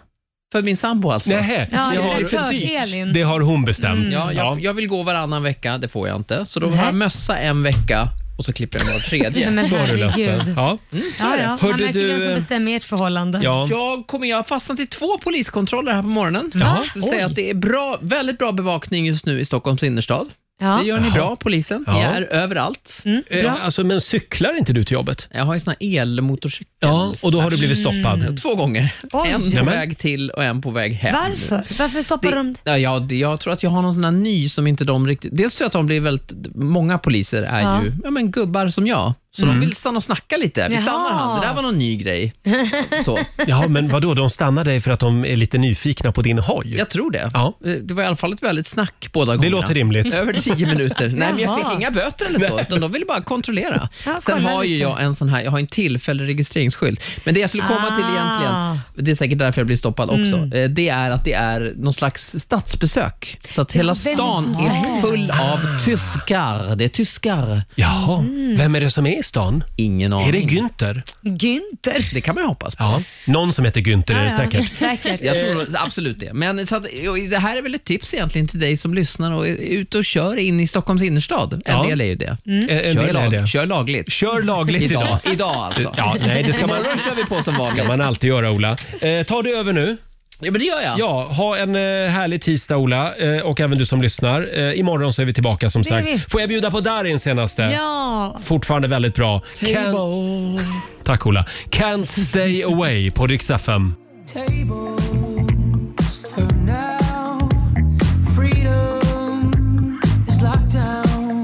Speaker 19: För min sambo alltså.
Speaker 1: Nähä.
Speaker 2: Ja, det
Speaker 19: har-
Speaker 2: blir för Elin.
Speaker 9: Mm.
Speaker 1: Det har hon bestämt.
Speaker 19: Ja, jag, jag vill gå varannan vecka, det får jag inte. Så då har jag mössa en vecka
Speaker 9: och så klipper den var tredje.
Speaker 2: Nej, men
Speaker 9: Så har du löst det.
Speaker 2: herregud.
Speaker 9: Ja.
Speaker 2: Ja, ja. Man
Speaker 9: Hörde
Speaker 2: märker
Speaker 9: du,
Speaker 2: vem som
Speaker 9: eh,
Speaker 2: bestämmer ert förhållande.
Speaker 9: Jag, kommer, jag har fastnat i två poliskontroller här på morgonen.
Speaker 2: Jaha.
Speaker 9: Jag vill säga
Speaker 2: Oj.
Speaker 9: att det är bra, väldigt bra bevakning just nu i Stockholms innerstad.
Speaker 2: Ja. Mm.
Speaker 9: Det gör ni
Speaker 1: Jaha.
Speaker 9: bra, polisen. Ni
Speaker 1: Ja.
Speaker 9: är överallt.
Speaker 1: Eh, bra. alltså, men cyklar inte du till jobbet?
Speaker 9: Jag har ju sån här elmotorcykel.
Speaker 1: Ja, och då har du blivit stoppad.
Speaker 9: Mm. Två gånger.
Speaker 2: Oj.
Speaker 9: En på
Speaker 2: Nämen.
Speaker 9: väg till och en på väg hem.
Speaker 2: Varför? Varför stoppar de
Speaker 9: Ja, ja, det- jag tror att jag har någon sån här ny som inte de riktigt... Dels tror jag att de blir väldigt... Många poliser är
Speaker 2: Ja.
Speaker 9: ju ja, men gubbar som jag, så
Speaker 1: Mm.
Speaker 9: de vill stanna och snacka lite. Vi
Speaker 2: Jaha.
Speaker 9: stannar han, det där var någon ny grej. Så.
Speaker 1: Ja, men vadå, de stannar dig för att de är lite nyfikna på din hoj?
Speaker 9: Jag tror det. Eh,
Speaker 1: Ja.
Speaker 9: Det var i alla fall ett väldigt snack båda gångerna.
Speaker 1: låter rimligt.
Speaker 9: Över tio minuter. Nej, men jag
Speaker 1: Jaha.
Speaker 9: fick inga böter eller så, utan de ville bara kontrollera. Ja, Sen kolla har ju lite. jag en sån här, jag har en tillfällig registreringsskylt. Men det jag skulle komma till egentligen, det är säkert därför jag blir stoppad också, Ah. Mm. eh, det är att det är någon slags statsbesök. Så att Ja, hela vem stan som är ska full hit. av tyskar. Det är tyskar.
Speaker 1: Jaha, vem är det som är i stan?
Speaker 9: Ingen aning.
Speaker 1: Är det Günther?
Speaker 2: Günther?
Speaker 9: Det kan man ju hoppas på.
Speaker 1: Ja, någon som heter Günther är det säkert.
Speaker 9: Jag tror nog absolut det. Men så att, och det här är väl ett tips egentligen till dig som lyssnar och är ute och kör in i Stockholms innerstad. En
Speaker 1: Ja.
Speaker 9: del är ju det.
Speaker 1: Mm. En- en
Speaker 9: kör,
Speaker 1: del är det.
Speaker 9: kör lagligt.
Speaker 1: Kör lagligt idag.
Speaker 9: Idag alltså.
Speaker 1: Ja, nej, det ska man-
Speaker 9: Imorgon kör vi på som vanligt.
Speaker 1: ska man alltid göra, Ola. Eh, ta det över nu.
Speaker 9: Ja, men det gör jag.
Speaker 1: Ja, ha en eh, härlig tisdag, Ola, eh, och även du som lyssnar. Eh, imorgon så är vi tillbaka, som
Speaker 2: Det är vi.
Speaker 1: sagt. Får jag bjuda på Darin senaste?
Speaker 2: Ja.
Speaker 1: Fortfarande väldigt bra. Can...
Speaker 9: Table.
Speaker 1: Tack, Ola. Can't stay away på Rix FM.
Speaker 20: Tables are now. Freedom is locked down.